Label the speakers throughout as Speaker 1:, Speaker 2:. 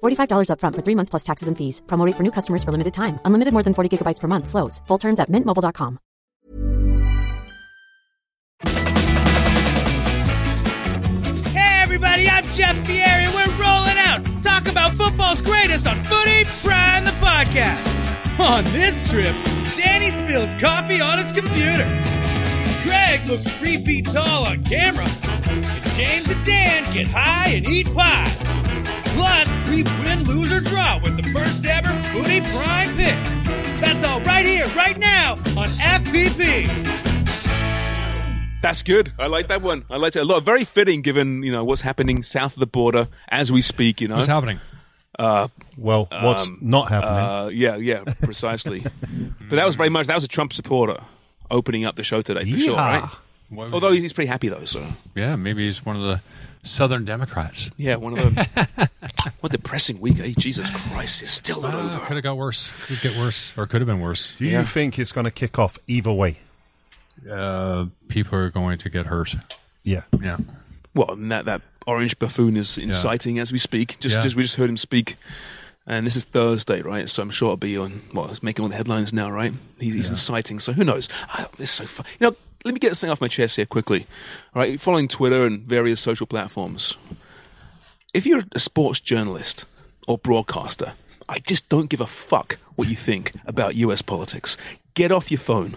Speaker 1: $45 upfront for three months plus taxes and fees. Promo rate for new customers for limited time. Unlimited more than 40 gigabytes per month. Slows. Full terms at mintmobile.com.
Speaker 2: Hey, everybody, I'm Jeff Fieri. We're rolling out. Talk about football's greatest on Footy Prime, the podcast. On this trip, Danny spills coffee on his computer. Greg looks three feet tall on camera. James and Dan get high and eat pie. Plus, we win, lose, or draw with the first ever Footy Prime picks. That's all right here, right now on FPP.
Speaker 3: That's good. I like that one. I like that a lot. Very fitting given, you know, what's happening south of the border as we speak, you know.
Speaker 4: What's happening?
Speaker 5: Well, what's not happening?
Speaker 3: Uh, yeah, yeah, precisely. but that was very much, that was a Trump supporter opening up the show today, for sure,
Speaker 5: Yeehaw.
Speaker 3: right?
Speaker 4: Why would-
Speaker 3: Although he's pretty happy, though, so.
Speaker 4: yeah, maybe he's one of the Southern Democrats.
Speaker 3: Yeah, one of them. what a depressing week. Hey, Jesus Christ, it's still not
Speaker 4: Oh, could
Speaker 3: over.
Speaker 4: have got worse. Could get worse, or could have been worse.
Speaker 5: Do you think it's going to kick off either way?
Speaker 4: Uh, people are going to get hurt.
Speaker 5: Yeah.
Speaker 4: Yeah,
Speaker 3: Well, and that, that orange buffoon is inciting as we speak, just
Speaker 4: Yeah.
Speaker 3: as we just heard him speak. And this is Thursday, right? So I'm sure it'll be on, well, it's making all the headlines now, right? He's, he's inciting, so who knows? I, it's so fun. You know, let me get this thing off my chest here quickly. All right, following Twitter and various social platforms. If you're a sports journalist or broadcaster, I just don't give a fuck what you think about US politics. Get off your phone.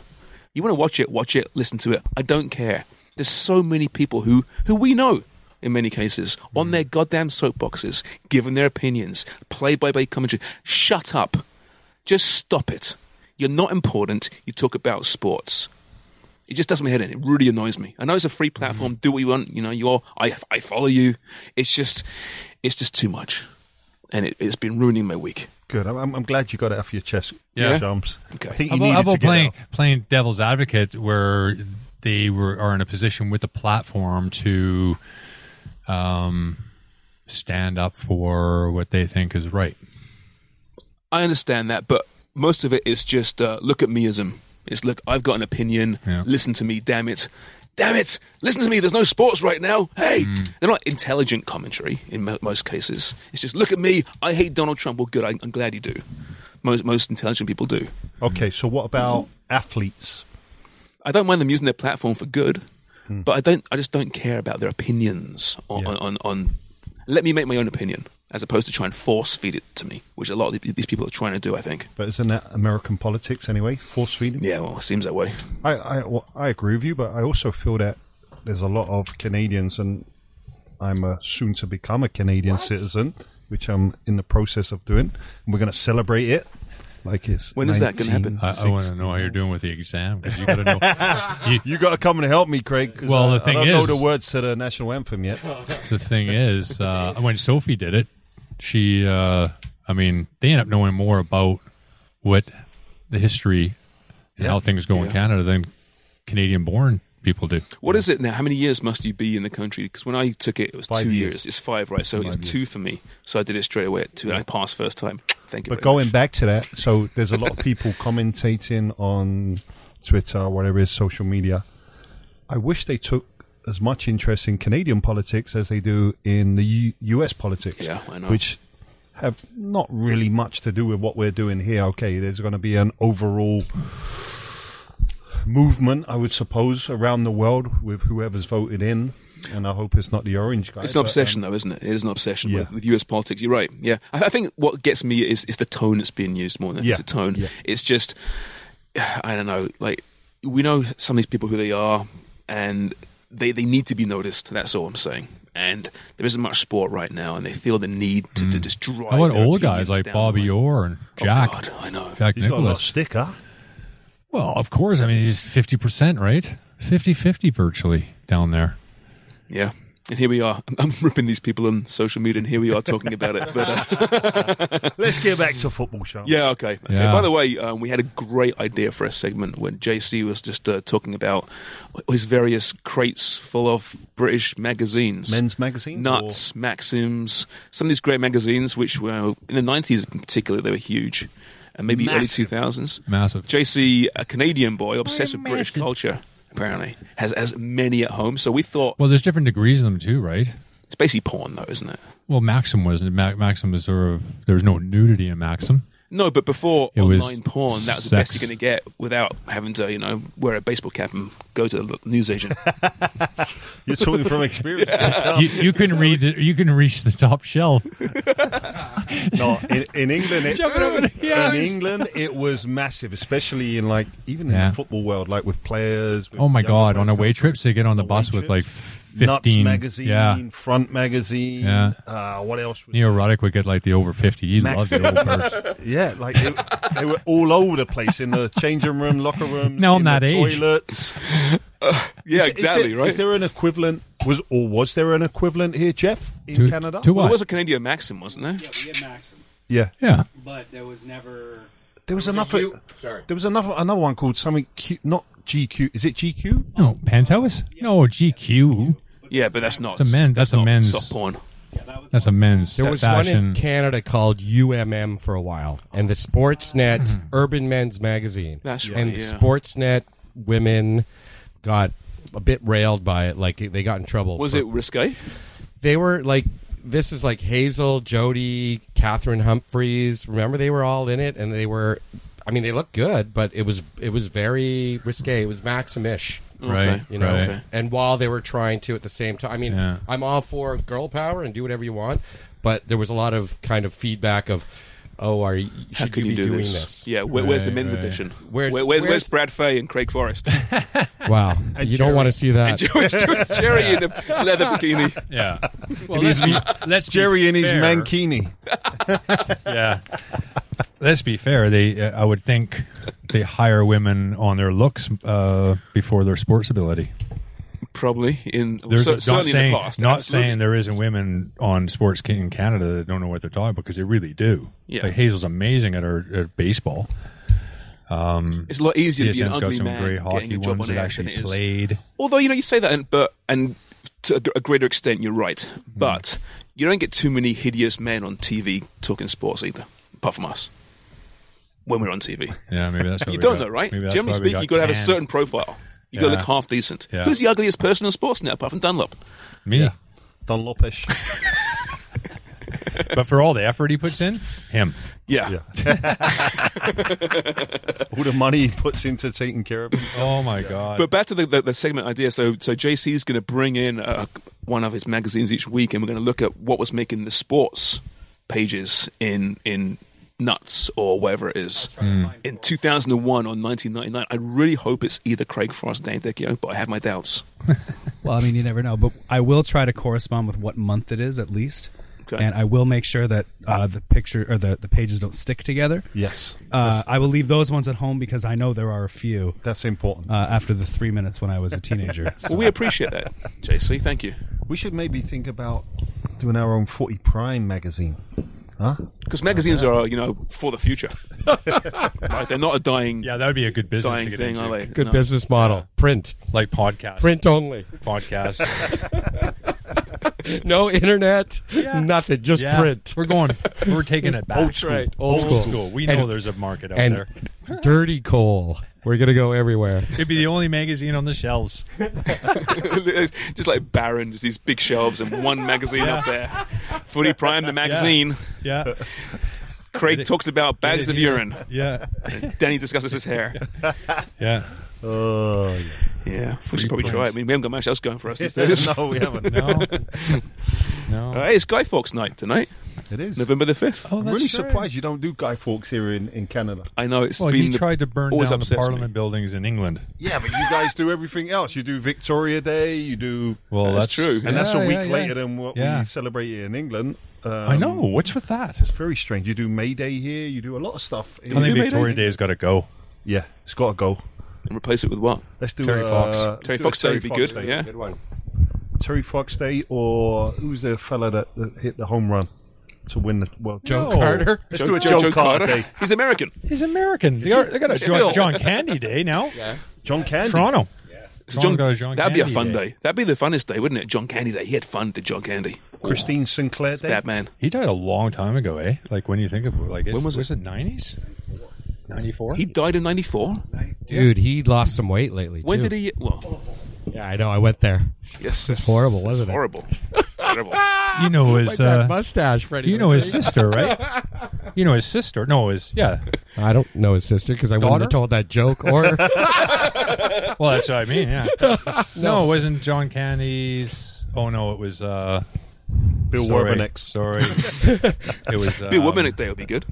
Speaker 3: You want to watch it, watch it, listen to it. I don't care. There's so many people who, who we know, in many cases, on their goddamn soapboxes, giving their opinions, play by play commentary. Shut up. Just stop it. You're not important. You talk about sports. It just doesn't hit it. It really annoys me. I know it's a free platform. Do what you want. You know, you're. I, I follow you. It's just, it's just too much, and it, it's been ruining my week.
Speaker 5: Good. I'm- I'm, I'm glad you got it off your chest,
Speaker 4: Yeah.
Speaker 5: Shams.
Speaker 3: Okay.
Speaker 5: I think
Speaker 4: How
Speaker 5: you
Speaker 4: about,
Speaker 5: needed
Speaker 4: how about
Speaker 5: to get
Speaker 4: playing
Speaker 5: it out.
Speaker 4: playing devil's advocate where they were are in a position with the platform to um, stand up for what they think is right.
Speaker 3: I understand that, but most of it is just uh, look at meism. It's look, I've got an opinion.
Speaker 4: Yeah.
Speaker 3: Listen to me, damn it, damn it, listen to me. There's no sports right now. Hey, they're not intelligent commentary in mo- most cases. It's just look at me. I hate Donald Trump. Well, good. I, I'm glad you do. Most most intelligent people do.
Speaker 5: Okay, so what about athletes?
Speaker 3: I don't mind them using their platform for good,
Speaker 5: Hmm.
Speaker 3: but I don't. I just don't care about their opinions on, on, on, on. Let me make my own opinion, as opposed to try and force feed it to me, which a lot of the- these people are trying to do. I think.
Speaker 5: But isn't that American politics anyway? Force feeding?
Speaker 3: Yeah, well, it seems that way.
Speaker 5: I, I, well, I agree with you, but I also feel that there's a lot of Canadians, and I'm uh, soon to become a Canadian citizen, which I'm in the process of doing. And we're going to celebrate it. Like it's
Speaker 3: When is that gonna happen?
Speaker 4: I, I want to know how you're doing with the exam because you got to know. you-
Speaker 5: You got to come and help me, Craig. 'cause
Speaker 4: Well,
Speaker 5: I-
Speaker 4: the thing
Speaker 5: I don't know
Speaker 4: is-
Speaker 5: the words to the national anthem yet.
Speaker 4: the thing is, uh, when Sophie did it, she, uh, I mean, they end up knowing more about what the history and how things go in Canada than Canadian born people do.
Speaker 3: What is it now? How many years must you be in the country? Because when I took it, it was
Speaker 5: Five
Speaker 3: two years.
Speaker 5: years.
Speaker 3: It's five, right? So it's two for me. So I did it straight away at two, and I passed first time. Thank you. very
Speaker 5: But
Speaker 3: much.
Speaker 5: going back to that, so there's a lot of people commentating on Twitter, whatever is social media. I wish they took as much interest in Canadian politics as they do in the U- U.S. politics.
Speaker 3: Yeah, I know.
Speaker 5: Which have not really much to do with what we're doing here. Okay, there's going to be an overall movement, I would suppose, around the world with whoever's voted in, and I hope it's not the orange guy.
Speaker 3: It's an
Speaker 5: but,
Speaker 3: obsession, though, isn't it? It is an obsession
Speaker 5: Yeah.
Speaker 3: with, with U.S. politics. You're right. Yeah, I, I think what gets me is is the tone that's being used more than
Speaker 5: Yeah.
Speaker 3: it's a tone.
Speaker 5: Yeah.
Speaker 3: It's just I don't know, like we know some of these people who they are, and they, they need to be noticed. That's all I'm saying. And there isn't much sport right now, and they feel the need to,
Speaker 5: Mm.
Speaker 3: to just drive.
Speaker 4: How about
Speaker 3: their
Speaker 4: old guys
Speaker 3: opinions
Speaker 4: like
Speaker 3: down
Speaker 4: Bobby
Speaker 3: the line.
Speaker 4: Orr and
Speaker 3: Oh,
Speaker 4: Jack?
Speaker 3: God, I know.
Speaker 4: Jack
Speaker 5: He's got a lot of
Speaker 4: Nicholas.
Speaker 5: sticker.
Speaker 4: Well, of course. I mean, he's 50%, right? 50 50 virtually down there.
Speaker 3: Yeah. And here we are. I'm, I'm ripping these people on social media, and here we are talking about it. But uh,
Speaker 5: Let's get back to football, shall we?
Speaker 3: Yeah, okay. okay.
Speaker 4: Yeah.
Speaker 3: By the way, um, we had a great idea for a segment when JC was just uh, talking about his various crates full of British magazines.
Speaker 5: Men's magazine?
Speaker 3: Nuts, Maxims, some of these great magazines, which were in the 90s in particular, they were huge. And maybe
Speaker 5: Massive.
Speaker 3: early 2000s.
Speaker 4: Massive.
Speaker 3: JC, a Canadian boy, obsessed with British culture, apparently, has, has many at home. So we thought
Speaker 4: Well, there's different degrees in them, too, right?
Speaker 3: it's basically porn, though, isn't it?
Speaker 4: Well, Maxim wasn't. Ma- Maxim was sort of, there was no nudity in Maxim.
Speaker 3: No, but before
Speaker 4: It was
Speaker 3: online porn, that was the best
Speaker 4: sex.
Speaker 3: you're going to get without having to, you know, wear a baseball cap and go to the newsagent.
Speaker 5: You're talking from experience.
Speaker 4: You, you can read it, you can reach the top shelf.
Speaker 5: No, in, in England, it,
Speaker 4: Jumping over the- yes.
Speaker 5: in England, it was massive, especially in like even in
Speaker 4: Yeah.
Speaker 5: the football world, like with players. with
Speaker 4: Oh, my
Speaker 5: young
Speaker 4: God.
Speaker 5: players
Speaker 4: On away
Speaker 5: coming
Speaker 4: trips, they get on the
Speaker 5: Away
Speaker 4: bus with
Speaker 5: trips.
Speaker 4: like
Speaker 5: Nuts
Speaker 4: 15.
Speaker 5: magazine,
Speaker 4: Yeah.
Speaker 5: Front magazine.
Speaker 4: Yeah.
Speaker 5: Uh, what else? Was
Speaker 4: Neo Roddick would get like the over 50. He loved
Speaker 5: Max-
Speaker 4: the old person.
Speaker 5: Yeah, like they, they were all over the place in the changing room, locker rooms.
Speaker 4: No, I'm
Speaker 5: in
Speaker 4: not
Speaker 5: the
Speaker 4: age.
Speaker 5: Toilets.
Speaker 3: yeah,
Speaker 5: Is- is
Speaker 3: exactly,
Speaker 5: there-
Speaker 3: right?
Speaker 5: Is there an equivalent? Was or was there an equivalent here, Jeff, in
Speaker 4: To-
Speaker 5: Canada?
Speaker 4: to
Speaker 3: well,
Speaker 4: what?
Speaker 3: there was a Canadian Maxim, wasn't there?
Speaker 2: Yeah, we had Maxim,
Speaker 5: Yeah,
Speaker 4: Yeah.
Speaker 2: but there was never.
Speaker 5: there was
Speaker 2: There was
Speaker 5: another.
Speaker 2: a U- sorry.
Speaker 5: there was another another one called something Q, not GQ. Is it GQ?
Speaker 4: No, Penthouse? No, GQ.
Speaker 3: Yeah, but that's not.
Speaker 4: It's a men- that's a
Speaker 3: not
Speaker 4: men's-
Speaker 3: soft porn.
Speaker 4: That's a men's
Speaker 6: There was one
Speaker 2: Mm.
Speaker 4: fashion.
Speaker 6: in Canada called UMM for a while, and the Sportsnet
Speaker 2: Mm-hmm.
Speaker 6: Urban Men's Magazine.
Speaker 3: That's
Speaker 6: And
Speaker 3: right,
Speaker 6: the
Speaker 3: yeah.
Speaker 6: Sportsnet women got a bit railed by it, like they got in trouble.
Speaker 3: Was
Speaker 6: for-
Speaker 3: it risque?
Speaker 6: They were like, this is like Hazel, Jody, Catherine Humphreys. Remember, they were all in it, and they were. I mean, they looked good, but it was it was very risque. It was Maximish.
Speaker 4: Right.
Speaker 6: you know
Speaker 4: right.
Speaker 6: and while they were trying to at the same time i mean
Speaker 4: Yeah.
Speaker 6: i'm all for girl power and do whatever you want but there was a lot of kind of feedback of oh are you
Speaker 3: How
Speaker 6: should
Speaker 3: could
Speaker 6: you, be
Speaker 3: do
Speaker 6: doing
Speaker 3: this?
Speaker 6: this,
Speaker 3: Yeah, where, where's the
Speaker 4: Right,
Speaker 3: men's
Speaker 4: right.
Speaker 3: edition?
Speaker 6: Where's-
Speaker 3: Where- where's, where's,
Speaker 6: where's-
Speaker 3: Brad Fay and Craig Forrest?
Speaker 6: wow you don't want to see that
Speaker 3: Jerry, Jerry in the leather bikini.
Speaker 4: Yeah. Well, let's be, let's
Speaker 5: Jerry
Speaker 4: be
Speaker 5: and his
Speaker 4: fair.
Speaker 5: mankini.
Speaker 4: Yeah. Let's be fair. They, uh, I would think, they hire women on their looks uh, before their sports ability.
Speaker 3: Probably in
Speaker 4: There's
Speaker 3: cer-
Speaker 4: not
Speaker 3: certainly
Speaker 4: saying
Speaker 3: in the past.
Speaker 4: not
Speaker 3: absolutely.
Speaker 4: saying there isn't women on sports ca- in Canada that don't know what they're talking about because they really do.
Speaker 3: Yeah.
Speaker 4: Like Hazel's amazing at her at baseball.
Speaker 3: it's a lot easier to be an
Speaker 4: DSM's got
Speaker 3: ugly
Speaker 4: some great
Speaker 3: man getting
Speaker 4: hockey
Speaker 3: a job
Speaker 4: ones
Speaker 3: on
Speaker 4: that
Speaker 3: air than
Speaker 4: actually
Speaker 3: it is.
Speaker 4: played.
Speaker 3: Although you know you say that, and, but and to a gr- a greater extent, you're right.
Speaker 4: Hmm.
Speaker 3: But you don't get too many hideous men on TV talking sports either, apart from us. When we're on TV,
Speaker 4: Yeah, maybe that's what
Speaker 3: you
Speaker 4: we
Speaker 3: don't
Speaker 4: got-
Speaker 3: know, right?
Speaker 4: maybe that's
Speaker 3: Generally
Speaker 4: why we
Speaker 3: speaking, you got to have a
Speaker 4: canned.
Speaker 3: certain profile. You got to
Speaker 4: Yeah.
Speaker 3: look half decent.
Speaker 4: Yeah.
Speaker 3: Who's the ugliest person on sports now, apart from Dunlop?
Speaker 4: me.
Speaker 5: Don Lopesh.
Speaker 4: But for all the effort he puts in, him.
Speaker 3: Yeah,
Speaker 5: all the money he puts into taking care of him.
Speaker 4: Oh my god!
Speaker 3: But back to the, the, the segment idea. So, so JC is going to bring in uh, one of his magazines each week, and we're going to look at what was making the sports pages in in nuts or whatever it is in 2001 or 1999. I really hope it's either Craig Forrest or Dan Decchio, but I have my doubts.
Speaker 2: Well, I mean, you never know, but I will try to correspond with what month it is at least,
Speaker 3: Okay.
Speaker 2: and I will make sure that uh, the picture or the the pages don't stick together.
Speaker 5: Yes,
Speaker 2: Uh, I will leave those ones at home because I know there are a few
Speaker 5: that's important.
Speaker 2: uh, after the three minutes when I was a teenager. So-
Speaker 3: Well, we appreciate that, JC. Thank you.
Speaker 5: we should maybe think about doing our own Forty Prime magazine. Huh?
Speaker 3: Because magazines are, you know, for the future. Right, They're not a dying,
Speaker 4: yeah, that would be a good business to
Speaker 3: dying
Speaker 4: get
Speaker 3: thing,
Speaker 4: into.
Speaker 3: are they?
Speaker 6: good
Speaker 3: No.
Speaker 6: business model print
Speaker 4: Like podcasts,
Speaker 6: print only
Speaker 4: podcasts.
Speaker 6: no internet nothing just
Speaker 4: Yeah,
Speaker 6: print
Speaker 4: We're going. We're taking it back.
Speaker 6: Old school. Old school.
Speaker 4: We
Speaker 6: And-
Speaker 4: know there's a market out
Speaker 6: and
Speaker 4: there.
Speaker 6: dirty coal we're gonna go everywhere
Speaker 4: It'd be the only magazine on the shelves.
Speaker 3: just like Barron, just these big shelves and one magazine up there. Footy Prime, the magazine.
Speaker 4: Yeah,
Speaker 3: Craig talks about bags of urine.
Speaker 4: yeah,
Speaker 3: Danny discusses his hair.
Speaker 4: yeah.
Speaker 5: Oh, yeah.
Speaker 3: Yeah, we should probably try it. I mean, we haven't got uh, much else going for us these days.
Speaker 5: no, we haven't.
Speaker 4: No, no.
Speaker 3: Uh, hey, it's Guy Fawkes night tonight.
Speaker 5: It is.
Speaker 3: November the fifth.
Speaker 7: Oh.
Speaker 5: I'm really surprised you don't do Guy Fawkes here in, in Canada.
Speaker 3: I know it's
Speaker 7: Well,
Speaker 3: been
Speaker 7: he
Speaker 3: the-
Speaker 7: Oh, tried to burn
Speaker 3: always
Speaker 7: down the
Speaker 3: upsets me.
Speaker 7: parliament buildings in England.
Speaker 5: Yeah, but you guys do everything else. You do Victoria Day. You do,
Speaker 7: Well,
Speaker 3: That's
Speaker 7: that's,
Speaker 3: true.
Speaker 5: and that's a
Speaker 7: yeah,
Speaker 5: week
Speaker 7: yeah, yeah.
Speaker 5: later than what
Speaker 7: Yeah.
Speaker 5: we celebrate here in England. Um,
Speaker 7: I know. What's with that?
Speaker 5: It's very strange. You do May Day here. You do a lot of stuff.
Speaker 7: I think
Speaker 3: do May
Speaker 7: Victoria
Speaker 3: Day?
Speaker 7: Day has got to go.
Speaker 5: yeah, it's got to go.
Speaker 3: And replace it with what?
Speaker 5: Let's do
Speaker 6: Terry
Speaker 5: uh,
Speaker 6: Fox.
Speaker 5: let's
Speaker 3: Terry
Speaker 5: do a
Speaker 3: Fox Day would be
Speaker 5: Fox
Speaker 3: good.
Speaker 5: Day.
Speaker 3: Yeah.
Speaker 6: Good one.
Speaker 5: Terry Fox Day, or who's the fella that, that hit the home run to win the well?
Speaker 6: Joe Carter.
Speaker 5: Let's do a Joe, Carter. Day.
Speaker 3: He's American.
Speaker 7: He's American. They, are, they got a
Speaker 5: Phil.
Speaker 7: John, John Candy Day now.
Speaker 5: John Candy.
Speaker 7: Toronto.
Speaker 3: So
Speaker 7: Toronto got a John
Speaker 3: that'd be a
Speaker 7: Candy
Speaker 3: fun day.
Speaker 7: Day.
Speaker 3: That'd be the funnest day, wouldn't it? John Candy Day. He had fun. Did John Candy?
Speaker 5: Christine Sinclair Day.
Speaker 3: Batman.
Speaker 7: He died a long time ago, eh? Like when you think of it, like
Speaker 3: When was it?
Speaker 7: it? Nineties, ninety four.
Speaker 3: He died in '94.
Speaker 6: Dude, he lost some weight lately.
Speaker 3: When
Speaker 6: too.
Speaker 3: did he? Well,
Speaker 6: Yeah, I know. I went there.
Speaker 3: yes,
Speaker 6: It's horrible, wasn't
Speaker 3: it's
Speaker 6: it?
Speaker 3: horrible. It's terrible.
Speaker 7: You know his.
Speaker 6: Like that
Speaker 7: Uh,
Speaker 6: mustache, Freddie.
Speaker 7: you know his sister, right? You know his sister. No, his yeah.
Speaker 6: I don't know his sister because I wouldn't
Speaker 7: Daughter?
Speaker 6: have told that joke. Or
Speaker 7: Well, that's what I mean. Yeah. No, it wasn't John Candy's. Oh no, it was. uh
Speaker 5: Bill
Speaker 7: sorry,
Speaker 5: Warbenex.
Speaker 7: Sorry, it was. Um,
Speaker 3: Bill Wibenick Day would be good.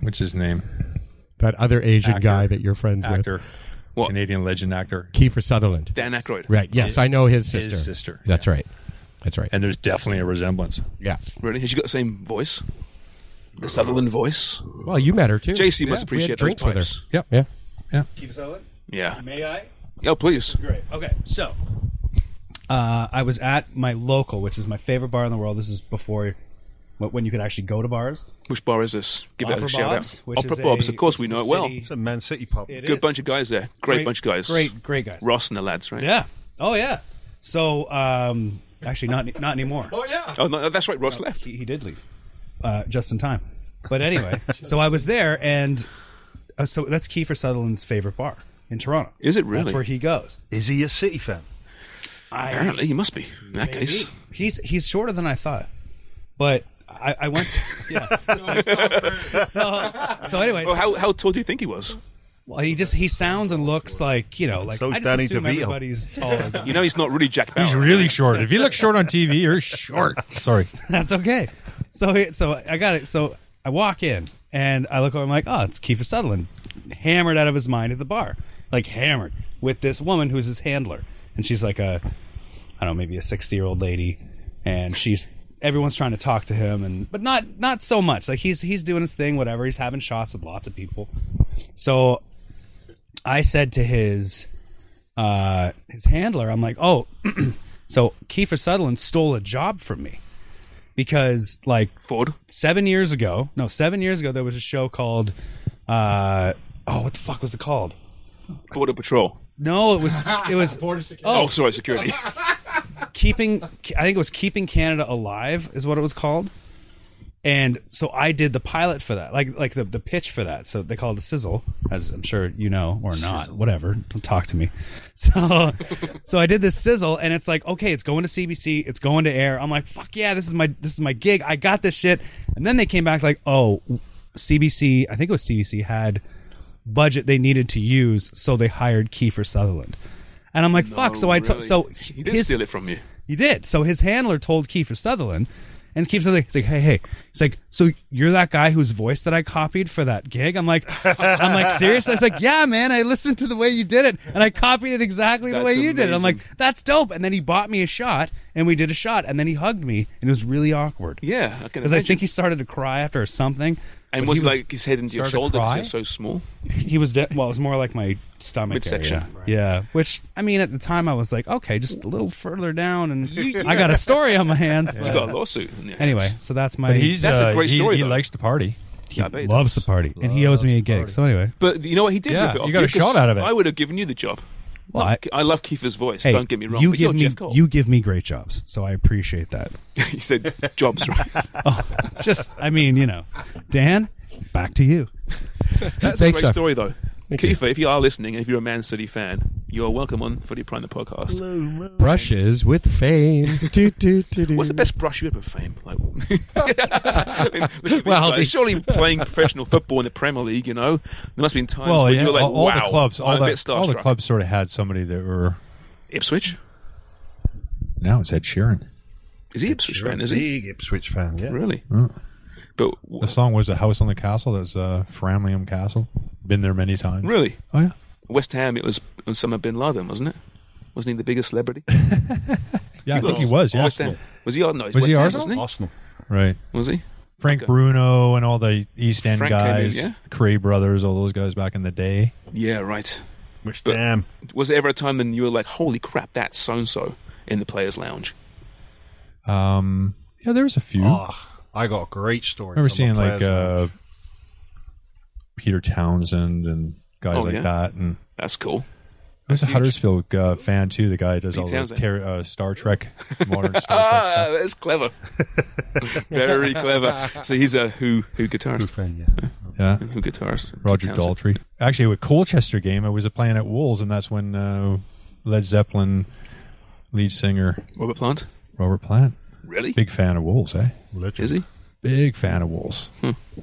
Speaker 7: What's his name?
Speaker 6: that other Asian
Speaker 7: Actor.
Speaker 6: guy that you're friends
Speaker 7: Actor.
Speaker 3: What?
Speaker 7: Canadian legend actor.
Speaker 6: with, Kiefer Sutherland.
Speaker 3: Dan Aykroyd.
Speaker 6: Right. Yes, I know his
Speaker 7: His
Speaker 6: sister.
Speaker 7: sister,
Speaker 6: That's right. That's right.
Speaker 7: And there's definitely a resemblance.
Speaker 6: yeah.
Speaker 3: Really? Has she got the same voice? The Sutherland voice.
Speaker 6: Well, you met her too.
Speaker 3: JC must
Speaker 6: we had
Speaker 3: appreciate
Speaker 6: drinks
Speaker 3: those
Speaker 6: with
Speaker 3: pipes.
Speaker 6: her. Yeah.
Speaker 2: Keep us out.
Speaker 3: Yeah.
Speaker 2: May I?
Speaker 3: Yeah, please.
Speaker 2: Great. Okay. So, uh, I was at my local, which is my favorite bar in the world. This is before wh- when you could actually go to bars.
Speaker 3: Which bar is this? Give it
Speaker 2: Opera
Speaker 3: a shout
Speaker 2: Bob's,
Speaker 3: out.
Speaker 2: which
Speaker 3: Opera
Speaker 2: is a-
Speaker 3: Bob's, of course, we
Speaker 2: which is
Speaker 3: know
Speaker 2: a
Speaker 3: it well.
Speaker 2: city-
Speaker 5: It's a Man City pub.
Speaker 2: It
Speaker 3: Good
Speaker 2: is.
Speaker 3: bunch of guys there. Great, bunch of guys.
Speaker 2: Great, great guys.
Speaker 3: Ross and the lads, right?
Speaker 2: Yeah. Oh yeah. So, um, actually, not not anymore.
Speaker 3: Oh, no, that's right. Ross left.
Speaker 2: he, he did leave uh, just in time. But anyway, so I was there, and uh, so that's Kiefer Sutherland's favorite bar in Toronto.
Speaker 3: Is it really?
Speaker 2: That's where he goes.
Speaker 5: Is he a City fan?
Speaker 2: I,
Speaker 3: Apparently, he must be. In that case,
Speaker 2: he's he's shorter than I thought, but I, I went. yeah. so, so anyway,
Speaker 3: well, Oh, how how tall do you think he was?
Speaker 2: well, he just he sounds and looks like you know like
Speaker 5: So's
Speaker 2: I just
Speaker 5: Danny
Speaker 2: assume
Speaker 5: DeVito.
Speaker 2: everybody's taller.
Speaker 3: You know, he's not really Jack Bauer.
Speaker 7: He's really short. If you look short on TV, you're short. Sorry.
Speaker 2: That's okay. So it- so I got it. So I walk in and I look over. I'm like, oh, it's Kiefer Sutherland, hammered out of his mind at the bar, like hammered with this woman who's his handler, and she's like a, I don't know, maybe a 60 year old lady, and she's everyone's trying to talk to him, and but not not so much. Like he's he's doing his thing, whatever. He's having shots with lots of people. So I said to his uh his handler, I'm like, oh. So Kiefer Sutherland stole a job from me because like
Speaker 3: Ford.
Speaker 2: seven years ago, no, seven years ago there was a show called, uh, oh, what the fuck was it called?
Speaker 3: Border Patrol.
Speaker 2: No, it was it was
Speaker 3: Oh, sorry, security.
Speaker 2: keeping. I think it was keeping Canada alive is what it was called. And so I did the pilot for that, like like the, the pitch for that. So they called it a sizzle, as I'm sure you know or not, whatever. Don't talk to me. So so I did this sizzle, and it's like okay, it's going to CBC, it's going to air. I'm like fuck yeah, this is my this is my gig. I got this shit. And then they came back like oh, CBC, I think it was CBC had budget they needed to use, so they hired Kiefer Sutherland. And I'm like fuck. So I t-
Speaker 3: Really?
Speaker 2: so
Speaker 3: he did
Speaker 2: his-
Speaker 3: steal it from you.
Speaker 2: he did. So his handler told Kiefer Sutherland, and Kiefer Sutherland, he's like, "Hey, hey." He's like, "So you're that guy whose voice that I copied for that gig?" I'm like, "I'm like seriously." I was like, "Yeah, man. I listened to the way you did it, and I copied it exactly the
Speaker 3: That's
Speaker 2: way you did it." I'm
Speaker 3: amazing.
Speaker 2: like, "That's dope." And then he bought me a shot, and we did a shot, and then he hugged me, and it was really awkward.
Speaker 3: Yeah, I can
Speaker 2: because I
Speaker 3: imagine.
Speaker 2: think he started to cry after or something.
Speaker 3: And
Speaker 2: but
Speaker 3: was
Speaker 2: he
Speaker 3: he like his head into your
Speaker 7: started to
Speaker 3: shoulder because
Speaker 7: cry?
Speaker 3: you're so small?
Speaker 2: he was de- well, it was more like my stomach
Speaker 3: Midsection.
Speaker 2: area. Yeah, which I mean, at the time I was like, okay, just a little further down, and I got a story on my hands.
Speaker 3: You
Speaker 2: but-
Speaker 3: got a lawsuit. in your hands.
Speaker 2: Anyway, so that's my.
Speaker 7: But he's
Speaker 3: That's a
Speaker 7: uh,
Speaker 3: great
Speaker 7: he-
Speaker 3: story,
Speaker 7: He,
Speaker 3: though.
Speaker 7: likes to party.
Speaker 3: Yeah, I bet he
Speaker 2: loves the
Speaker 3: does.
Speaker 2: party, and he owes me a gig. So anyway,
Speaker 3: But you know what? He did.
Speaker 7: Yeah,
Speaker 3: rip it
Speaker 7: you
Speaker 3: off
Speaker 7: got a shot out of it.
Speaker 3: I would have given you the job.
Speaker 2: well, I,
Speaker 3: I love Kiefer's voice.
Speaker 2: hey,
Speaker 3: don't get me wrong.
Speaker 2: You
Speaker 3: but
Speaker 2: give
Speaker 3: you're
Speaker 2: me
Speaker 3: Jeff Cole.
Speaker 2: you give me great jobs, so I appreciate that. Oh,
Speaker 3: he said jobs right.
Speaker 2: Just, I mean, you know, Dan, back to you.
Speaker 3: That's
Speaker 6: Thanks,
Speaker 3: a great
Speaker 6: Jeff.
Speaker 3: story, though. Kiefer, if you are listening, and if you're a Man City fan, you're welcome on Footy Prime the podcast.
Speaker 6: brushes with fame. do, do, do, do.
Speaker 3: What's the best brush you ever fame? Like, I mean, look at
Speaker 6: Well,
Speaker 3: these guys.
Speaker 6: these-
Speaker 3: surely playing professional football in the Premier League, you know, there must have been times
Speaker 7: Well,
Speaker 3: where
Speaker 7: yeah,
Speaker 3: you were like,
Speaker 7: all, all
Speaker 3: "Wow,
Speaker 7: the clubs, all
Speaker 3: I'm a
Speaker 7: the,
Speaker 3: bit
Speaker 7: all the
Speaker 3: starstruck."
Speaker 7: clubs sort of had somebody that were.
Speaker 3: Ipswich
Speaker 7: Now it's Ed Sheeran.
Speaker 3: is he Ipswich fan? Is he
Speaker 5: Big Ipswich fan. Yeah.
Speaker 7: Hmm.
Speaker 3: really? But
Speaker 7: The song was "A House on the Castle." That's uh, Framlingham Castle. Been there many times.
Speaker 3: really,
Speaker 7: Oh yeah.
Speaker 3: West Ham. It was Osama bin Laden, wasn't it? Wasn't he the biggest celebrity?
Speaker 7: Yeah, I think he was. Yeah.
Speaker 3: West Ham. Was he? No, he was,
Speaker 7: Was
Speaker 3: West
Speaker 7: he
Speaker 3: Ham,
Speaker 7: Arsenal?
Speaker 3: wasn't
Speaker 5: Arsenal.
Speaker 7: Right.
Speaker 3: he? Was he?
Speaker 7: Frank Bruno Oh, and all the East End
Speaker 3: Frank Kenny,
Speaker 7: guys,
Speaker 3: yeah.
Speaker 7: Cray brothers, all those guys back in the day.
Speaker 3: Yeah, right.
Speaker 5: Which
Speaker 3: But-
Speaker 5: damn.
Speaker 3: Was there ever a time when you were like, "Holy crap, that's so and so" in the players' lounge?
Speaker 7: Um, yeah, there was a
Speaker 6: Oh,
Speaker 7: few.
Speaker 5: ah, I got a great story.
Speaker 7: I Hmm? remember
Speaker 5: from a
Speaker 7: seeing like uh,
Speaker 5: player's
Speaker 7: Peter Townsend and guys
Speaker 3: Oh,
Speaker 7: like
Speaker 3: yeah.
Speaker 7: that, and
Speaker 3: That's cool.
Speaker 7: there's a Huddersfield uh, fan too. The guy who does
Speaker 3: Pete
Speaker 7: all the
Speaker 3: Townsend.
Speaker 7: ter- uh, Star Trek, modern Star Trek
Speaker 3: Ah,
Speaker 7: stuff.
Speaker 3: that's clever. Very clever. So he's a who who guitarist.
Speaker 5: friend, yeah.
Speaker 7: Yeah,
Speaker 3: Who guitarist?
Speaker 7: Roger
Speaker 3: Townsend.
Speaker 7: Daltrey. Actually, with Colchester game, I was playing at Wolves, and that's when uh, Led Zeppelin lead singer
Speaker 3: Robert Plant.
Speaker 7: Robert Plant,
Speaker 3: Really?
Speaker 7: big fan of Wolves, eh?
Speaker 3: Is he?
Speaker 7: Big fan of Wolves.
Speaker 3: Hmm.
Speaker 7: And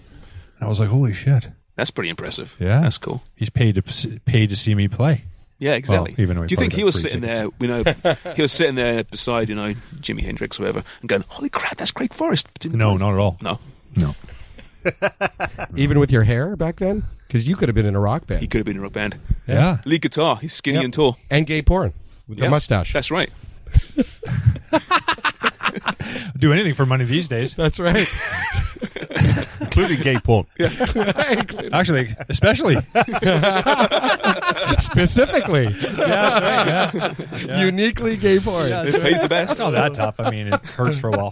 Speaker 7: I was like, holy shit.
Speaker 3: That's pretty impressive.
Speaker 7: Yeah.
Speaker 3: that's cool.
Speaker 7: He's paid to paid to see me play.
Speaker 3: Yeah, exactly.
Speaker 7: even though he
Speaker 3: Do you think
Speaker 7: probably
Speaker 3: he
Speaker 7: got
Speaker 3: was
Speaker 7: free
Speaker 3: sitting
Speaker 7: tickets.
Speaker 3: there, you know, he was sitting there beside, you know, Jimi Hendrix or whatever, and going, "Holy crap, that's Craig Forrest." Didn't-
Speaker 7: No, not at all.
Speaker 3: no,
Speaker 7: No.
Speaker 6: Even with your hair back then? Because you could have been in a rock
Speaker 3: he
Speaker 6: band.
Speaker 3: could have been in a rock band.
Speaker 7: Yeah.
Speaker 3: Lead guitar, he's skinny
Speaker 6: Yep.
Speaker 3: and tall.
Speaker 6: And gay porn with the
Speaker 3: Yeah.
Speaker 6: mustache.
Speaker 3: That's right.
Speaker 7: Do anything for money these days.
Speaker 6: That's right.
Speaker 5: Including gay porn.
Speaker 7: Actually, especially.
Speaker 6: Specifically. Uniquely gay porn.
Speaker 3: It pays the best.
Speaker 7: It's not that tough. I mean, it hurts for a while.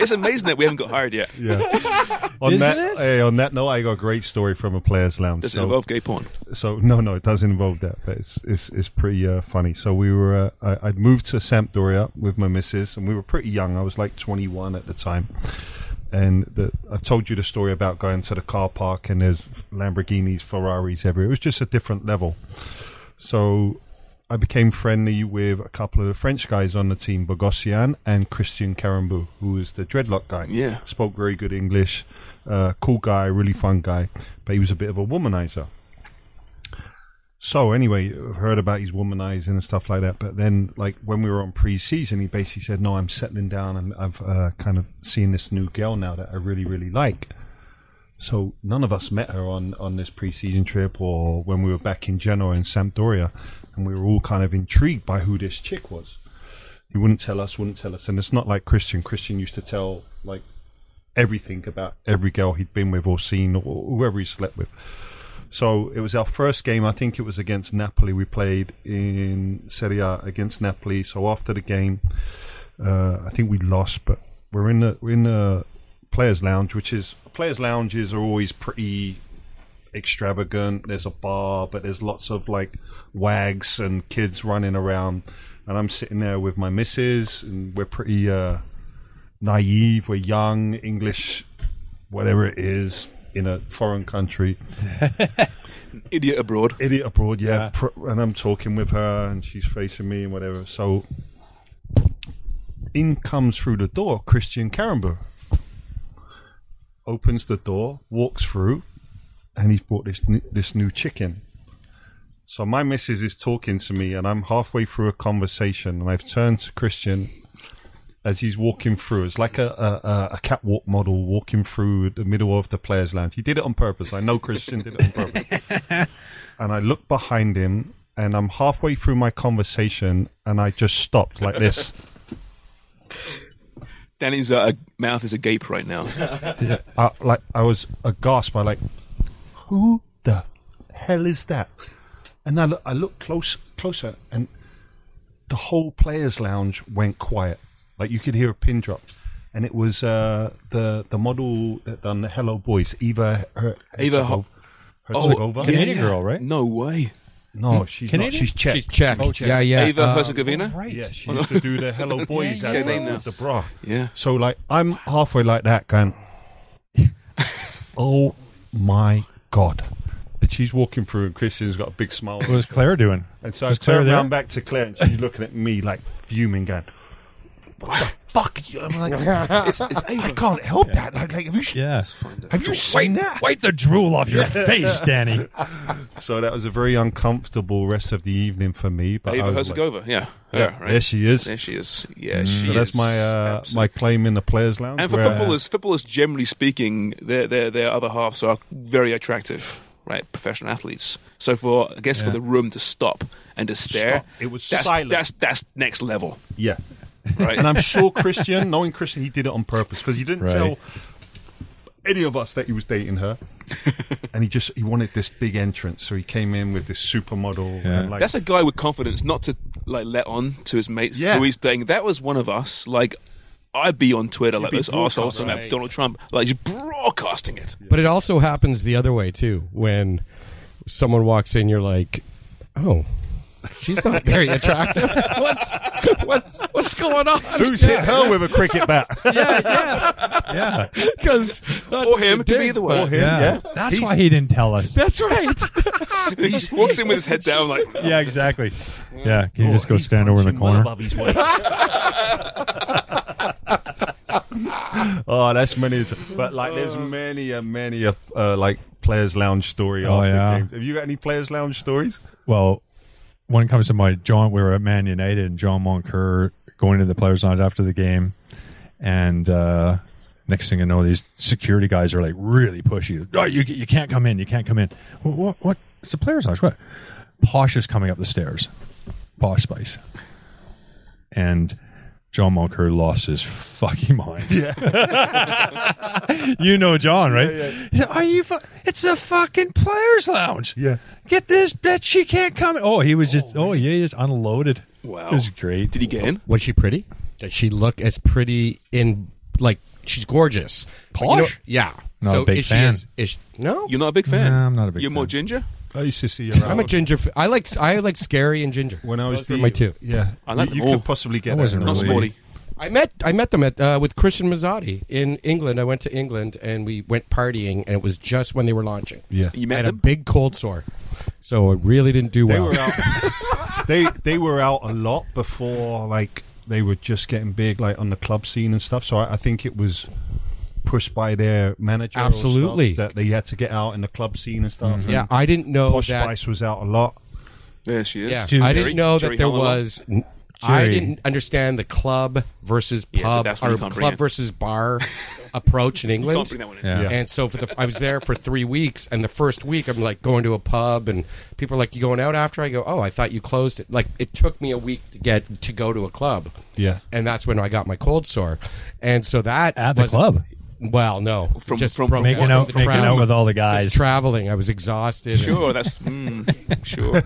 Speaker 3: It's amazing that we haven't got hired yet.
Speaker 5: Yeah. on
Speaker 7: Isn't
Speaker 5: that,
Speaker 7: it?
Speaker 5: Hey, on that note, I got a great story from a player's lounge.
Speaker 3: Does it
Speaker 5: So-
Speaker 3: involve gay porn?
Speaker 5: so no, no, it doesn't involve that, but it's it's, it's pretty uh, funny. So we were, uh, I, I'd moved to Sampdoria with my missus, and we were pretty young. I was like 21 at the time, and the, I've told you the story about going to the car park and there's Lamborghinis, Ferraris everywhere. It was just a different level. So I became friendly with a couple of the French guys on the team, Bogossian and Christian Carambou, who is the dreadlock guy.
Speaker 3: Yeah.
Speaker 5: Spoke very good English, uh, cool guy, really fun guy, but he was a bit of a womanizer. So anyway, I've heard about his womanizing and stuff like that. But then, like when we were on pre-season, he basically said, "No, I'm settling down. I'm, I've uh, kind of seen this new girl now that I really, really like." So none of us met her on on this pre-season trip or when we were back in Genoa in Sampdoria, and we were all kind of intrigued by who this chick was. He wouldn't tell us, wouldn't tell us, and it's not like Christian. Christian used to tell like everything about every girl he'd been with or seen or whoever he slept with. So it was our first game. I think it was against Napoli. We played in Serie A against Napoli. So after the game, uh, I think we lost, but we're in the we're in the players' lounge, which is players' lounges are always pretty extravagant. There's a bar, but there's lots of like wags and kids running around. And I'm sitting there with my missus, and we're pretty uh, naive. We're young, English, whatever it is, in a foreign country
Speaker 3: Idiot abroad.
Speaker 5: idiot abroad, yeah. Pr- and I'm talking with her, and she's facing me, and whatever. So, in comes through the door Christian Carambo. Opens the door, walks through, and he's brought this new, this new chicken. So my missus is talking to me, and I'm halfway through a conversation, and I've turned to Christian as he's walking through. It's like a, a, a- a catwalk model walking through the middle of the players' lounge. He did it on purpose. I know Christian did it on purpose and I look behind him, and I'm halfway through my conversation, and I just stopped like this.
Speaker 3: Danny's uh, mouth is agape right now.
Speaker 5: I, like I was aghast by like, who the hell is that? And I look, I look close, closer, and the whole players' lounge went quiet. Like you could hear a pin drop, and it was uh, the the model that done the Hello Boys, Eva her,
Speaker 3: Eva Ho-
Speaker 5: Herzegova.
Speaker 7: Canadian girl, right?
Speaker 3: Oh, No way.
Speaker 5: No, she's not.
Speaker 7: Canadian?
Speaker 5: She's Czech.
Speaker 6: She's Czech. Yeah, yeah.
Speaker 3: Ava
Speaker 6: Uh,
Speaker 3: Herzegovina.
Speaker 7: Right.
Speaker 5: Yeah, she used to do the Hello Boys
Speaker 3: yeah,
Speaker 5: advert
Speaker 3: yeah.
Speaker 5: with the bra.
Speaker 3: Yeah.
Speaker 5: So like I'm halfway like that going Oh my god. And she's walking through and Christian's got a big smile.
Speaker 7: What was Claire doing?
Speaker 5: And so I
Speaker 7: was
Speaker 5: turn
Speaker 7: there?
Speaker 5: around back to Claire and she's looking at me like fuming going
Speaker 8: what the fuck? I'm like, I can't help that. Like, like, have you,
Speaker 7: Yeah.
Speaker 8: have you seen that?
Speaker 7: Wipe the drool off your face, Danny.
Speaker 5: So that was a very uncomfortable rest of the evening for me. But I
Speaker 3: Ava
Speaker 5: was like,
Speaker 3: Herzegovina, yeah, her, right?
Speaker 5: There she is. Mm,
Speaker 3: There she is. Yeah, she
Speaker 5: so that's
Speaker 3: is.
Speaker 5: my uh,
Speaker 3: Absolutely.
Speaker 5: my claim in the players' lounge.
Speaker 3: And for
Speaker 5: where-
Speaker 3: footballers, footballers generally speaking, their their their other halves are very attractive, right? Professional athletes. So for I guess for the room to stop and to stare,
Speaker 5: Stop. It was
Speaker 3: that's,
Speaker 5: silent.
Speaker 3: That's that's next level,
Speaker 5: yeah.
Speaker 3: right?
Speaker 5: And I'm sure Christian, knowing Christian, he did it on purpose because he didn't
Speaker 7: Right.
Speaker 5: tell any of us that he was dating her, and he just he wanted this big entrance, so he came in with this supermodel.
Speaker 7: Yeah.
Speaker 5: And like,
Speaker 3: that's a guy with confidence, not to like let on to his mates
Speaker 5: Yeah.
Speaker 3: who he's dating. That was one of us. Like I'd be on Twitter like
Speaker 5: be
Speaker 3: those arseholes talking about
Speaker 6: broadcasting.
Speaker 3: Donald Trump, like just broadcasting it.
Speaker 6: But it also happens the other way too. When someone walks in, you're like, "Oh, she's not very attractive. what's, what's what's going on?
Speaker 5: who's hit her with a cricket bat?
Speaker 7: Yeah.
Speaker 6: Because
Speaker 3: Or him, could be either way.
Speaker 5: Him, yeah.
Speaker 7: That's why he didn't tell us.
Speaker 6: That's right.
Speaker 3: He just walks in with his head down, like
Speaker 7: yeah, exactly. Yeah. Can you just go stand over in the corner?
Speaker 5: oh, that's many. But like, there's
Speaker 3: Oh.
Speaker 5: many, uh, many, uh, uh, like players' lounge story.
Speaker 7: Oh,
Speaker 5: after
Speaker 7: yeah.
Speaker 5: games. Have you got any players' lounge stories?
Speaker 7: Well, when it comes to my John, we were at Man United and John Moncur going to the players' night after the game, and uh, next thing I know, these security guys are like really pushy. Oh, you you can't come in, you can't come in. What what? what? It's the players' night. What? Posh is coming up the stairs. Posh Spice, and. John Moncur lost his fucking mind. Yeah. you know John, right? He said, Are you? Fu- it's a fucking players' lounge.
Speaker 5: Yeah.
Speaker 7: Get this bitch, she can't come. in. Oh, he was just, oh, yeah, he just unloaded.
Speaker 3: Wow.
Speaker 7: It was great.
Speaker 3: Did he get in?
Speaker 6: Was she pretty? Does she look as pretty in like she's gorgeous? But you know-
Speaker 7: Posh?
Speaker 6: yeah.
Speaker 7: Not
Speaker 6: so
Speaker 7: a big
Speaker 6: is
Speaker 7: fan.
Speaker 6: She, is, is she- no.
Speaker 3: You're not a big fan.
Speaker 7: Nah, I'm not a big
Speaker 3: You're more
Speaker 7: fan.
Speaker 3: ginger.
Speaker 5: I used to see her.
Speaker 6: I'm a
Speaker 5: out
Speaker 6: ginger. F- I like I like scary and ginger.
Speaker 5: when I was
Speaker 6: Those were
Speaker 5: the-
Speaker 6: my two.
Speaker 5: Yeah,
Speaker 3: I like
Speaker 5: you,
Speaker 3: them
Speaker 5: you
Speaker 3: all.
Speaker 5: could possibly get
Speaker 7: I
Speaker 5: that
Speaker 7: wasn't
Speaker 5: in a
Speaker 3: Not
Speaker 7: Really?
Speaker 3: sporty.
Speaker 6: I met I met them at uh, with Christian Mazzotti in England. I went to England and we went partying, and it was just when they were launching.
Speaker 5: Yeah,
Speaker 3: You
Speaker 6: I
Speaker 3: met
Speaker 6: had a
Speaker 3: them. uh,
Speaker 6: big cold sore, so it really didn't do
Speaker 5: they
Speaker 6: well.
Speaker 5: were out. they they were out a lot before like they were just getting big like on the club scene and stuff. So I, I think it was pushed by their manager. or
Speaker 6: Absolutely. Mm-hmm.
Speaker 5: stuff, that they had to get out in the club scene and stuff.
Speaker 6: yeah,
Speaker 5: And
Speaker 6: I didn't know
Speaker 5: Posh
Speaker 6: that.
Speaker 5: Spice was out a lot.
Speaker 3: There she is.
Speaker 6: Yeah,
Speaker 7: Jerry-
Speaker 6: I didn't know
Speaker 3: Jerry
Speaker 6: that there
Speaker 3: Halliwell.
Speaker 6: was. I
Speaker 7: Jerry.
Speaker 6: didn't understand the club versus
Speaker 3: Yeah, but
Speaker 6: pub
Speaker 3: that's when
Speaker 6: or
Speaker 3: you can't bring
Speaker 6: club
Speaker 3: it.
Speaker 6: versus bar approach in
Speaker 3: You can't
Speaker 6: England.
Speaker 3: bring that one in.
Speaker 7: Yeah.
Speaker 6: And so for the, I was there for three weeks, and the first week I'm like going to a pub, and people are like, "You going out after?" I go, "Oh, I thought you closed it." Like it took me a week to get to go to a club.
Speaker 5: Yeah.
Speaker 6: and that's when I got my cold sore, and so that
Speaker 7: At the
Speaker 6: was-
Speaker 7: club?
Speaker 6: Well, no,
Speaker 3: From-
Speaker 6: just
Speaker 3: from-
Speaker 6: broke
Speaker 3: Making
Speaker 6: out
Speaker 7: out-
Speaker 6: of the
Speaker 7: making
Speaker 6: crowd.
Speaker 7: out with all the guys.
Speaker 6: Just traveling. I was exhausted.
Speaker 3: Sure, that's mm, sure.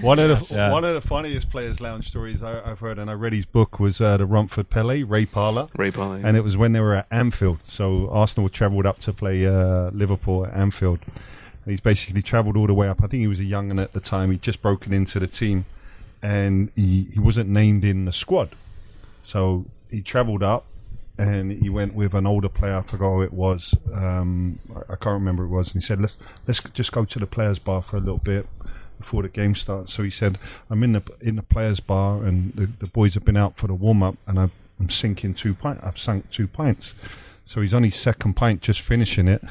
Speaker 5: One of the
Speaker 7: Yeah.
Speaker 5: one of the funniest players' lounge stories I, I've heard, and I read his book was uh, the Romford Pele Ray Parler.
Speaker 3: Ray Parler, yeah.
Speaker 5: and it was when they were at Anfield. So Arsenal travelled up to play uh, Liverpool at Anfield, and he's basically travelled all the way up. I think he was a young un at the time. He'd just broken into the team, and he, he wasn't named in the squad. So he travelled up and he went with an older player. I forgot who it was. Um, I, I can't remember who it was. And he said, "Let's let's just go to the players' bar for a little bit." Before the game starts, so he said, "I'm in the in the players' bar, and the, the boys have been out for the warm up, and I've, I'm sinking two pint. I've sunk two pints, so he's on his second pint, just finishing it,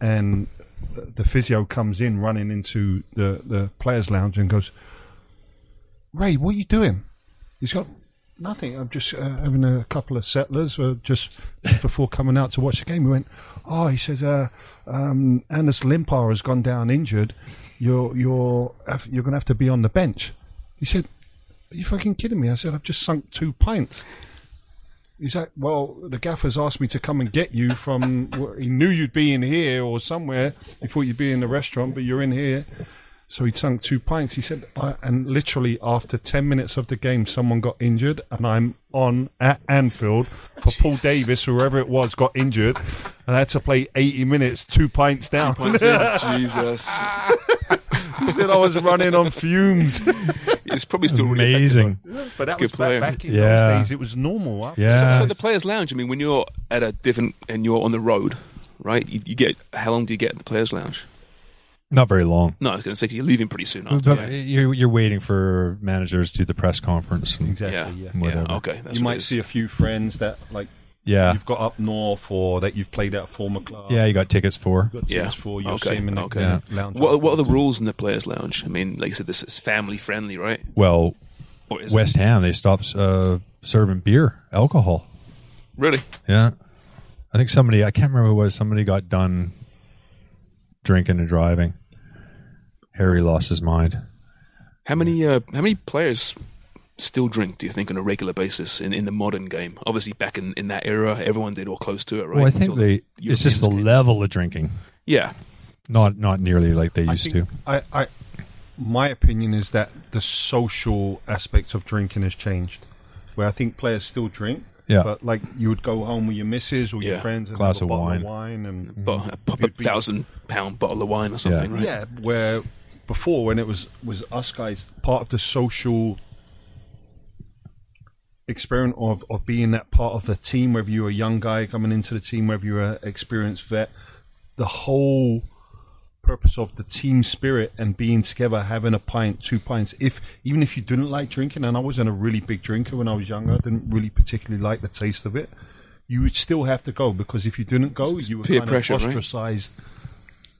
Speaker 5: and the the physio comes in running into the the players' lounge and goes, Ray, what are you doing? He's got nothing. I'm just uh, having a couple of settlers uh, just before coming out to watch the game. He went, oh, he says, uh, um, Anders Limpar has gone down injured. You're you're you're going to have to be on the bench. He said, are you fucking kidding me? I said, I've just sunk two pints. He's like, well, the gaffer's asked me to come and get you from. He knew you'd be in here or somewhere. He thought you'd be in the restaurant, but you're in here. So he'd sunk two pints. He said, I, and literally after 10 minutes of the game, someone got injured, and I'm on at Anfield for Paul Davis, whoever it was, got injured, and I had to play 80 minutes, two pints down.
Speaker 3: Points in, Jesus,
Speaker 5: he said I was running on fumes.
Speaker 3: it's probably still really
Speaker 7: Amazing.
Speaker 5: But that
Speaker 3: Good
Speaker 5: was
Speaker 3: player.
Speaker 5: back, back in
Speaker 7: Yeah.
Speaker 5: those days, it was normal. huh?
Speaker 3: effective.
Speaker 7: Yeah.
Speaker 3: So, so the players' lounge. I mean, when you're at a different and you're on the road, right? You, you get how long do you get at the players' lounge?
Speaker 7: Not very long.
Speaker 3: No, I was going to say 'cause you're leaving pretty soon after.
Speaker 7: But you're, you're waiting for managers to do the press conference. And,
Speaker 3: Yeah,
Speaker 5: Exactly.
Speaker 3: yeah,
Speaker 5: Yeah.
Speaker 7: Whatever.
Speaker 3: okay. That's
Speaker 5: You
Speaker 3: what it
Speaker 5: might
Speaker 3: is.
Speaker 5: see a few friends that like
Speaker 7: Yeah.
Speaker 5: you've got up north or that you've played at a former club.
Speaker 7: Yeah, you got tickets for.
Speaker 5: Got tickets for you
Speaker 3: okay.
Speaker 5: see 'em in the
Speaker 3: okay.
Speaker 5: yeah, lounge.
Speaker 3: What, what are the
Speaker 5: afterwards.
Speaker 3: rules in the players' lounge? I mean, like you said, this is family friendly, right?
Speaker 7: Well,
Speaker 3: Or Oh, is it?
Speaker 7: West Ham, they stopped uh, serving beer, alcohol.
Speaker 3: Really?
Speaker 7: Yeah. I think somebody, I can't remember who it was, somebody got done drinking and driving. Harry lost his mind.
Speaker 3: How many uh, how many players still drink? Do you think on a regular basis in, in the modern game? Obviously, back in, in that era, everyone did or close to it, right?
Speaker 7: Well, I think
Speaker 3: Until the
Speaker 7: they, it's just the
Speaker 3: Europeans came.
Speaker 7: level of drinking,
Speaker 3: yeah.
Speaker 7: not not nearly like they used to.
Speaker 5: I, I, my opinion is that the social aspect of drinking has changed. Where I think players still drink,
Speaker 7: Yeah.
Speaker 5: but like you would go home with your missus or your
Speaker 3: Yeah.
Speaker 5: friends and
Speaker 7: Glass
Speaker 5: have a
Speaker 7: of
Speaker 5: bottle
Speaker 7: wine.
Speaker 5: of wine and
Speaker 3: But a pop a
Speaker 5: You'd Mm. be-
Speaker 3: thousand pound bottle of wine or something, right?
Speaker 5: yeah. Where before when it was was us guys part of the social experiment of of being that part of the team, whether you were a young guy coming into the team, whether you were an experienced vet, the whole purpose of the team spirit and being together, having a pint, two pints. If even if you didn't like drinking, and I wasn't a really big drinker when I was younger, I didn't really particularly like the taste of it. You would still have to go because if you didn't go, you were
Speaker 3: peer
Speaker 5: kind
Speaker 3: pressure,
Speaker 5: of
Speaker 3: right?
Speaker 5: ostracized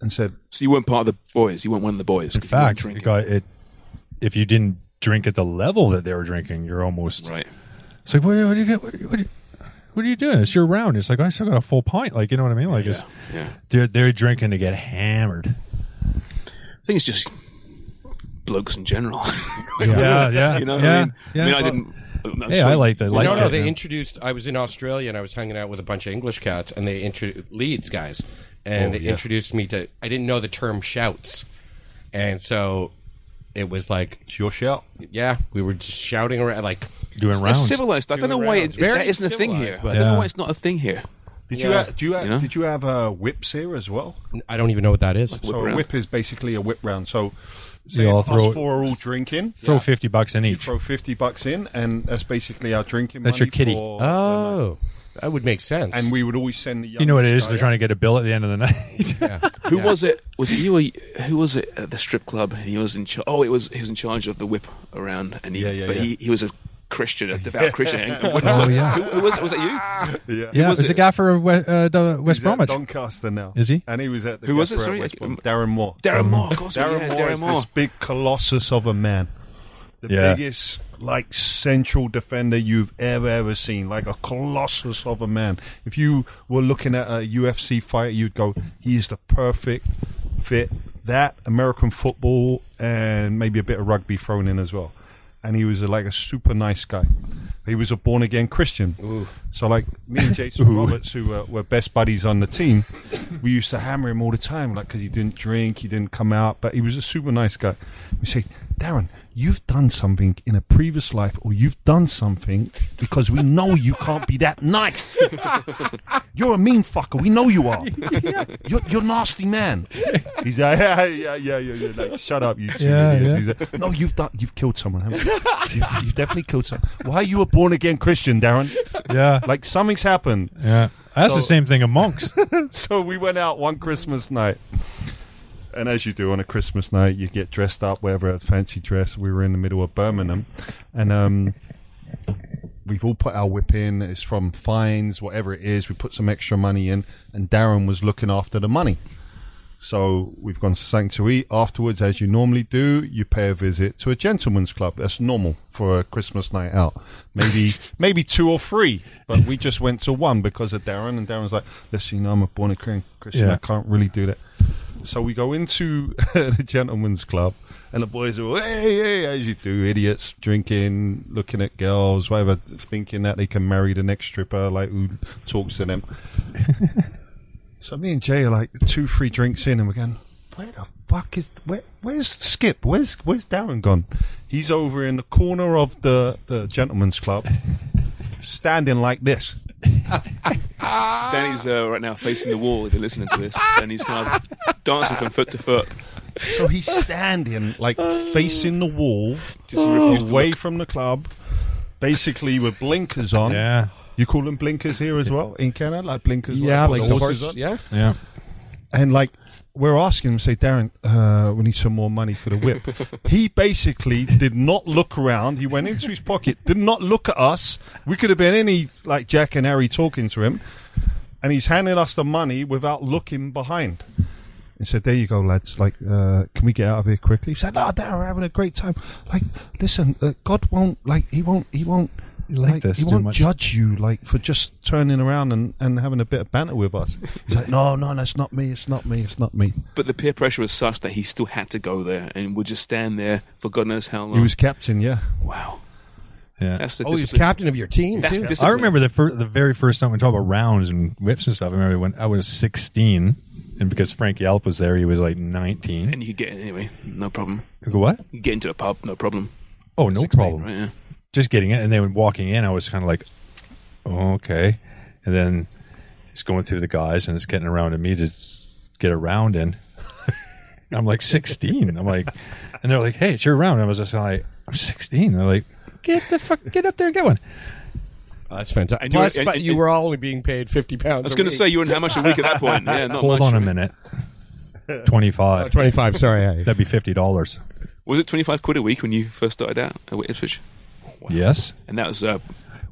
Speaker 5: and said,
Speaker 3: So you weren't part of the boys. You weren't one of the boys.
Speaker 7: In
Speaker 3: 'cause you weren't
Speaker 7: fact, it
Speaker 3: drinking.
Speaker 7: got, it, if you didn't drink at the level that they were drinking, you're almost.
Speaker 3: right.
Speaker 7: It's like, what, what, are you, what, are you- what, are you- what are you doing? It's your round. It's like, I still got a full pint. Like, you know what I mean? Like, it's,
Speaker 3: Yeah.
Speaker 7: they're, they're drinking to get hammered.
Speaker 3: I think it's just blokes in general.
Speaker 7: Yeah, yeah,
Speaker 3: You know, what
Speaker 7: yeah,
Speaker 3: I mean,
Speaker 7: yeah.
Speaker 3: I mean, I didn't. I'm
Speaker 7: Hey,
Speaker 3: sure-
Speaker 7: I liked, I liked
Speaker 6: no,
Speaker 7: it.
Speaker 6: no. They introduced. I was in Australia and I was hanging out with a bunch of English cats, and they introduced Leeds guys, and
Speaker 3: Oh,
Speaker 6: they introduced me to. I didn't know the term shouts, and so it was like,
Speaker 5: "It's your shout."
Speaker 6: yeah, we were just shouting around. Like,
Speaker 7: doing
Speaker 3: They're
Speaker 7: rounds.
Speaker 3: civilized. I don't know
Speaker 6: Doing
Speaker 3: why it,
Speaker 6: rounds. Very
Speaker 3: that isn't a thing here.
Speaker 6: civilized, but-
Speaker 3: I don't know
Speaker 7: Yeah.
Speaker 3: why it's not a thing here.
Speaker 5: Did you
Speaker 6: Yeah.
Speaker 5: have, do you have,
Speaker 3: You know?
Speaker 5: did you have uh, whips here as well?
Speaker 6: I don't even know what that is.
Speaker 3: Whip
Speaker 5: so
Speaker 3: round.
Speaker 5: a whip is basically a whip round. So say
Speaker 7: all
Speaker 5: if
Speaker 7: throw-
Speaker 5: us four are all drinking.
Speaker 7: Throw fifty bucks in each.
Speaker 5: Throw fifty bucks in, and that's basically our drinking.
Speaker 7: That's
Speaker 5: money
Speaker 7: your kitty.
Speaker 5: for- uh,
Speaker 6: Oh, that would make sense.
Speaker 5: and we would always send the.
Speaker 7: You know what it is? They're trying to get a bill at the end of the night.
Speaker 3: Who was it? Was it you? Or, who was it at the strip club? He was in. Char- oh, it was. He was in charge of the whip around, and he.
Speaker 5: Yeah, yeah,
Speaker 3: but
Speaker 5: yeah.
Speaker 3: He, he was a Christian, a devout Christian. And wouldn't
Speaker 7: Oh,
Speaker 3: look-
Speaker 7: yeah.
Speaker 3: Who, who was it? Was it you?
Speaker 5: to. Yeah.
Speaker 7: yeah,
Speaker 3: was
Speaker 7: it's
Speaker 3: it?
Speaker 7: a gaffer of West, uh, the West
Speaker 5: He's at
Speaker 7: Bromwich.
Speaker 5: Doncaster now.
Speaker 7: Is he?
Speaker 5: And he was at the
Speaker 3: Who was it?
Speaker 5: Gaffer at
Speaker 3: Sorry,
Speaker 5: West
Speaker 3: I-
Speaker 5: Brom. Darren Moore.
Speaker 3: Darren Moore. Of course,
Speaker 5: Darren
Speaker 3: yeah,
Speaker 5: Moore
Speaker 3: Darren
Speaker 5: is
Speaker 3: Moore.
Speaker 5: this big colossus of a man. The
Speaker 7: Yeah.
Speaker 5: biggest, like, central defender you've ever, ever seen. Like, a colossus of a man. If you were looking at a UFC fighter, you'd go, he's the perfect fit. That, American football, and maybe a bit of rugby thrown in as well. And he was, uh, like, a super nice guy. He was a born again Christian. So, like, me and Jason Roberts, who were, were best buddies on the team, we used to hammer him all the time, like, because he didn't drink, he didn't come out, but he was a super nice guy. We say, Darren, you've done something in a previous life, or you've done something because we know you can't be that nice. You're a mean fucker. We know you are. You're, you're a nasty man. He's like, yeah, yeah, yeah, yeah, yeah. Like, shut up, you two
Speaker 7: Yeah,
Speaker 5: idiots.
Speaker 7: yeah.
Speaker 5: He's like, no, you've done, you've killed someone. Haven't you? you've, you've definitely killed someone. Why are you a born again Christian, Darren?
Speaker 7: Yeah,
Speaker 5: Like something's happened.
Speaker 7: yeah. That's the
Speaker 5: So-
Speaker 7: same thing amongst.
Speaker 5: So we went out one Christmas night. And as you do on a Christmas night, you get dressed up, whatever, a fancy dress. We were in the middle of Birmingham. And um, we've all put our whip in. It's from fines, whatever it is. We put some extra money in. And Darren was looking after the money. So we've gone to something to eat. Afterwards, as you normally do, you pay a visit to a gentleman's club. That's normal for a Christmas night out. Maybe maybe two or three, but we just went to one because of Darren. And Darren's like, listen, you know, I'm a born again Christian.
Speaker 7: Yeah.
Speaker 5: I can't really do that. So we go into the gentleman's club, and the boys are hey, hey, as you do, idiots, drinking, looking at girls, whatever, thinking that they can marry the next stripper, like who talks to them. So me and Jay are like two, three drinks in, and we're going, where the fuck is where? Where's Skip? Where's Where's Darren gone? He's over in the corner of the the gentleman's club, standing like this.
Speaker 3: Danny's uh, right now facing the wall. If you're listening to this, and he's kind of dancing from foot to foot.
Speaker 5: So he's standing like facing the wall,
Speaker 3: Just refused to
Speaker 5: away from the club, basically with blinkers on.
Speaker 7: Yeah,
Speaker 5: You call them blinkers here as well in Canada, like blinkers.
Speaker 6: yeah,
Speaker 5: whatever,
Speaker 6: like the
Speaker 5: with
Speaker 6: horse.
Speaker 5: horses on?
Speaker 6: Yeah,
Speaker 7: yeah.
Speaker 5: and like we're asking him, say, Darren, uh, we need some more money for the whip. he basically did not look around. He went into his pocket, did not look at us. We could have been any like Jack and Harry talking to him, and he's handing us the money without looking behind. And said, "There you go, lads. Like, uh, can we get out of here quickly?" He said, "No, Darren, we're having a great time. Like, listen, uh, God won't like he won't he won't."
Speaker 4: like
Speaker 5: Like,
Speaker 4: this
Speaker 5: he
Speaker 4: too
Speaker 5: won't
Speaker 4: much.
Speaker 5: judge you like for just turning around and, and having a bit of banter with us. He's like, no, no, that's not me. It's not me. It's not me.
Speaker 3: But the peer pressure was such that he still had to go there and would just stand there for God knows how long.
Speaker 5: He was captain, yeah.
Speaker 3: wow.
Speaker 4: Yeah.
Speaker 3: That's the
Speaker 6: Oh, he was
Speaker 3: discipline.
Speaker 6: captain of your team
Speaker 3: That's
Speaker 6: too.
Speaker 3: the
Speaker 4: I
Speaker 3: discipline.
Speaker 4: remember the fir- the very first time we talked about rounds and whips and stuff. I remember when I was 16, and because Frank Yelp was there, he was like 19.
Speaker 3: And you could get in anyway, no problem.
Speaker 4: I go, what?
Speaker 3: You could get into a pub, no problem.
Speaker 4: Oh, no
Speaker 3: 16,
Speaker 4: problem.
Speaker 3: Right, yeah.
Speaker 4: Just getting it, and then when walking in, I was kind of like, oh, okay, and then it's going through the guys, and it's getting around to me to get a round in. I'm like 16. I'm like, and they're like, hey, it's your round. I was just like, I'm 16. They're like, get the fuck, get up there and get one.
Speaker 6: Oh, that's fantastic.
Speaker 3: And you were-
Speaker 6: Plus,
Speaker 3: and-
Speaker 6: but
Speaker 3: and-
Speaker 6: you were only being paid fifty pounds.
Speaker 3: I was going to say you were in how much a week at that point? Yeah, not
Speaker 4: Hold
Speaker 3: much,
Speaker 4: on a
Speaker 3: right? Uh,
Speaker 4: minute. 25.
Speaker 6: twenty-five. Sorry, I,
Speaker 4: That'd be fifty dollars.
Speaker 3: Was it twenty five quid a week when you first started out at Ipswich?
Speaker 4: Yes.
Speaker 3: And that was uh,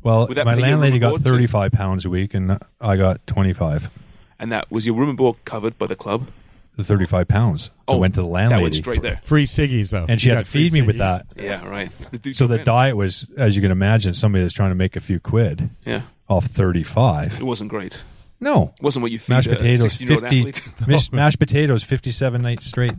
Speaker 4: Well,
Speaker 3: Would that
Speaker 4: my
Speaker 3: be your
Speaker 4: landlady
Speaker 3: room
Speaker 4: got
Speaker 3: aboard, too?
Speaker 4: thirty-five pounds a week, and I got twenty-five.
Speaker 3: and that was your room and board covered by the club.
Speaker 4: The thirty-five pounds. I went to the landlady,
Speaker 3: Oh, That went straight there.
Speaker 6: free ciggies though,
Speaker 4: and she
Speaker 6: You
Speaker 4: had to
Speaker 6: got free
Speaker 4: feed me with
Speaker 6: ciggies.
Speaker 4: that.
Speaker 3: Yeah, right. The dude
Speaker 4: So
Speaker 3: came
Speaker 4: the
Speaker 3: in.
Speaker 4: diet was, as you can imagine, somebody that's trying to make a few quid
Speaker 3: Yeah,
Speaker 4: off thirty-five.
Speaker 3: it wasn't great.
Speaker 4: No,
Speaker 3: It wasn't what you feed
Speaker 4: mashed
Speaker 3: a
Speaker 4: potatoes
Speaker 3: 16 year old
Speaker 4: fifty.
Speaker 3: athlete.
Speaker 4: mish- mashed potatoes fifty-seven nights straight.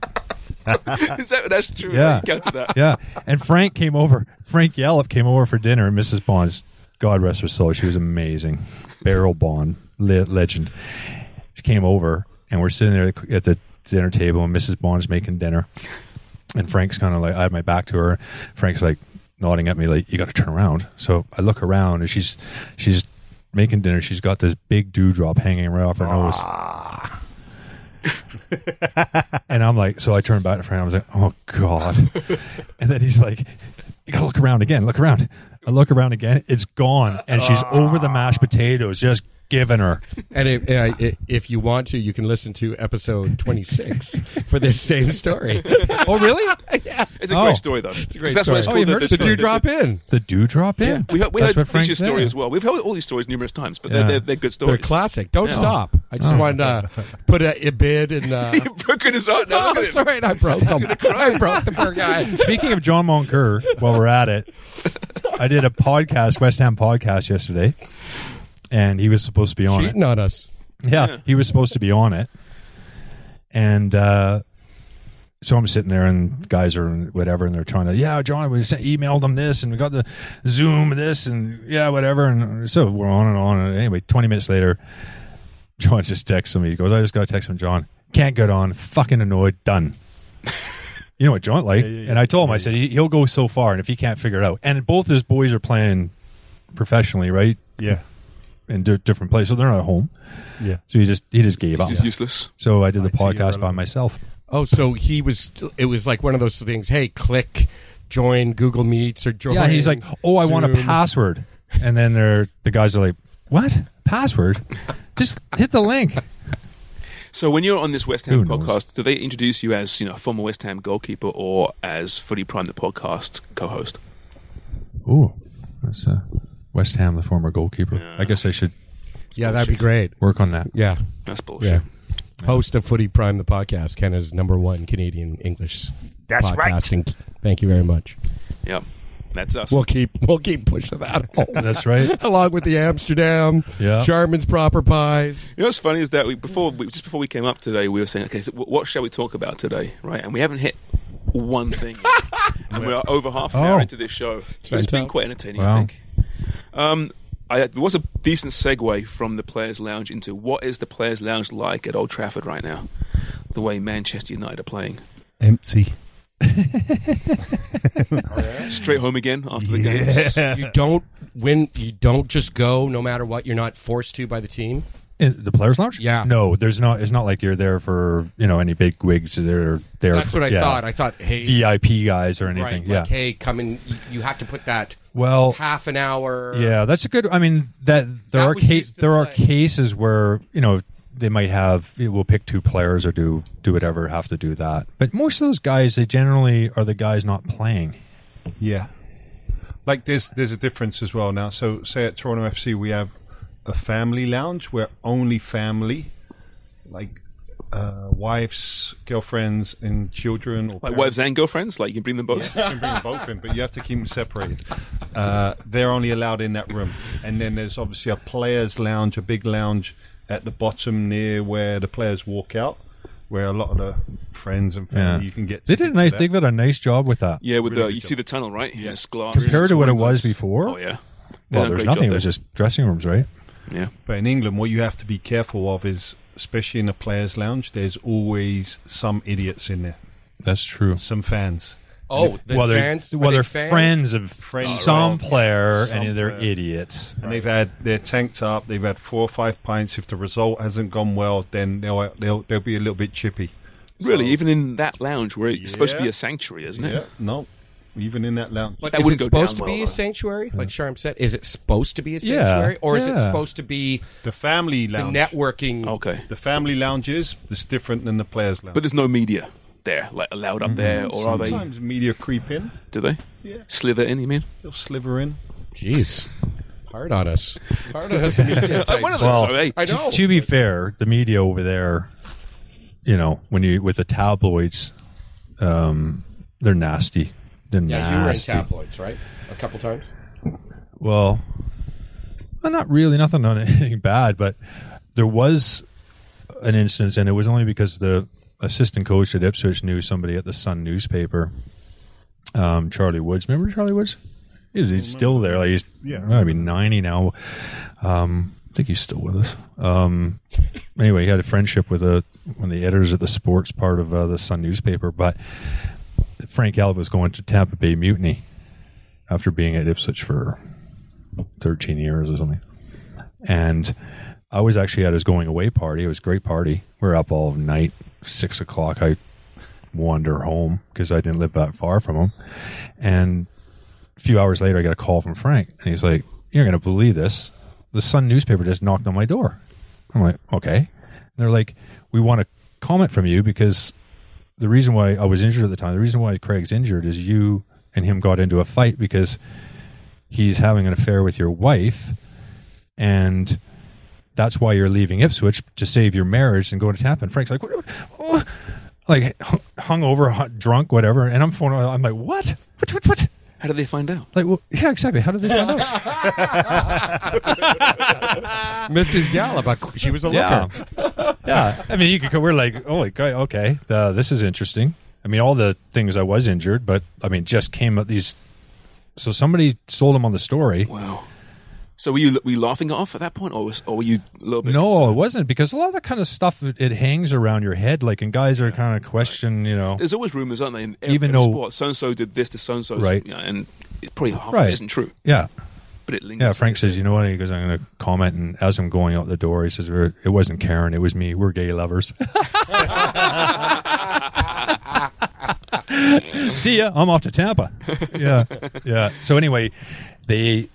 Speaker 3: Is that that's true?
Speaker 4: Yeah.
Speaker 3: Yeah, you counted that.
Speaker 4: Yeah, and Frank came over. Frank Yallop came over for dinner, and Mrs. Bond's, God rest her soul, she was amazing, Barrel Bond le- legend. She came over, and we're sitting there at the dinner table, and Mrs. Bond's making dinner, and Frank's kind of like, I have my back to her. Frank's like nodding at me, like you got to turn around. So I look around, and she's she's making dinner. She's got this big dewdrop hanging right off her nose. And I'm like, so I turned back to Frank. I was like, oh god. and then he's like, you gotta look around again. Look around. I look around again. It's gone, and she's over the mashed potatoes, just giving her.
Speaker 6: And it, uh, i if you want to, you can listen to episode twenty-six for this same story.
Speaker 4: Oh really?
Speaker 3: It's a
Speaker 4: Oh.
Speaker 3: great story though.
Speaker 6: great
Speaker 3: that's why it's
Speaker 4: story. Oh,
Speaker 3: called
Speaker 4: you
Speaker 3: the,
Speaker 4: heard
Speaker 3: the,
Speaker 4: it?
Speaker 6: Did you drop in?
Speaker 4: The dewdrop in.
Speaker 3: We, heard- we
Speaker 4: That's
Speaker 3: heard
Speaker 4: what Frank's
Speaker 3: Frank's story
Speaker 4: there.
Speaker 3: as well. We've heard all these stories numerous times, but
Speaker 4: Yeah.
Speaker 3: they're, they're, they're good
Speaker 6: They're
Speaker 3: stories.
Speaker 6: classic. Don't stop. I just wanted to put a, a bid and. Uh,
Speaker 3: You're broken his heart now.
Speaker 6: oh,
Speaker 3: Look at
Speaker 6: it's
Speaker 3: him.
Speaker 6: all right. I broke him. I broke the poor guy.
Speaker 4: Speaking of John Moncur, while we're at it, I did a podcast, West Ham podcast yesterday, and he was supposed to be on it.
Speaker 6: Cheating on us.
Speaker 4: Yeah, he was supposed to be on it, and uh, so I'm sitting there, and guys are whatever, and they're trying to, yeah, John, we sent, emailed him this, and we got the Zoom this, and yeah, whatever, and so we're on and on, and anyway, 20 minutes later, John just texts me. He goes, I just got a text from John. Can't get on. Fucking annoyed. Done. you know what John like? And I told him, I said he, he'll go so far, and if he can't figure it out, and both his boys are playing professionally, right,
Speaker 5: Yeah.
Speaker 4: in di- different places, so they're not at home.
Speaker 5: Yeah.
Speaker 4: So he just he just gave up.
Speaker 3: He's useless.
Speaker 4: So I did the
Speaker 5: IT
Speaker 4: podcast by
Speaker 5: irrelevant.
Speaker 4: myself.
Speaker 6: Oh, so he was. It was like one of those things. Hey, click, join Google Meets or join.
Speaker 4: Yeah, he's like, "Oh, I want a
Speaker 6: Zoom."
Speaker 4: password," and then they're the guys are like, "What password? Just hit the link."
Speaker 3: So when you're on this West Ham
Speaker 4: Who knows?
Speaker 3: podcast, do they introduce you as you know a former West Ham goalkeeper or as Footy Prime the podcast co-host?
Speaker 4: Ooh, that's uh, West Ham, the former goalkeeper. I guess I should
Speaker 6: Yeah, that'd be great.
Speaker 4: work on that.
Speaker 6: Yeah,
Speaker 3: That's bullshit.
Speaker 6: yeah. Host of Footy Prime, the podcast, Canada's number one Canadian English.
Speaker 8: That's right.
Speaker 6: podcasting. Thank you very much.
Speaker 3: Yep. That's us.
Speaker 6: We'll keep we'll keep pushing that home.
Speaker 4: That's right.
Speaker 6: along with the Amsterdam,
Speaker 4: Yeah.
Speaker 6: Charmin's proper pies.
Speaker 3: you know what's funny is that we, before we, just before we came up today, we were saying, okay, so wh- what shall we talk about today, right? And we haven't hit one thing, yet. and we're over half an
Speaker 4: Oh.
Speaker 3: hour into this show. So it's been
Speaker 6: fantastic.
Speaker 3: quite entertaining,
Speaker 4: Wow.
Speaker 3: I think. Um, I, it was a decent segue from the Players' Lounge into what is the Players' Lounge like at Old Trafford right now? The way Manchester United are playing,
Speaker 5: Empty.
Speaker 3: straight home again after the game.
Speaker 6: You don't win. You don't just go, no matter what. You're not forced to by the team.
Speaker 4: In the players' lounge?
Speaker 6: Yeah.
Speaker 4: No, there's not. It's not like you're there for you know any big wigs. They're there.
Speaker 6: That's
Speaker 4: for-
Speaker 6: what I
Speaker 4: yeah,
Speaker 6: thought. I thought, hey,
Speaker 4: VIP guys or
Speaker 6: right?
Speaker 4: anything.
Speaker 6: Like,
Speaker 4: yeah.
Speaker 6: hey, come in. You, you have to put that
Speaker 4: Well,
Speaker 6: half an hour.
Speaker 4: Yeah, that's a good. I mean, that there
Speaker 6: That
Speaker 4: are
Speaker 6: was
Speaker 4: ca-
Speaker 6: used to
Speaker 4: there are
Speaker 6: play.
Speaker 4: cases where you know they might have we'll pick two players or do do whatever have to do that but most of those guys they generally are the guys not playing
Speaker 5: Yeah. Like there's there's a difference as well now. So say at Toronto FC we have a family lounge where only family, like uh, wives, girlfriends, and children, or
Speaker 3: Like
Speaker 5: parents-
Speaker 3: wives and girlfriends, like you can bring them both.
Speaker 5: you can bring them both in, but you have to keep them separated. Uh, they're only allowed in that room, and then there's obviously a players' lounge, a big lounge at the bottom near where the players walk out, where a lot of the friends and family
Speaker 4: yeah
Speaker 5: you can get.
Speaker 4: they did a
Speaker 5: tickets
Speaker 4: nice
Speaker 5: to that.
Speaker 4: they did a nice job with that
Speaker 3: Yeah, with the you see the tunnel, right? Yeah, it's glass.
Speaker 4: compared
Speaker 3: It's
Speaker 4: to what it
Speaker 3: really
Speaker 4: was
Speaker 3: nice.
Speaker 4: before
Speaker 3: Oh yeah. Yeah,
Speaker 4: well there was
Speaker 3: great job
Speaker 4: nothing it was
Speaker 3: there.
Speaker 4: just dressing rooms right
Speaker 3: yeah.
Speaker 5: But in England, what you have to be careful of is, especially in a players' lounge, there's always some idiots in there,
Speaker 4: that's true
Speaker 5: some fans.
Speaker 6: Oh, the
Speaker 4: well, they're,
Speaker 6: fans.
Speaker 4: well,
Speaker 6: are
Speaker 4: they're
Speaker 6: they fans?
Speaker 4: friends of
Speaker 5: Friends.
Speaker 4: some
Speaker 5: Right.
Speaker 4: player,
Speaker 5: Some
Speaker 4: and they're
Speaker 5: player.
Speaker 4: idiots.
Speaker 5: And they've had they're tanked up. They've had four or five pints. If the result hasn't gone well, then they'll they'll, they'll be a little bit chippy.
Speaker 3: Really, even in that lounge where it's supposed to be
Speaker 5: Yeah.
Speaker 3: a sanctuary, isn't it?
Speaker 5: No, even in that lounge.
Speaker 6: But
Speaker 3: That
Speaker 6: is it
Speaker 3: wouldn't go
Speaker 6: supposed to
Speaker 3: down
Speaker 6: be
Speaker 3: well,
Speaker 6: a
Speaker 3: though.
Speaker 6: sanctuary? Like Sharm said, is it supposed to be a
Speaker 4: Yeah,
Speaker 6: sanctuary, or is it
Speaker 4: yeah.
Speaker 6: supposed to be
Speaker 5: the family
Speaker 6: the
Speaker 5: lounge,
Speaker 6: networking?
Speaker 3: Okay.
Speaker 5: the family lounges, is different than the players' lounge.
Speaker 3: But there's no media there, like allowed
Speaker 4: Mm-hmm.
Speaker 3: up there, or are they?
Speaker 5: sometimes media creep in.
Speaker 3: Do they? Yeah. Slither in, you mean?
Speaker 5: They'll sliver in.
Speaker 6: Jeez, hard on us. Hard on us. media
Speaker 3: Uh, one of those.
Speaker 6: types.
Speaker 4: Well,
Speaker 3: are they?
Speaker 6: I know.
Speaker 4: To be fair, the media over there, you know, when you with the tabloids, um, they're nasty. They're
Speaker 6: yeah, you were in
Speaker 4: nasty.
Speaker 6: tabloids, right? A couple times.
Speaker 4: Well, well, not really, nothing on anything bad, but there was an instance, and it was only because the assistant coach at Ipswich knew somebody at the Sun newspaper, um, Charlie Woods. Remember Charlie Woods? He was, he's still there. Like he's, yeah, I mean, ninety now. Um, I think he's still with us. Um, anyway, he had a friendship with a one of the editors at the sports part of uh, the Sun newspaper, but Frank Alba was going to Tampa Bay Mutiny after being at Ipswich for 13 years or something. And I was actually at his going away party. It was a great party. We were up all night, six o'clock. I wander home because I didn't live that far from him. And a few hours later, I got a call from Frank, and he's like, "You're going to believe this. The Sun newspaper just knocked on my door." I'm like, "Okay." And they're like, "We want a comment from you because the reason why I was injured at the time, the reason why Craig's injured is you and him got into a fight because he's having an affair with your wife, and that's why you're leaving Ipswich to save your marriage and go to Tampa." And Frank's like, "What?" what- Like hung- hungover, hu- drunk, whatever, and I'm phoning. I'm like, what? What? What? What?
Speaker 3: How did they find out?
Speaker 4: Like, well, yeah, exactly. How did they find out?
Speaker 6: Mrs. Gallup, she was a
Speaker 4: yeah, yeah. I mean, you could. We're like, oh, okay, okay. Uh, this is interesting. I mean, all the things I was injured, but I mean, just came up these. So somebody sold them on the story.
Speaker 3: Wow. So were you were you laughing it off at that point, or was or were you a little bit?
Speaker 4: No,
Speaker 3: concerned?
Speaker 4: it wasn't because a lot of that kind of stuff it, it hangs around your head, like, and guys are kind of question, you know,
Speaker 3: There's always rumors, aren't there? In every,
Speaker 4: Even
Speaker 3: every
Speaker 4: though-
Speaker 3: sport, so and so did this to so and so,
Speaker 4: Right.
Speaker 3: and it's probably half of
Speaker 4: Right.
Speaker 3: it isn't true,
Speaker 4: yeah,
Speaker 3: but it lingers.
Speaker 4: yeah. Frank says, you know what? He goes, I'm going to comment, and as I'm going out the door, he says, "We're- it wasn't Karen, it was me. We're gay lovers. see ya. I'm off to Tampa. Yeah, yeah. So anyway, they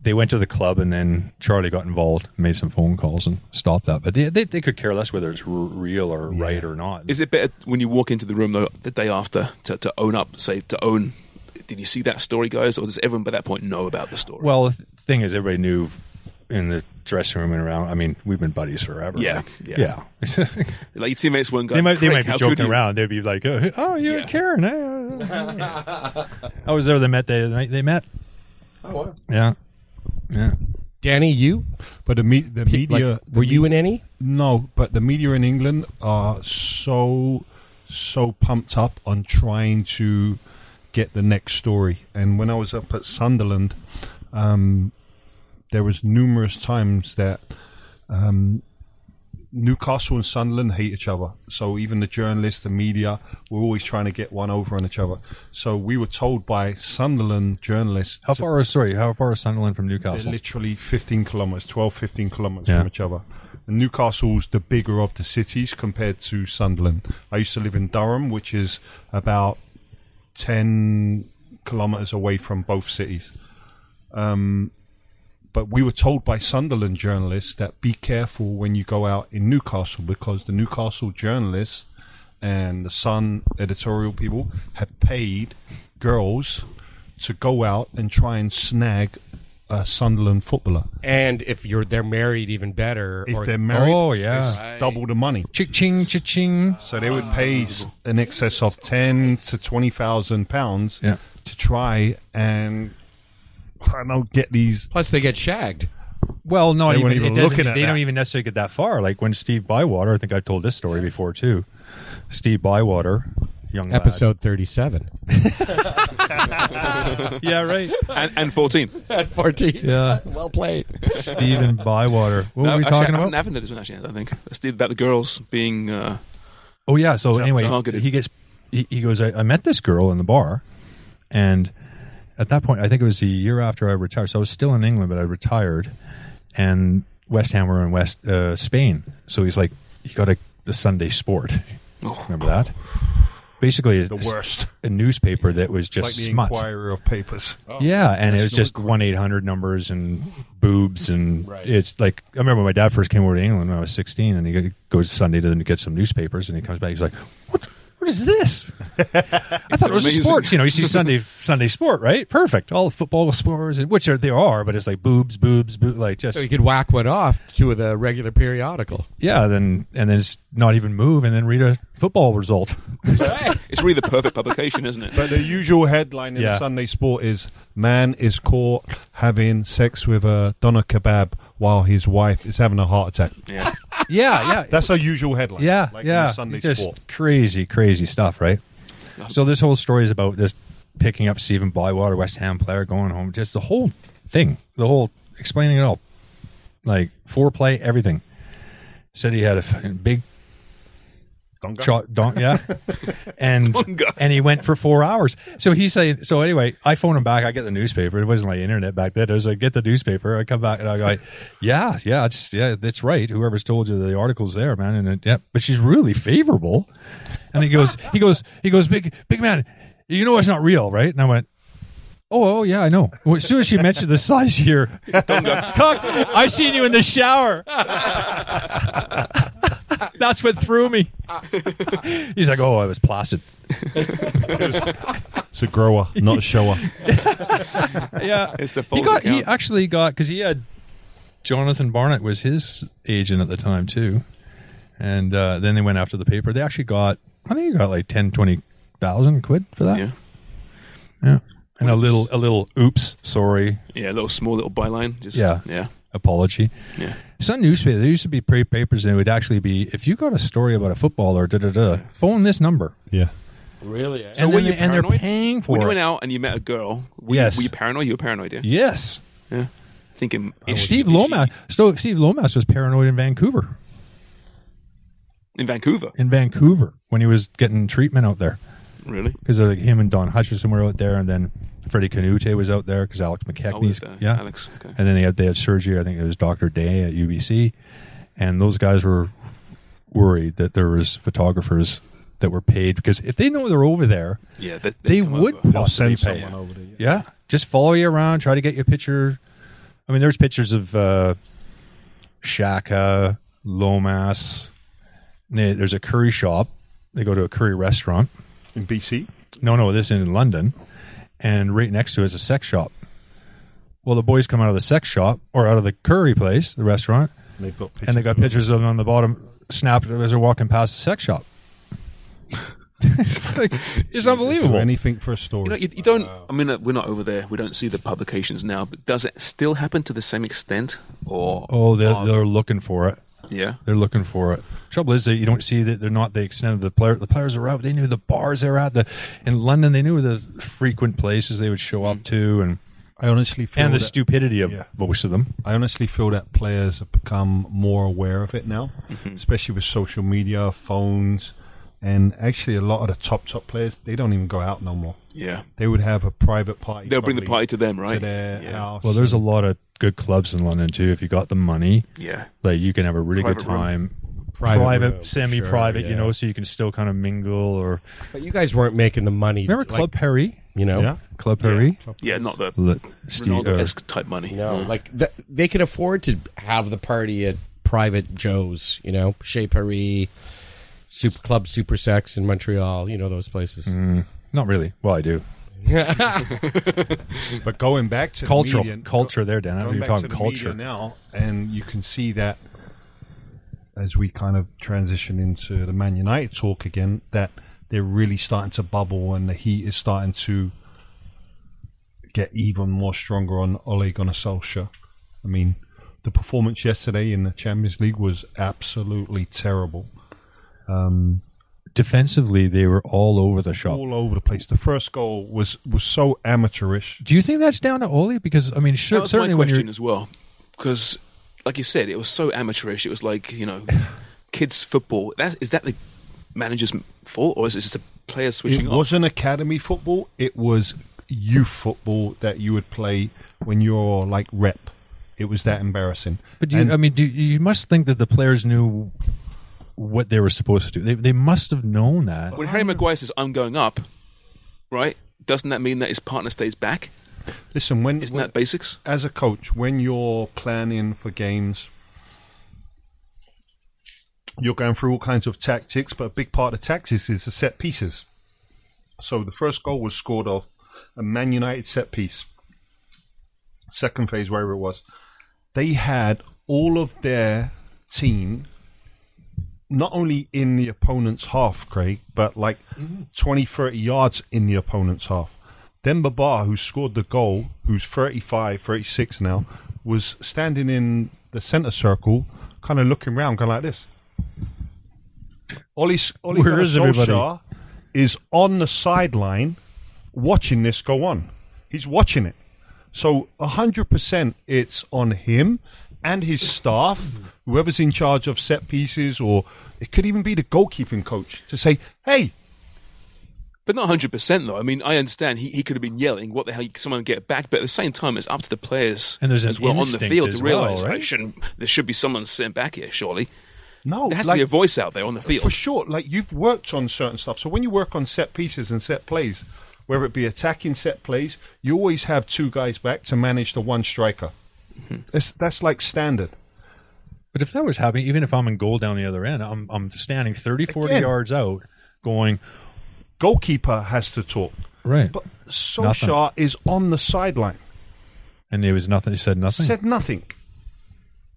Speaker 4: they went to the club, and then Charlie got involved, made some phone calls, and stopped that. But they they, they could care less whether it's r- real or right or not.
Speaker 3: Is it better when you walk into the room though the day after to, to own up, say to own? Did you see that story, guys, or does everyone by that point know about the story?
Speaker 4: Well, the th- thing is, everybody knew in the dressing room and around. I mean, we've been buddies forever.
Speaker 3: Yeah,
Speaker 4: like,
Speaker 3: yeah.
Speaker 4: yeah.
Speaker 3: like your teammates weren't
Speaker 4: they
Speaker 3: going.
Speaker 4: might they
Speaker 3: "Craig,
Speaker 4: might be
Speaker 3: how
Speaker 4: joking
Speaker 3: could you?"
Speaker 4: around. They'd be like, "Oh, oh, you're
Speaker 3: Yeah.
Speaker 4: Karen." eh?" I was there the met they, the night they met.
Speaker 6: Oh, wow.
Speaker 4: Yeah, yeah.
Speaker 6: Danny, you
Speaker 5: But the, me- the media,
Speaker 6: Like, were you in any?
Speaker 5: No, but the media in England are so so pumped up on trying to get the next story. And when I was up at Sunderland, um, there was numerous times that um, Newcastle and Sunderland hate each other. So even the journalists, the media, were always trying to get one over on each other. So we were told by Sunderland journalists
Speaker 4: How
Speaker 5: to-
Speaker 4: far is sorry? How far is Sunderland from
Speaker 5: they're
Speaker 4: Newcastle?
Speaker 5: literally 15 kilometers, 12, 15 kilometers
Speaker 4: Yeah.
Speaker 5: from each other. And Newcastle's the bigger of the cities compared to Sunderland. I used to live in Durham, which is about 10 kilometers away from both cities. Um, But we were told by Sunderland journalists that be careful when you go out in Newcastle because the Newcastle journalists and the Sun editorial people have paid girls to go out and try and snag a Sunderland footballer.
Speaker 6: And if you're they're married, even better.
Speaker 5: If they're married,
Speaker 4: Oh, yeah.
Speaker 5: it's double the money.
Speaker 4: Ching ching ching.
Speaker 5: So they would pay s- in excess of ten to twenty thousand pounds
Speaker 4: Yeah.
Speaker 5: to try and I don't know, get these.
Speaker 6: plus they get shagged.
Speaker 4: Well, not
Speaker 5: They
Speaker 4: even,
Speaker 5: weren't
Speaker 4: it
Speaker 5: even
Speaker 4: doesn't-
Speaker 5: looking at
Speaker 4: They
Speaker 5: that.
Speaker 4: don't even necessarily get that far. Like when Steve Bywater, I think I told this story before too. Steve Bywater, young lad.
Speaker 6: Episode thirty-seven.
Speaker 4: yeah, right.
Speaker 3: and, and 14.
Speaker 6: At fourteen.
Speaker 4: Yeah,
Speaker 6: Well played.
Speaker 4: Stephen Bywater. What
Speaker 3: No,
Speaker 4: were we
Speaker 3: actually,
Speaker 4: talking
Speaker 3: I
Speaker 4: about?
Speaker 3: haven't, I haven't done this one, actually, I think. It's the- about the girls being. Uh,
Speaker 4: Oh yeah. So anyway,
Speaker 3: Targeted.
Speaker 4: he gets he, he goes. I, I met this girl in the bar, and at that point, I think it was the year after I retired. So I was still in England, but I retired, and West Ham were in West uh, Spain. So he's like, you got a, a Sunday Sport.
Speaker 3: Oh.
Speaker 4: Remember that? Basically, the
Speaker 5: worst.
Speaker 4: A newspaper that was
Speaker 5: Like
Speaker 4: just
Speaker 5: the
Speaker 4: smut.
Speaker 5: Inquirer of Papers.
Speaker 4: Yeah, and it was just one eight hundred numbers and boobs and it's like I remember when my dad first came over to England when I was sixteen, and he go- goes Sunday to get some newspapers, and he comes back, he's like, "What? What is this?" I thought it was
Speaker 3: amazing.
Speaker 4: sports. You know, you see Sunday Sunday sport, right? Perfect. All the football sports, and- which are there are, but it's like boobs, boobs, boobs like just
Speaker 6: So you could whack one off to the regular periodical.
Speaker 4: yeah. Then and then it's not even move, and then read a football result.
Speaker 3: it's really the perfect publication, isn't it?
Speaker 5: But the usual headline in
Speaker 4: Yeah.
Speaker 5: the Sunday Sport is Man is caught having sex with a doner kebab while his wife is having a heart attack.
Speaker 3: yeah.
Speaker 4: yeah, yeah.
Speaker 5: That's our usual headline.
Speaker 4: Yeah,
Speaker 5: like in
Speaker 4: yeah,
Speaker 5: the Sunday
Speaker 4: just
Speaker 5: Sport.
Speaker 4: crazy, crazy stuff, right? So this whole story is about this picking up Stephen Bywater, West Ham player, going home. Just the whole thing, the whole explaining it all, like foreplay, everything. Said he had a fucking big
Speaker 5: Donga?
Speaker 4: shot, don- yeah, and
Speaker 3: Donga.
Speaker 4: and he went for four hours. So he's saying, so anyway, I phone him back. I get the newspaper. It wasn't like internet back then. I was like, get the newspaper. I come back and I go, like, yeah, yeah, it's yeah, that's right. Whoever's told you the article's there, man. And it, yeah, but she's really favorable. And he goes, he goes, he goes, big, big man. You know it's not real, right? And I went. Oh, oh yeah, I know. Well, as soon as she mentioned the size here, cock, I seen you in the shower. That's what threw me. He's like, oh, I was placid.
Speaker 5: It's a grower, not a shower.
Speaker 4: yeah,
Speaker 3: It's the
Speaker 4: he
Speaker 3: false
Speaker 4: got. He
Speaker 3: account.
Speaker 4: actually got because he had Jonathan Barnett was his agent at the time too, and uh, then they went after the paper. They actually got. I think he got like 10, 20,000 quid for that.
Speaker 3: yeah.
Speaker 4: Yeah. and a little, a little. Oops, sorry,
Speaker 3: Yeah, a little small little byline. Just,
Speaker 4: Yeah.
Speaker 3: Yeah.
Speaker 4: apology.
Speaker 3: Yeah.
Speaker 4: Some newspaper. There used to be pre papers, and it would actually be if you got a story about a footballer, da da da, phone this number.
Speaker 5: Yeah.
Speaker 6: Really?
Speaker 3: So
Speaker 4: and
Speaker 3: were
Speaker 4: then
Speaker 3: you
Speaker 4: they- and they're
Speaker 3: paranoid?
Speaker 4: paying for
Speaker 3: When you
Speaker 4: it.
Speaker 3: went out and you met a girl, were,
Speaker 4: Yes.
Speaker 3: you, were you paranoid? You were paranoid, yeah?
Speaker 4: Yes,
Speaker 3: Yeah. Thinking, is she-
Speaker 4: Steve
Speaker 3: is she
Speaker 4: Lomas. So Steve Lomas was paranoid in Vancouver.
Speaker 3: In Vancouver.
Speaker 4: In Vancouver, when he was getting treatment out there.
Speaker 3: Really?
Speaker 4: because like him and Don Hutchinson were out there, and then Freddie Canute was out there because Alex
Speaker 3: Oh, was
Speaker 4: McKechnie's
Speaker 3: there?
Speaker 4: yeah,
Speaker 3: Alex, okay.
Speaker 4: and then they had they had surgery. I think it was Doctor Day at UBC, and those guys were worried that there was photographers that were paid because if they know they're over there,
Speaker 3: Yeah. They,
Speaker 4: they
Speaker 3: come
Speaker 4: would
Speaker 3: over.
Speaker 4: possibly
Speaker 5: send
Speaker 4: pay.
Speaker 5: someone over there,
Speaker 4: yeah. just follow you around, try to get your picture. I mean, there's pictures of uh, Shaka, Lomas. They- There's a curry shop. They go to a curry restaurant.
Speaker 5: In BC?
Speaker 4: No, no, this is in London, and right next to it is a sex shop. Well, the boys come out of the sex shop or out of the curry place, the restaurant,
Speaker 5: They've got
Speaker 4: and they got pictures of them on the bottom snapped as they're walking past the sex shop. it's like- it's unbelievable.
Speaker 5: anything for a story.
Speaker 3: You know, you, you don't. I mean, uh, we're not over there. We don't see the publications now. But does it still happen to the same extent? Or
Speaker 4: oh, they're,
Speaker 3: are-
Speaker 4: they're looking for it.
Speaker 3: yeah,
Speaker 4: They're looking for it. Trouble is that you don't see that they're not the extent of the player. The players are out. They knew the bars they're at. The in London, they knew the frequent places they would show up to, and
Speaker 5: I honestly feel
Speaker 4: and the
Speaker 5: that-
Speaker 4: stupidity of
Speaker 5: Yeah.
Speaker 4: most of them.
Speaker 5: I honestly feel that players have become more aware of it now,
Speaker 3: Mm-hmm.
Speaker 5: especially with social media, phones, and actually a lot of the top top players they don't even go out no more.
Speaker 3: yeah.
Speaker 5: They would have a private party.
Speaker 3: They'll bring the party
Speaker 5: probably
Speaker 3: to them, right?
Speaker 5: to their
Speaker 3: yeah.
Speaker 5: house.
Speaker 4: Well, there's a lot of good clubs in London too. If you got the money,
Speaker 3: yeah.
Speaker 4: like you can have a really
Speaker 3: Private
Speaker 4: good
Speaker 3: room.
Speaker 4: time.
Speaker 6: Private
Speaker 4: Private,
Speaker 6: room,
Speaker 4: semi-private,
Speaker 6: sure,
Speaker 4: you
Speaker 6: yeah.
Speaker 4: know, so you can still kind of mingle. Or
Speaker 6: But you guys weren't making the money.
Speaker 4: remember
Speaker 6: like-
Speaker 4: Club Perry?
Speaker 6: you know?
Speaker 5: Yeah.
Speaker 4: Club Paris.
Speaker 3: Yeah, not the
Speaker 4: Le- Steve- uh,
Speaker 3: Ronaldo-esque type money.
Speaker 6: No, like th- they can afford to have the party at private Joe's, you know, Chez Paris, Super Club Super Sex in Montreal, you know, those places.
Speaker 4: Not really. Well, I do.
Speaker 5: But going back to
Speaker 4: Cultural-
Speaker 5: the median,
Speaker 4: culture there, Dan.
Speaker 5: Going
Speaker 4: You're
Speaker 5: back
Speaker 4: talking
Speaker 5: to the media
Speaker 4: culture.
Speaker 5: now, and you can see that as we kind of transition into the Man United talk again, that they're really starting to bubble, and the heat is starting to get even more stronger on Ole Gunnar Solskjaer. I mean, the performance yesterday in the Champions League was absolutely terrible.
Speaker 4: Um, Defensively, they were all over the shop.
Speaker 5: All over the place. The first goal was was so amateurish.
Speaker 4: Do you think that's down to Oli? Because I mean,
Speaker 3: That
Speaker 4: sure,
Speaker 3: was
Speaker 4: certainly
Speaker 3: my
Speaker 4: when you're
Speaker 3: question as well, because like you said, it was so amateurish. It was like you know, kids football. That is that the manager's fault, or is it just the players switching
Speaker 5: it
Speaker 3: off?
Speaker 5: wasn't academy football it was youth football that you would play when you're like rep it was that embarrassing
Speaker 4: But you,
Speaker 5: And
Speaker 4: I mean, do, you must think that the players knew what they were supposed to do. They, they must have known that.
Speaker 3: When Harry Maguire says, "I'm going up," right? Doesn't that mean that his partner stays back?
Speaker 5: listen when,
Speaker 3: Isn't
Speaker 5: when-
Speaker 3: that basics?
Speaker 5: as a coach when you're planning for games you're going through all kinds of tactics but a big part of tactics is the set pieces so the first goal was scored off a man united set piece second phase wherever it was they had all of their team not only in the opponent's half, Craig, but like twenty, thirty 20, 30 yards in the opponent's half. Then Babar, who scored the goal, who's 35, 36 now, was standing in the centre circle, kind of looking round, kind of like this. Ollie, Ollie
Speaker 4: Where is everybody?
Speaker 5: Solskjaer is on the sideline watching this go on. He's watching it. So 100% it's on him and his staff, whoever's in charge of set pieces, or it could even be the goalkeeping coach to say, hey,
Speaker 3: But not hundred percent though. I mean, I understand he, he could have been yelling, "What the hell? Someone get back!" But at the same time, it's up to the players
Speaker 4: And there's an
Speaker 3: as well on the
Speaker 4: instinct
Speaker 3: field
Speaker 4: as
Speaker 3: to
Speaker 4: well,
Speaker 3: realize I
Speaker 4: right?
Speaker 3: shouldn't. There should be someone sitting back here. Surely
Speaker 5: no.
Speaker 4: Oh,
Speaker 3: there has
Speaker 5: like-
Speaker 3: to be a voice out there on the field.
Speaker 5: For sure. Like you've worked on certain stuff. So when you work on set pieces and set plays, whether it be attacking set plays, you always have two guys back to manage the one striker.
Speaker 3: Mm-hmm.
Speaker 5: That's, that's like standard.
Speaker 4: But if that was happening, even if I'm in goal down the other end, I'm, I'm standing 30, 40
Speaker 5: Again.
Speaker 4: yards out going,
Speaker 5: Goalkeeper has to talk.
Speaker 4: right.
Speaker 5: But Solskjaer is on the sideline.
Speaker 4: and there was nothing. He said nothing.
Speaker 5: Said nothing.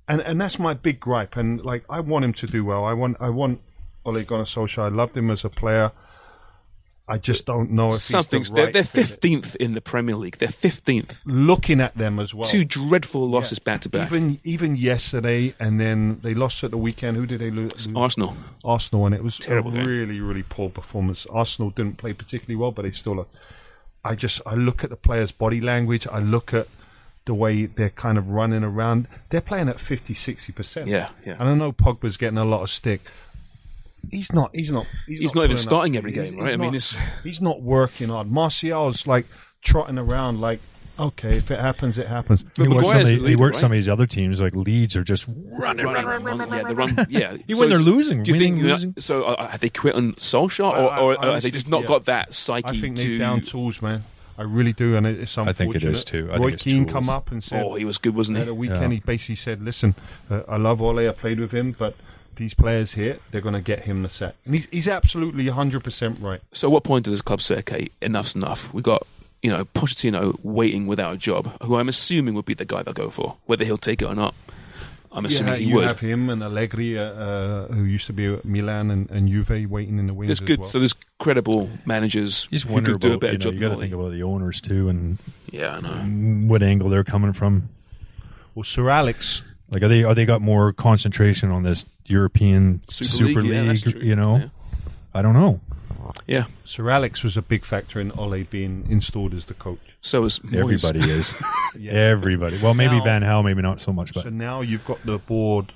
Speaker 5: And and that's my big gripe. And like I want him to do well. I want I want Ole Gunnar Solskjaer. I loved him as a player. I just don't know if
Speaker 3: Something's
Speaker 5: he's the right
Speaker 3: they're
Speaker 5: fit.
Speaker 3: fifteenth in the Premier League. They're fifteenth.
Speaker 5: Looking at them as well.
Speaker 3: Two dreadful losses back to back.
Speaker 5: Even even yesterday, and then they lost at the weekend. Who did they lose?
Speaker 3: Arsenal.
Speaker 5: Arsenal, and it was
Speaker 3: Terrible
Speaker 5: a
Speaker 3: thing.
Speaker 5: really really poor performance. Arsenal didn't play particularly well, but they still. Looked, I just I look at the players' body language. I look at the way they're kind of running around. They're playing at 50 60 percent.
Speaker 3: Yeah, yeah.
Speaker 5: And I know Pogba's getting a lot of stick. He's not. He's not. He's,
Speaker 3: He's not even
Speaker 5: putting up-
Speaker 3: starting every
Speaker 5: he's-
Speaker 3: game,
Speaker 5: he's
Speaker 3: right? I mean,
Speaker 5: not-
Speaker 3: it's-
Speaker 5: he's not working hard. Martial's like trotting around like. Okay, if it happens, it happens.
Speaker 4: he worked,
Speaker 3: Maguire's
Speaker 4: somebody,
Speaker 3: the
Speaker 4: he
Speaker 3: leader,
Speaker 4: worked
Speaker 3: right?
Speaker 4: some e- of these other teams, like Leeds, are just running, running, running, running,
Speaker 3: yeah,
Speaker 4: running,
Speaker 3: the run, yeah.
Speaker 4: Even when they're
Speaker 3: is-
Speaker 4: losing,
Speaker 3: do you think
Speaker 4: winning,
Speaker 3: that-
Speaker 4: losing.
Speaker 3: So uh, have they quit on Solskjaer, or,
Speaker 5: I- I-
Speaker 3: or,
Speaker 5: I
Speaker 3: have they
Speaker 5: honestly-
Speaker 3: just not
Speaker 5: yeah.
Speaker 3: got that psyche
Speaker 5: I think
Speaker 3: to?
Speaker 5: they've down tools, man. I really do, and it- it's
Speaker 4: I
Speaker 5: unfortunate.
Speaker 4: think it is too. I
Speaker 5: Roy
Speaker 4: think it's
Speaker 5: Keane
Speaker 4: tools.
Speaker 5: come up and said,
Speaker 3: oh, he was good, wasn't
Speaker 5: at a
Speaker 3: he?
Speaker 5: weekend, he basically said, "Listen, uh, I love Ole. I played with him, but these players here, they're going to get him the sack." And he's, he's absolutely 100 percent right.
Speaker 3: So what point does this club say, okay, enough's enough? We got you know Pochettino waiting without a job, who I'm assuming would be the guy they'll go for, whether he'll take it or not. I'm assuming
Speaker 5: yeah,
Speaker 3: he
Speaker 5: you
Speaker 3: would.
Speaker 5: have him and Allegri, uh, uh, who used to be at Milan and, and Juve, waiting in the wings.
Speaker 3: There's good.
Speaker 5: As well.
Speaker 3: So there's credible managers
Speaker 4: You just
Speaker 3: who
Speaker 4: wonder
Speaker 3: could do a
Speaker 4: about,
Speaker 3: better
Speaker 4: you, know,
Speaker 3: job.
Speaker 4: you
Speaker 3: than
Speaker 4: got to think
Speaker 3: Ole.
Speaker 4: about the owners too and
Speaker 3: yeah, I know.
Speaker 4: what angle they're coming from.
Speaker 5: well, Sir Alex,
Speaker 4: Like, are they are they got more concentration on this European Super, League?
Speaker 3: yeah, that's true.
Speaker 4: you know,
Speaker 3: Yeah.
Speaker 4: I don't know.
Speaker 3: yeah.
Speaker 5: Sir Alex was a big factor in Ole being installed as the coach.
Speaker 3: So is Moyes.
Speaker 4: Everybody is. Everybody. Well, maybe
Speaker 5: Now-
Speaker 4: Van Hal, maybe not so much, but
Speaker 5: So now you've got the board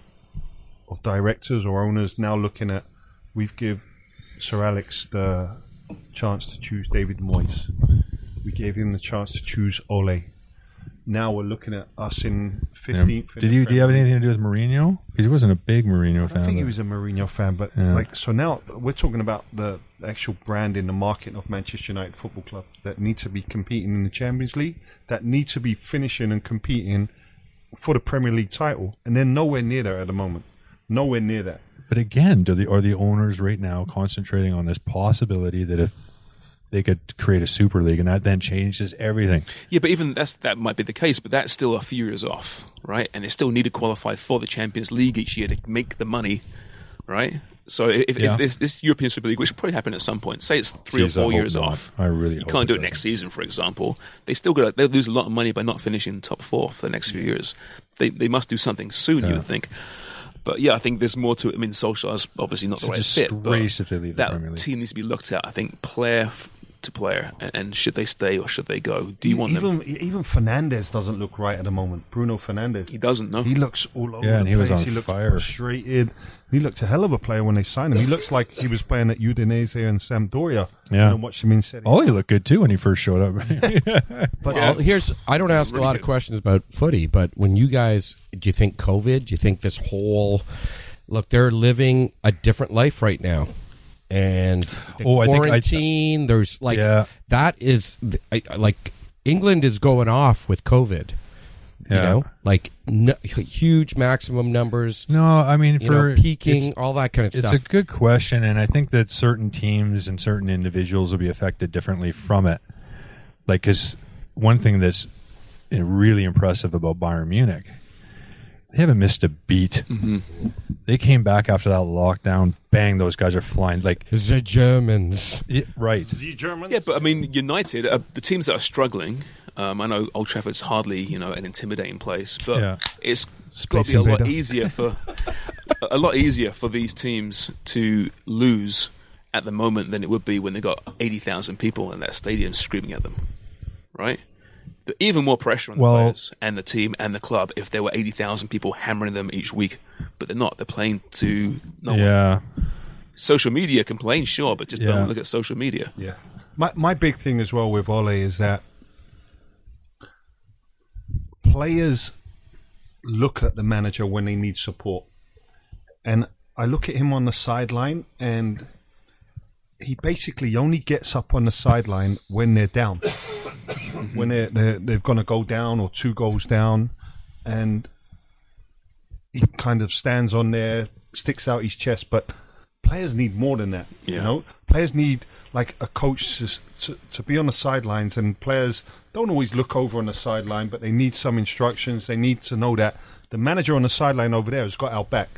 Speaker 5: of directors or owners now looking at we've give Sir Alex the chance to choose David Moyes. We gave him the chance to choose Ole. now we're looking at us in
Speaker 4: You know,
Speaker 5: 15th. in
Speaker 4: did
Speaker 5: the
Speaker 4: you do you have
Speaker 5: Premier
Speaker 4: anything to do with Mourinho? Because he wasn't a big Mourinho fan.
Speaker 5: I think he
Speaker 4: but-
Speaker 5: was a Mourinho fan, but
Speaker 4: Yeah.
Speaker 5: like so now we're talking about the actual brand in the market of Manchester United Football Club that need to be competing in the Champions League, that need to be finishing and competing for the Premier League title, and they're nowhere near there at the moment. Nowhere near that.
Speaker 4: But again, do the are the owners right now concentrating on this possibility that if they could create a super league and that then changes everything?
Speaker 3: Yeah, but even that's that might be the case, but that's still a few years off, right? And they still need to qualify for the Champions League each year to make the money, right? So if, if-
Speaker 4: Yeah.
Speaker 3: if this, this European Super League, which will probably happen at some point, say it's three
Speaker 4: Jeez,
Speaker 3: or
Speaker 4: I
Speaker 3: four
Speaker 4: hope
Speaker 3: years
Speaker 4: not.
Speaker 3: off,
Speaker 4: I really
Speaker 3: you
Speaker 4: hope
Speaker 3: can't
Speaker 4: it
Speaker 3: do it next season, for example. They still got they lose a lot of money by not finishing top four for the next few years. They they must do something soon, you would think. But yeah, I think there's more to it. I mean, Solskjaer's obviously not the
Speaker 4: It's a
Speaker 3: right fit. but
Speaker 4: disgrace if they leave the
Speaker 3: that
Speaker 4: Premier League.
Speaker 3: team needs to be looked at. I think player f- to player, and, and should they stay or should they go? Do you want them?
Speaker 5: E- even even Fernandez doesn't look right at the moment. Bruno Fernandez.
Speaker 3: He doesn't know.
Speaker 5: He looks all over
Speaker 4: Yeah,
Speaker 5: the
Speaker 4: and he was
Speaker 5: place.
Speaker 4: on
Speaker 5: he looks
Speaker 4: fire.
Speaker 5: frustrated. He looked a hell of a player when they signed him. He looks like he was playing at Udinese and Sampdoria.
Speaker 4: Yeah.
Speaker 5: And I watched him in Serie
Speaker 4: Oh, he looked good too when he first showed up.
Speaker 6: But I'll- here's I don't ask a lot of questions about footy, but when you guys do you think COVID? Do you think this whole look they're living a different life right now? And the
Speaker 4: Oh, I think I-
Speaker 6: quarantine, there's like
Speaker 4: Yeah.
Speaker 6: that is I- I- like England is going off with COVID. You
Speaker 4: Yeah.
Speaker 6: know, like n- huge maximum numbers,
Speaker 4: no, I mean
Speaker 6: you
Speaker 4: Mm-hmm. for
Speaker 6: know, peaking,
Speaker 4: it's-
Speaker 6: all that kind of
Speaker 4: It's
Speaker 6: stuff.
Speaker 4: a good question, and I think that certain teams and certain individuals will be affected differently from it. Like, because one thing that's uh, really impressive about Bayern Munich, they haven't missed a beat.
Speaker 3: Mm-hmm.
Speaker 4: They came back after that lockdown. Bang! Those guys are flying. Like,
Speaker 6: the Germans.
Speaker 4: it- right?
Speaker 3: Yeah, but I mean, United, uh, the teams that are struggling. Um, I know Old Trafford's hardly you know an intimidating place, but
Speaker 4: Yeah.
Speaker 3: it's got to be a lot easier for a lot easier for these teams to lose at the moment than it would be when they got eighty thousand people in that stadium screaming at them, right? But even more pressure on
Speaker 4: Well-
Speaker 3: the players and the team and the club if there were eighty thousand people hammering them each week, but they're not. They're playing to no one.
Speaker 4: Yeah,
Speaker 3: Social media complain, sure, but just
Speaker 4: Yeah.
Speaker 3: don't look at social media.
Speaker 5: Yeah. My my big thing as well with Ole is that players look at the manager when they need support. And I look at him on the sideline and he basically only gets up on the sideline when they're down. when they're, they're, they've gone to go down or two goals down. And he kind of stands on there, sticks out his chest. But players need more than that. You
Speaker 3: Yeah.
Speaker 5: know, players need like a coach to, to to be on the sidelines, and players don't always look over on the sideline, but they need some instructions. They need to know that the manager on the sideline over there has got our back.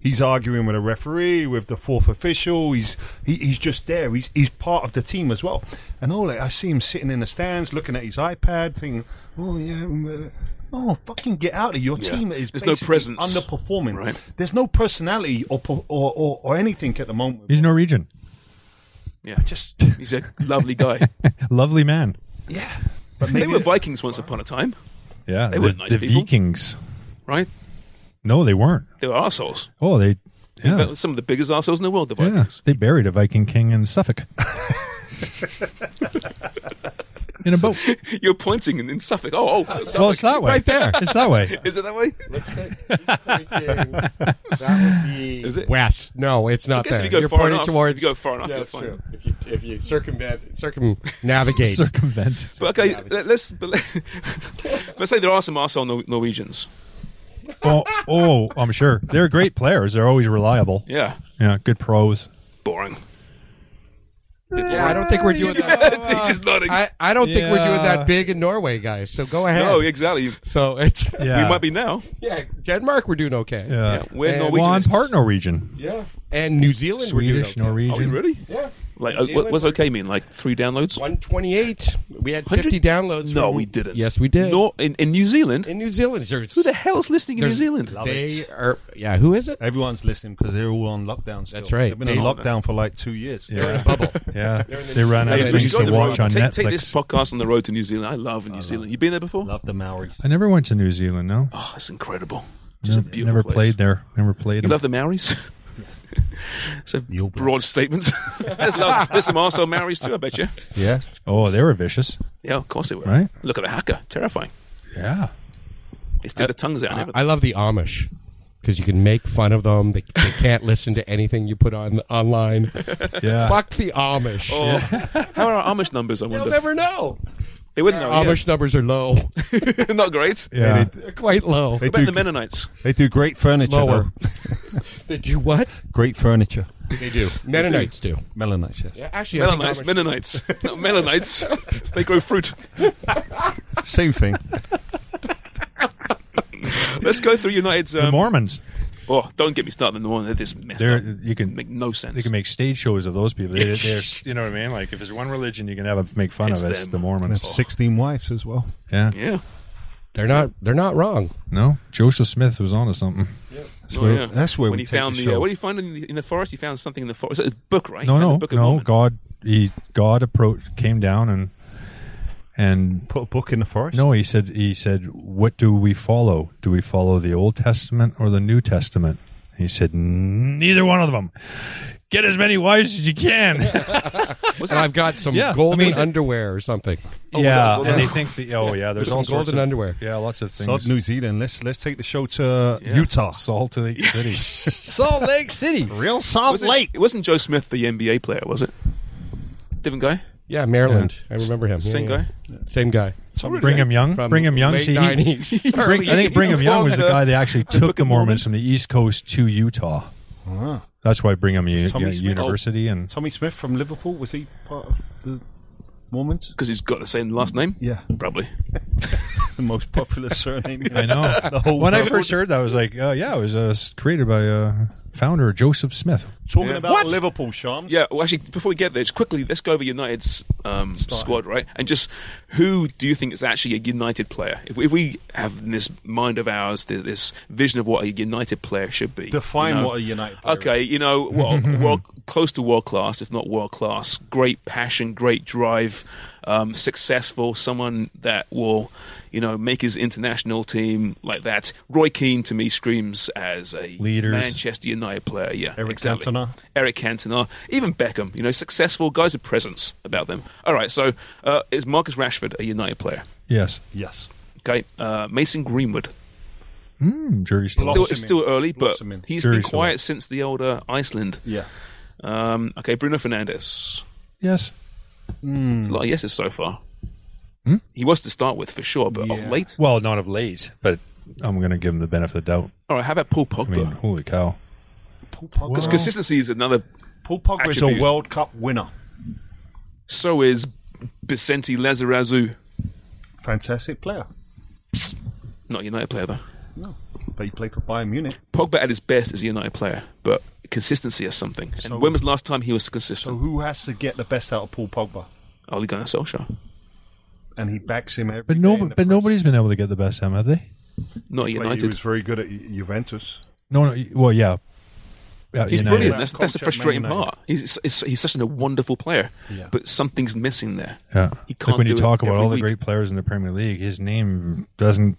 Speaker 5: He's arguing with a referee, with the fourth official. He's he, he's just there. He's he's part of the team as well. And all that, I see him sitting in the stands, looking at his iPad, thinking, "Oh yeah, mm, uh, oh fucking get out of your
Speaker 3: Yeah.
Speaker 5: team is
Speaker 3: There's no
Speaker 5: basically
Speaker 3: presence.
Speaker 5: underperforming.
Speaker 3: Right.
Speaker 5: There's no personality or po- or, or or anything at the moment.
Speaker 4: he's Norwegian,
Speaker 3: Yeah,
Speaker 5: Just
Speaker 3: He's a lovely guy.
Speaker 4: lovely man.
Speaker 5: yeah, but
Speaker 3: they were Vikings once upon a time,
Speaker 4: Yeah,
Speaker 3: They
Speaker 4: the,
Speaker 3: were nice
Speaker 4: the
Speaker 3: people.
Speaker 4: Vikings.
Speaker 3: right?
Speaker 4: No, they weren't.
Speaker 3: They were arseholes.
Speaker 4: Oh, they.
Speaker 3: They
Speaker 4: Yeah,
Speaker 3: were Some of the biggest arseholes in the world, the
Speaker 4: yeah.
Speaker 3: Vikings.
Speaker 4: They buried a Viking king in Suffolk. In a boat.
Speaker 3: You're pointing in, in Suffolk. Oh, oh, Suffolk.
Speaker 4: Well, it's that way.
Speaker 3: Right there.
Speaker 4: It's that way.
Speaker 3: Is it that way?
Speaker 6: that would be
Speaker 3: Is it?
Speaker 6: west. No, it's
Speaker 3: I
Speaker 6: not
Speaker 3: guess
Speaker 6: there.
Speaker 3: if you go
Speaker 6: You're
Speaker 3: far
Speaker 6: pointing
Speaker 3: enough,
Speaker 6: towards
Speaker 3: if you go far enough,
Speaker 6: Yeah,
Speaker 3: you're
Speaker 6: that's
Speaker 3: fine.
Speaker 6: true. If you if you circumvent circumnavigate
Speaker 4: Circumvent.
Speaker 3: But okay, let, us but let, us say there are some arsehole Nor- Norwegians.
Speaker 4: Well, oh, I'm sure they're great players. They're always reliable.
Speaker 3: Yeah,
Speaker 4: Yeah, good pros.
Speaker 3: boring.
Speaker 6: Yeah, I don't think we're doing that.
Speaker 3: He's just nodding.
Speaker 6: uh, I, I don't think we're doing
Speaker 4: Yeah.
Speaker 6: that big in Norway, guys. So go ahead.
Speaker 3: no, exactly.
Speaker 6: So it's
Speaker 4: Yeah,
Speaker 3: We might be now.
Speaker 6: yeah, Denmark we're doing okay.
Speaker 4: Yeah.
Speaker 3: Yeah, we're
Speaker 6: And-
Speaker 3: Norwegians.
Speaker 4: well, I'm part Norwegian,
Speaker 6: Yeah. And New Zealand
Speaker 4: Swedish,
Speaker 6: we're doing okay.
Speaker 3: Are we
Speaker 4: Norwegian.
Speaker 3: really?
Speaker 6: Yeah.
Speaker 3: Like,
Speaker 6: New
Speaker 3: uh,
Speaker 6: Zealand,
Speaker 3: what, what's
Speaker 6: we're-
Speaker 3: okay mean? Like three downloads?
Speaker 6: 128. We had 50
Speaker 3: 100?
Speaker 6: downloads.
Speaker 3: No,
Speaker 6: from-
Speaker 3: we didn't.
Speaker 6: Yes, we did.
Speaker 3: Nor, in, in New Zealand?
Speaker 6: in New Zealand, there's-
Speaker 3: Who the hell is listening in New
Speaker 6: there's-
Speaker 3: Zealand?
Speaker 6: They are. Yeah, who is it?
Speaker 5: Everyone's listening because they're all on lockdown. Still.
Speaker 6: That's right.
Speaker 5: They've been
Speaker 6: They-
Speaker 5: on lockdown for like two years.
Speaker 4: Yeah,
Speaker 6: Bubble.
Speaker 4: yeah. They run out
Speaker 3: Hey,
Speaker 4: of
Speaker 3: we should
Speaker 4: things
Speaker 3: go
Speaker 4: to
Speaker 3: on the
Speaker 4: watch
Speaker 3: road.
Speaker 4: on
Speaker 3: take,
Speaker 4: Netflix.
Speaker 3: take this podcast on the road to New Zealand. I love New Zealand. You been there before?
Speaker 5: Love the Maoris.
Speaker 4: I never went to New Zealand. No,
Speaker 3: Oh, it's incredible. Just a
Speaker 4: never,
Speaker 3: beautiful place.
Speaker 4: played there. Never played.
Speaker 3: You
Speaker 4: them.
Speaker 3: love the Maoris? it's a broad statement. there's, love, there's some also Maoris too, I bet you.
Speaker 5: Yeah.
Speaker 4: oh, they were vicious,
Speaker 3: Yeah, of course they were.
Speaker 4: Right.
Speaker 3: Look at the hacker. Terrifying.
Speaker 7: Yeah.
Speaker 3: They stick their tongues out. and everything.
Speaker 6: I love the Amish because you can make fun of them. They, they can't listen to anything you put on online.
Speaker 4: Yeah.
Speaker 6: Fuck the Amish.
Speaker 3: Oh, how are our Amish numbers? I
Speaker 6: You'll
Speaker 3: wonder.
Speaker 6: never know.
Speaker 3: They wouldn't know. Oh, yeah.
Speaker 6: Amish numbers are low.
Speaker 3: not great.
Speaker 4: Yeah.
Speaker 6: They're quite low.
Speaker 5: They
Speaker 3: What about
Speaker 5: do,
Speaker 3: the Mennonites?
Speaker 5: they do great furniture.
Speaker 6: Lower.
Speaker 5: though.
Speaker 6: They do what?
Speaker 5: Great furniture.
Speaker 6: They do. Mennonites do.
Speaker 5: Melanites, yes.
Speaker 6: Actually, I think
Speaker 3: Mennonites,
Speaker 6: Amish-
Speaker 3: Mennonites, not Melanites. they grow fruit.
Speaker 5: Same thing.
Speaker 3: Let's go through United's.
Speaker 4: the
Speaker 3: Um,
Speaker 4: Mormons.
Speaker 3: oh, don't get me started on the one that just messed
Speaker 4: They're,
Speaker 3: up.
Speaker 4: you can
Speaker 3: Make no sense.
Speaker 4: They can make stage shows of those people. They, they're, you know what I mean? Like if there's one religion you can have a, make fun
Speaker 3: It's
Speaker 4: of, it's
Speaker 3: them.
Speaker 4: the
Speaker 5: And
Speaker 4: Mormons.
Speaker 5: have 16 wives as well.
Speaker 4: Yeah.
Speaker 3: yeah.
Speaker 6: They're not. They're not wrong.
Speaker 4: No, Joseph Smith was onto something.
Speaker 5: That's
Speaker 3: Oh,
Speaker 5: where,
Speaker 3: yeah.
Speaker 5: that's where
Speaker 3: when
Speaker 5: we
Speaker 3: he
Speaker 5: take
Speaker 3: found
Speaker 5: the,
Speaker 3: uh,
Speaker 5: show.
Speaker 3: what did he find in the, in the forest? He found something in the forest. It's a book, right? He
Speaker 4: No,
Speaker 3: found the
Speaker 4: no,
Speaker 3: book of
Speaker 4: no.
Speaker 3: Mormon.
Speaker 4: God, he God approached, came down and and
Speaker 5: Put a book in the forest?
Speaker 4: no, he said, he said, what do we follow? Do we follow the Old Testament or the New Testament? And he said, neither one of them. Get as many wives as you
Speaker 3: Oh,
Speaker 4: can.
Speaker 6: And I've got some
Speaker 4: Yeah, I
Speaker 6: golden
Speaker 4: mean-
Speaker 6: underwear or something.
Speaker 4: yeah,
Speaker 3: well,
Speaker 4: and they think that oh yeah, there's
Speaker 6: Some
Speaker 4: all sorts
Speaker 6: golden
Speaker 4: of
Speaker 6: underwear.
Speaker 4: Yeah, lots of things.
Speaker 5: South New Zealand. Let's let's take the show to Utah.
Speaker 4: Salt Lake City.
Speaker 6: Salt Lake City.
Speaker 5: Real Salt
Speaker 3: Was it- It wasn't Joe Smith, the NBA player, was it? Different guy,
Speaker 6: Yeah, Maryland. I remember him. Yeah,
Speaker 3: same
Speaker 6: yeah.
Speaker 3: guy.
Speaker 6: Same guy.
Speaker 4: Brigham Young.
Speaker 6: From
Speaker 4: Brigham Young.
Speaker 6: late
Speaker 4: See, he-
Speaker 6: 90s,
Speaker 4: Bring-
Speaker 6: early
Speaker 4: I think Brigham
Speaker 6: 80s.
Speaker 4: Young was the
Speaker 3: Well,
Speaker 4: guy
Speaker 3: the-
Speaker 4: that actually
Speaker 3: Book
Speaker 4: took
Speaker 3: of
Speaker 4: the
Speaker 3: Mormon.
Speaker 4: Mormons from the East Coast to Utah. That's why Brigham U-
Speaker 5: Tommy
Speaker 4: yeah,
Speaker 5: Smith.
Speaker 4: University and
Speaker 5: Tommy Smith from Liverpool. Was he part of the Mormons?
Speaker 3: because he's got the same last name.
Speaker 5: Yeah,
Speaker 3: Probably.
Speaker 5: the most popular surname.
Speaker 4: I know.
Speaker 5: The whole
Speaker 4: when I
Speaker 5: world.
Speaker 4: first heard that, I was like, oh yeah, it was uh, created by uh, founder Joseph Smith.
Speaker 5: Talking
Speaker 3: Yeah.
Speaker 5: about
Speaker 3: What?
Speaker 5: Liverpool, Shams.
Speaker 3: Yeah, well, actually, before we get there, just quickly, let's go over United's um, squad, right? And just who do you think is actually a United player? If, if we have in this mind of ours, th- this vision of what a United player should be.
Speaker 5: Define
Speaker 3: you know?
Speaker 5: what a United player
Speaker 3: Okay, you know, well, world, close to world class, if not world class. Great passion, great drive, um, successful. Someone that will, you know, make his international team like that. Roy Keane to me screams as a
Speaker 4: Leaders.
Speaker 3: Manchester United player. Yeah,
Speaker 5: Eric
Speaker 3: exactly.
Speaker 5: Cantona.
Speaker 3: Eric Cantona, even Beckham. You know, successful guys with presence about them. All right, so uh, is Marcus Rashford a United player?
Speaker 4: Yes,
Speaker 5: Yes.
Speaker 3: Okay, uh, Mason Greenwood.
Speaker 4: mm, jury
Speaker 3: Still,
Speaker 4: still.
Speaker 5: Blossoming.
Speaker 3: it's still early, but
Speaker 5: Blossoming.
Speaker 3: he's
Speaker 4: Very
Speaker 3: been
Speaker 4: so.
Speaker 3: quiet since the older Iceland.
Speaker 5: Yeah.
Speaker 3: Um, okay, Bruno Fernandez.
Speaker 4: Yes,
Speaker 5: Hmm.
Speaker 3: It's a lot of yeses so far. He was to start with for sure, but of
Speaker 5: Yeah.
Speaker 3: late.
Speaker 4: well, not of late, but I'm going to give him the benefit of the doubt.
Speaker 3: All right, how about Paul
Speaker 4: I mean,
Speaker 3: Pogba?
Speaker 4: holy cow!
Speaker 5: Paul Pogba.
Speaker 3: Because consistency is another.
Speaker 5: Paul Pogba is a
Speaker 3: Attribute.
Speaker 5: World Cup winner.
Speaker 3: So is Vicente Lazarazu.
Speaker 5: Fantastic player.
Speaker 3: Not a United player though.
Speaker 5: No, but he played for Bayern Munich.
Speaker 3: Pogba at his best is a United player, but consistency is something. And when was the last time he was
Speaker 5: So
Speaker 3: consistent?
Speaker 5: who has to get the best out of Paul Pogba?
Speaker 3: Ole Gunnar Solskjaer.
Speaker 5: And he backs him every.
Speaker 4: But
Speaker 5: day
Speaker 4: no,
Speaker 5: in the
Speaker 4: but
Speaker 5: press.
Speaker 4: nobody's been able to get the best out of him, have they?
Speaker 3: Not a
Speaker 5: Well, He was
Speaker 3: United.
Speaker 5: very good at Ju- Juventus.
Speaker 4: No, no. Well, yeah. Yeah,
Speaker 3: He's
Speaker 4: United.
Speaker 3: brilliant. That's, that's the
Speaker 5: Culture,
Speaker 3: frustrating
Speaker 5: Man United.
Speaker 3: part. He's, he's, he's such a wonderful player,
Speaker 5: Yeah.
Speaker 3: but something's missing there.
Speaker 4: Yeah.
Speaker 3: He can't
Speaker 4: like when you
Speaker 3: do it
Speaker 4: talk about
Speaker 3: every
Speaker 4: all the
Speaker 3: week.
Speaker 4: great players in the Premier League, his name doesn't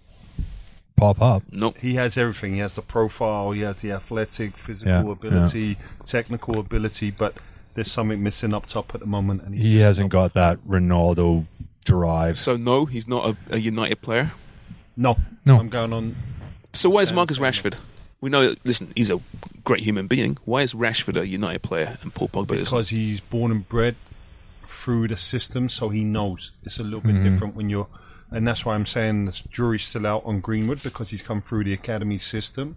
Speaker 4: pop up.
Speaker 3: Nope.
Speaker 5: He has everything. He has the profile. He has the athletic, physical
Speaker 4: Yeah,
Speaker 5: ability, technical ability. But there's something missing up top at the moment, and
Speaker 4: He hasn't got that Ronaldo drive.
Speaker 3: So no, he's not a, a United player.
Speaker 5: No,
Speaker 4: No.
Speaker 5: I'm going on.
Speaker 3: So why is
Speaker 5: Stand
Speaker 3: Marcus
Speaker 5: Sigma.
Speaker 3: Rashford? We know. Listen, he's a great human being. Why is Rashford a United player and Paul Pogba is?
Speaker 5: because he's born and bred through the system, so he knows it's a little
Speaker 4: Mm-hmm.
Speaker 5: bit different when you're, and that's why I'm saying the jury's still out on Greenwood because he's come through the academy system,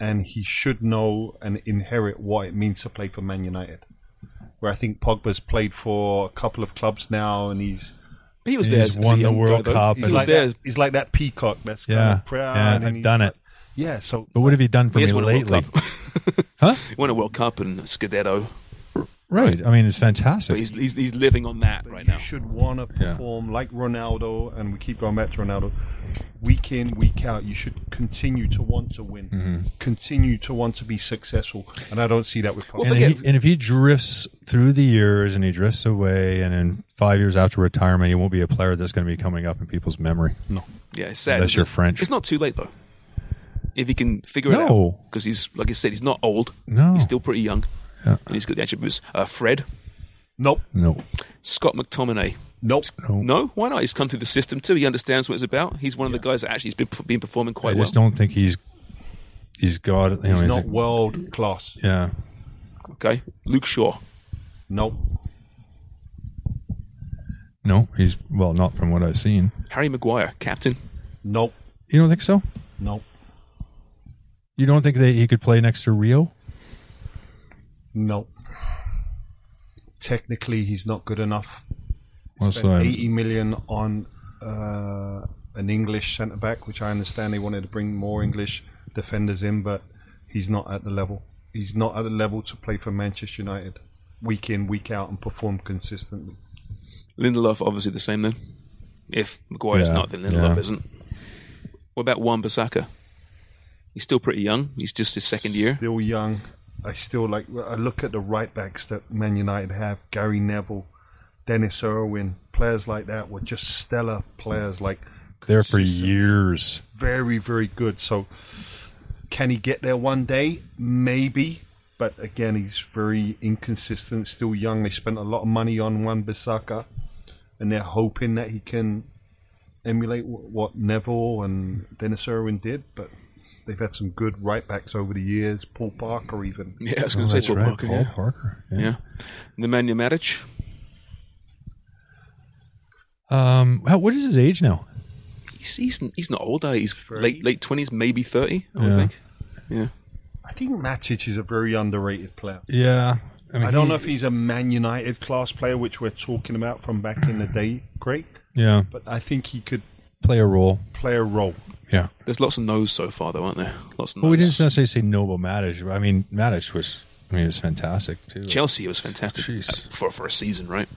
Speaker 5: and he should know and inherit what it means to play for Man United. Where I think Pogba's played for a couple of clubs now, and he's
Speaker 3: He was
Speaker 4: He's
Speaker 3: there. as- as a
Speaker 4: won the
Speaker 3: young guy,
Speaker 4: World
Speaker 3: though.
Speaker 4: Cup
Speaker 3: He
Speaker 5: he's
Speaker 3: was
Speaker 4: and-
Speaker 5: like
Speaker 3: there.
Speaker 5: that, he's like that peacock that's kind
Speaker 4: Yeah,
Speaker 5: of proud.
Speaker 4: yeah,
Speaker 5: and
Speaker 4: I've
Speaker 5: he's
Speaker 4: done
Speaker 5: like-
Speaker 4: it.
Speaker 5: Yeah, so
Speaker 4: But what have you done for
Speaker 3: He
Speaker 4: me
Speaker 3: has won a World
Speaker 4: lately?
Speaker 3: Cup. he won a World Cup and Scudetto,
Speaker 4: Right. I mean, it's
Speaker 3: but
Speaker 4: fantastic.
Speaker 3: he's he's, he's living on that right
Speaker 5: you
Speaker 3: now.
Speaker 5: should want to
Speaker 4: Yeah.
Speaker 5: perform like Ronaldo, and we keep going back to Ronaldo, week in, week out. You should continue to want to win,
Speaker 4: Mm-hmm.
Speaker 5: continue to want to be successful, and I don't see that with Pogba.
Speaker 3: Well,
Speaker 4: and,
Speaker 3: forget-
Speaker 4: if he, and if he drifts through the years and he drifts away, and in five years after retirement, he won't be a player that's going to be coming up in people's memory. No.
Speaker 3: Yeah, it's sad.
Speaker 4: Unless
Speaker 3: isn't
Speaker 4: you're
Speaker 3: it?
Speaker 4: French.
Speaker 3: it's not too late though. If he can figure it
Speaker 4: No.
Speaker 3: out, because he's like I said, he's not old.
Speaker 4: No.
Speaker 3: he's still pretty young, and he's got the attributes. Uh, Fred,
Speaker 5: nope,
Speaker 4: No.
Speaker 3: Scott McTominay,
Speaker 5: Nope.
Speaker 3: No, why not? He's come through the system too. He understands what it's about. He's one of the guys that actually has been, been performing
Speaker 4: I
Speaker 3: quite well.
Speaker 4: just don't think he's he's got. You know,
Speaker 5: He's
Speaker 4: I
Speaker 5: not
Speaker 4: think-
Speaker 5: world class.
Speaker 4: yeah,
Speaker 3: Okay, Luke Shaw.
Speaker 5: Nope.
Speaker 4: no, he's well, not from what I've seen.
Speaker 3: Harry Maguire, captain.
Speaker 5: Nope.
Speaker 4: You don't think so?
Speaker 5: Nope.
Speaker 4: You don't think that he could play next to Rio?
Speaker 5: Nope. Technically, he's not good enough.
Speaker 4: Well, so
Speaker 5: Spent
Speaker 4: I'm-
Speaker 5: 80 million on uh, an English centre back, which I understand they wanted to bring more English defenders in, but he's not at the level. He's not at the level to play for Manchester United week in, week out, and perform consistently.
Speaker 3: Lindelof, obviously the same then. If Maguire's
Speaker 4: Yeah,
Speaker 3: not, then Lindelof
Speaker 4: yeah.
Speaker 3: isn't. What about Juan Bissaka? He's still pretty young. He's just his second year.
Speaker 5: Still young. I still like. I look at the right backs that Man United have: Gary Neville, Dennis Irwin, players like that were just stellar players. Like
Speaker 4: There for
Speaker 5: consistent.
Speaker 4: years.
Speaker 5: very, very good. So, can he get there one day? Maybe. But again, he's very inconsistent, still young. They spent a lot of money on Juan Bissaka, and they're hoping that he can emulate wh- what Neville and Dennis Irwin did. But they've had some good right backs over the years, Paul Parker, even.
Speaker 3: Yeah, I was
Speaker 4: Oh,
Speaker 3: going to
Speaker 4: that's
Speaker 3: say Paul
Speaker 4: right,
Speaker 3: Parker.
Speaker 4: Paul
Speaker 3: Yeah.
Speaker 4: Parker. Yeah.
Speaker 3: yeah. Nemanja Matic,
Speaker 4: Um, how, what is his age now?
Speaker 3: he's, he's, he's not old, eh? he's late late 20s, maybe 30, I would
Speaker 4: Yeah.
Speaker 3: think. Yeah.
Speaker 5: I think Matic is a very underrated player.
Speaker 4: Yeah, mean,
Speaker 5: I don't
Speaker 4: he-
Speaker 5: know if he's a Man United class player, which we're talking about from back in the day, great.
Speaker 4: Yeah,
Speaker 5: But I think he could
Speaker 4: play a role.
Speaker 5: play a role.
Speaker 4: Yeah.
Speaker 3: There's lots of no's so far, though, aren't there? Lots of no's.
Speaker 4: Well, we didn't necessarily say no about Matic. but I mean, Matic was, I mean, he was fantastic too.
Speaker 3: Chelsea was fantastic
Speaker 4: Jeez.
Speaker 3: uh, for for a season, right?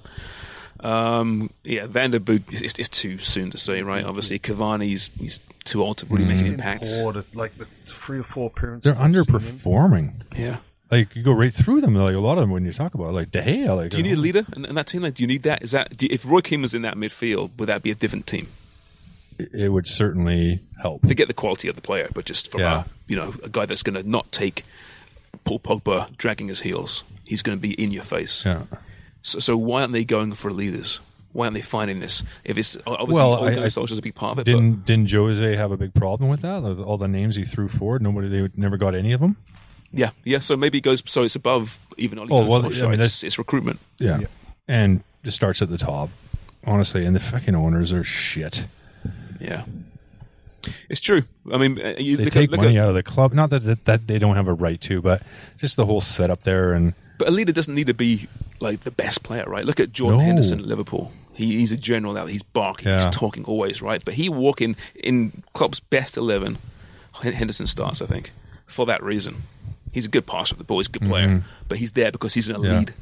Speaker 3: Um, yeah, Van der Beek. It's, it's- it's too soon to say, right? Obviously, Cavani's he's too old to really make
Speaker 4: Mm.
Speaker 3: an impact.
Speaker 5: Or the, like the three or four appearances.
Speaker 4: They're
Speaker 5: I've seen him.
Speaker 4: underperforming.
Speaker 3: Yeah.
Speaker 4: Like you go right through them. Like a lot of them when you talk about it, like De Gea. Like
Speaker 3: Do you need a leader in, in that team? Like, do you need that? Is that do you- if Roy Keane was in that midfield, would that be a different team?
Speaker 4: It would certainly help.
Speaker 3: Forget the quality of the player, but just from
Speaker 4: Yeah.
Speaker 3: a, you know a guy that's going to not take Paul Pogba dragging his heels. He's going to be in your face.
Speaker 4: Yeah.
Speaker 3: So, so why aren't they going for leaders? Why aren't they finding this? If it's obviously
Speaker 4: Well, I- I-
Speaker 3: well, social is a big part of it. but-
Speaker 4: Didn't didn't Jose have a big problem with that? Like, All the names he threw forward, nobody they would- never got any of them.
Speaker 3: Yeah, yeah. So maybe it goes. So it's above even. Ole
Speaker 4: Oh,
Speaker 3: Gunnar
Speaker 4: well,
Speaker 3: Solskjaer,
Speaker 4: I mean,
Speaker 3: it's,
Speaker 4: that's-
Speaker 3: it's recruitment.
Speaker 4: Yeah. And it starts at the top, honestly. And the fucking owners are shit.
Speaker 3: Yeah, it's true. I mean, uh, you
Speaker 4: They
Speaker 3: look
Speaker 4: take
Speaker 3: at, look
Speaker 4: money
Speaker 3: at,
Speaker 4: out of the club. Not that, that that they don't have a right to, but just the whole setup there. And
Speaker 3: but a leader doesn't need to be like the best player, right? Look at Jordan
Speaker 4: No.
Speaker 3: Henderson at Liverpool. He, he's a general now. He's barking.
Speaker 4: Yeah.
Speaker 3: He's talking always, right? But he walk in in Klopp's best eleven. Hen- Henderson starts, I think, for that reason. He's a good passer of the ball. He's a good player, but he's there because he's going to
Speaker 4: Mm-hmm. Yeah.
Speaker 3: lead.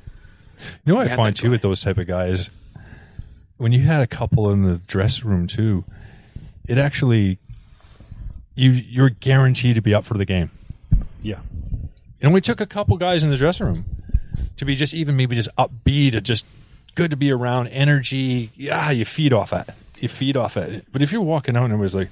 Speaker 4: You know what
Speaker 3: Yeah,
Speaker 4: I find
Speaker 3: that
Speaker 4: too
Speaker 3: guy.
Speaker 4: with those type of guys, when you had a couple in the dressing room too, it actually you you're guaranteed to be up for the game.
Speaker 5: Yeah.
Speaker 4: It only took a couple guys in the dressing room to be just even maybe just upbeat or just good to be around, energy. Yeah, you feed off it. You feed off it. But if you're walking out and everybody's like,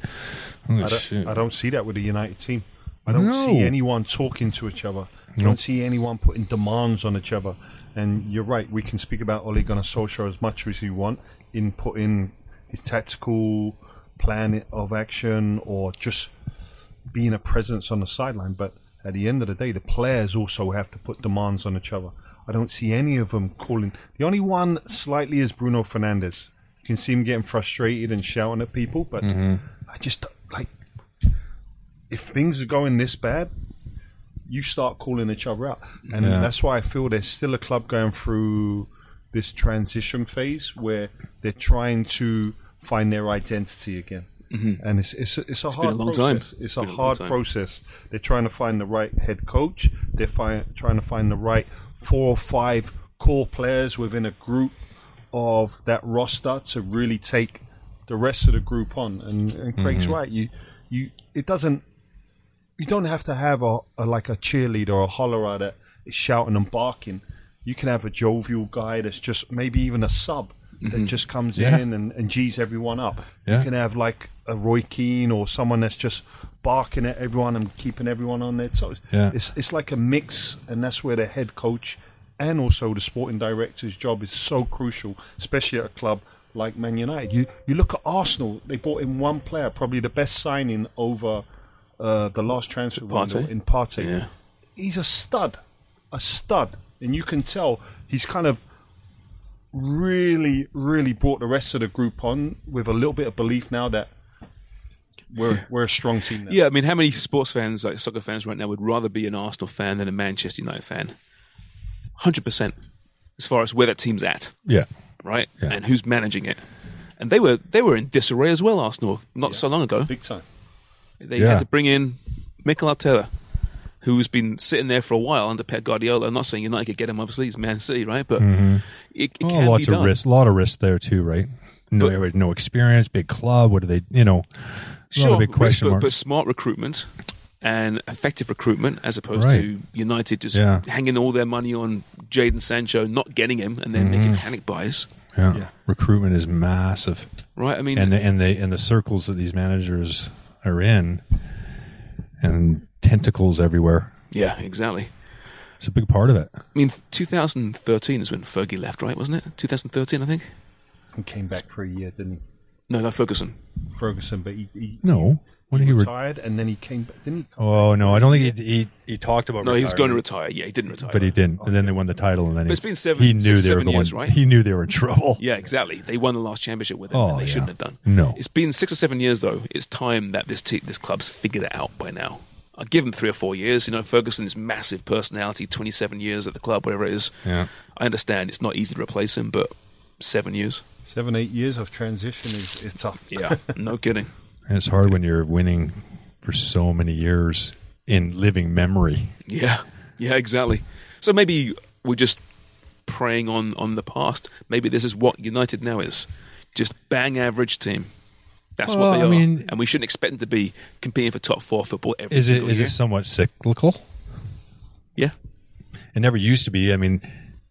Speaker 4: oh,
Speaker 5: I
Speaker 4: shit.
Speaker 5: don't, I don't see that with the United team. I don't
Speaker 4: No.
Speaker 5: see anyone talking to each other. I don't see anyone putting demands on each other. And you're right, we can speak about Ole Gunnar Solskjaer as much as you want in putting his tactical plan of action or just being a presence on the sideline. But at the end of the day, the players also have to put demands on each other. I don't see any of them calling. The only one slightly is Bruno Fernandez. You can see him getting frustrated and shouting at people, but I just don't- like if things are going this bad, you start calling each other out, and
Speaker 4: Yeah.
Speaker 5: that's why I feel there's still a club going through this transition phase where they're trying to find their identity again. And it's it's a- it's a hard
Speaker 3: a long time.
Speaker 5: process. It's a
Speaker 3: Been a long
Speaker 5: hard
Speaker 3: time.
Speaker 5: process. They're trying to find the right head coach. They're fi- trying to find the right four or five core players within a group of that roster to really take the rest of the group on. And, and Craig's right. You you it doesn't you don't have to have a, a like a cheerleader or a hollerer that is shouting and barking. You can have a jovial guy that's just maybe even a sub that just comes
Speaker 4: Mm-hmm. Yeah.
Speaker 5: in and, and G's everyone up.
Speaker 4: Yeah.
Speaker 5: You can have like a Roy Keane or someone that's just barking at everyone and keeping everyone on their toes.
Speaker 4: Yeah.
Speaker 5: It's it's like a mix, and that's where the head coach and also the sporting director's job is so crucial, especially at a club like Man United. You you look at Arsenal; they bought in one player, probably the best signing over uh, the last transfer window
Speaker 3: Partey?
Speaker 5: in Partey.
Speaker 3: Yeah.
Speaker 5: He's a stud, a stud, and you can tell he's kind of really, really brought the rest of the group on with a little bit of belief now that we're we're a strong team. Now.
Speaker 3: Yeah, I mean, how many sports fans, like soccer fans right now, would rather be an Arsenal fan than a Manchester United fan? 100% as far as where that team's at,
Speaker 4: Yeah.
Speaker 3: right? And who's managing it. And they were they were in disarray as well, Arsenal, not so long ago.
Speaker 5: big time.
Speaker 3: They
Speaker 4: Yeah.
Speaker 3: had to bring in Mikel Arteta, who's been sitting there for a while under Pep Guardiola. I'm not saying United could get him, obviously, he's Man City, right? But it, it
Speaker 4: Oh,
Speaker 3: can
Speaker 4: lots
Speaker 3: be
Speaker 4: of
Speaker 3: done.
Speaker 4: risk, lot of risk there too, right? No, no experience, big club. What do they? You know, a lot
Speaker 3: sure,
Speaker 4: of big question
Speaker 3: but,
Speaker 4: marks.
Speaker 3: but smart recruitment and effective recruitment as opposed
Speaker 4: Right.
Speaker 3: to United just
Speaker 4: Yeah.
Speaker 3: hanging all their money on Jaden Sancho, not getting him, and then
Speaker 4: Mm-hmm.
Speaker 3: making panic buys.
Speaker 4: yeah. recruitment is massive,
Speaker 3: Right? I mean,
Speaker 4: and the, and the and the circles that these managers are in, and tentacles everywhere.
Speaker 3: yeah, exactly.
Speaker 4: It's a big part of it.
Speaker 3: I mean, 2013 is when Fergie left, right? Wasn't it? 2013, I think.
Speaker 5: He came back for a year, didn't he?
Speaker 3: No, no, Ferguson.
Speaker 5: Ferguson, but he, he,
Speaker 4: No, when
Speaker 5: he
Speaker 4: he, were.
Speaker 5: retired and then he came back. Didn't he? Come
Speaker 4: Oh no, I don't think he he, he talked about.
Speaker 3: No, he was going to
Speaker 4: retirement.
Speaker 3: retire. Yeah, he didn't retire.
Speaker 4: but he didn't. And then they won the title, and then he,
Speaker 3: it's been seven-
Speaker 4: he knew
Speaker 3: six,
Speaker 4: they were
Speaker 3: seven
Speaker 4: going.
Speaker 3: years, right?
Speaker 4: He knew they were in trouble.
Speaker 3: Yeah, exactly. They won the last championship with it,
Speaker 4: Oh,
Speaker 3: and they
Speaker 4: yeah.
Speaker 3: shouldn't have done.
Speaker 4: No.
Speaker 3: it's been six or seven years though. It's time that this te- this club's figured it out by now. I give them three or four years. You know, Ferguson's massive personality, twenty-seven years at the club, whatever it is.
Speaker 4: Yeah.
Speaker 3: I understand it's not easy to replace him, but seven years.
Speaker 5: Seven, eight years of transition is, is tough.
Speaker 3: Yeah, no kidding.
Speaker 4: And it's hard when you're winning for so many years in living memory.
Speaker 3: Yeah, yeah, exactly. So maybe we're just preying on on the past. Maybe this is what United now is: just bang average team. That's
Speaker 4: Well,
Speaker 3: what they
Speaker 4: I
Speaker 3: are,
Speaker 4: mean-
Speaker 3: and we shouldn't expect them to be competing for top four football every
Speaker 4: Is it
Speaker 3: single
Speaker 4: is
Speaker 3: year.
Speaker 4: it somewhat cyclical?
Speaker 3: yeah.
Speaker 4: It never used to be. I mean,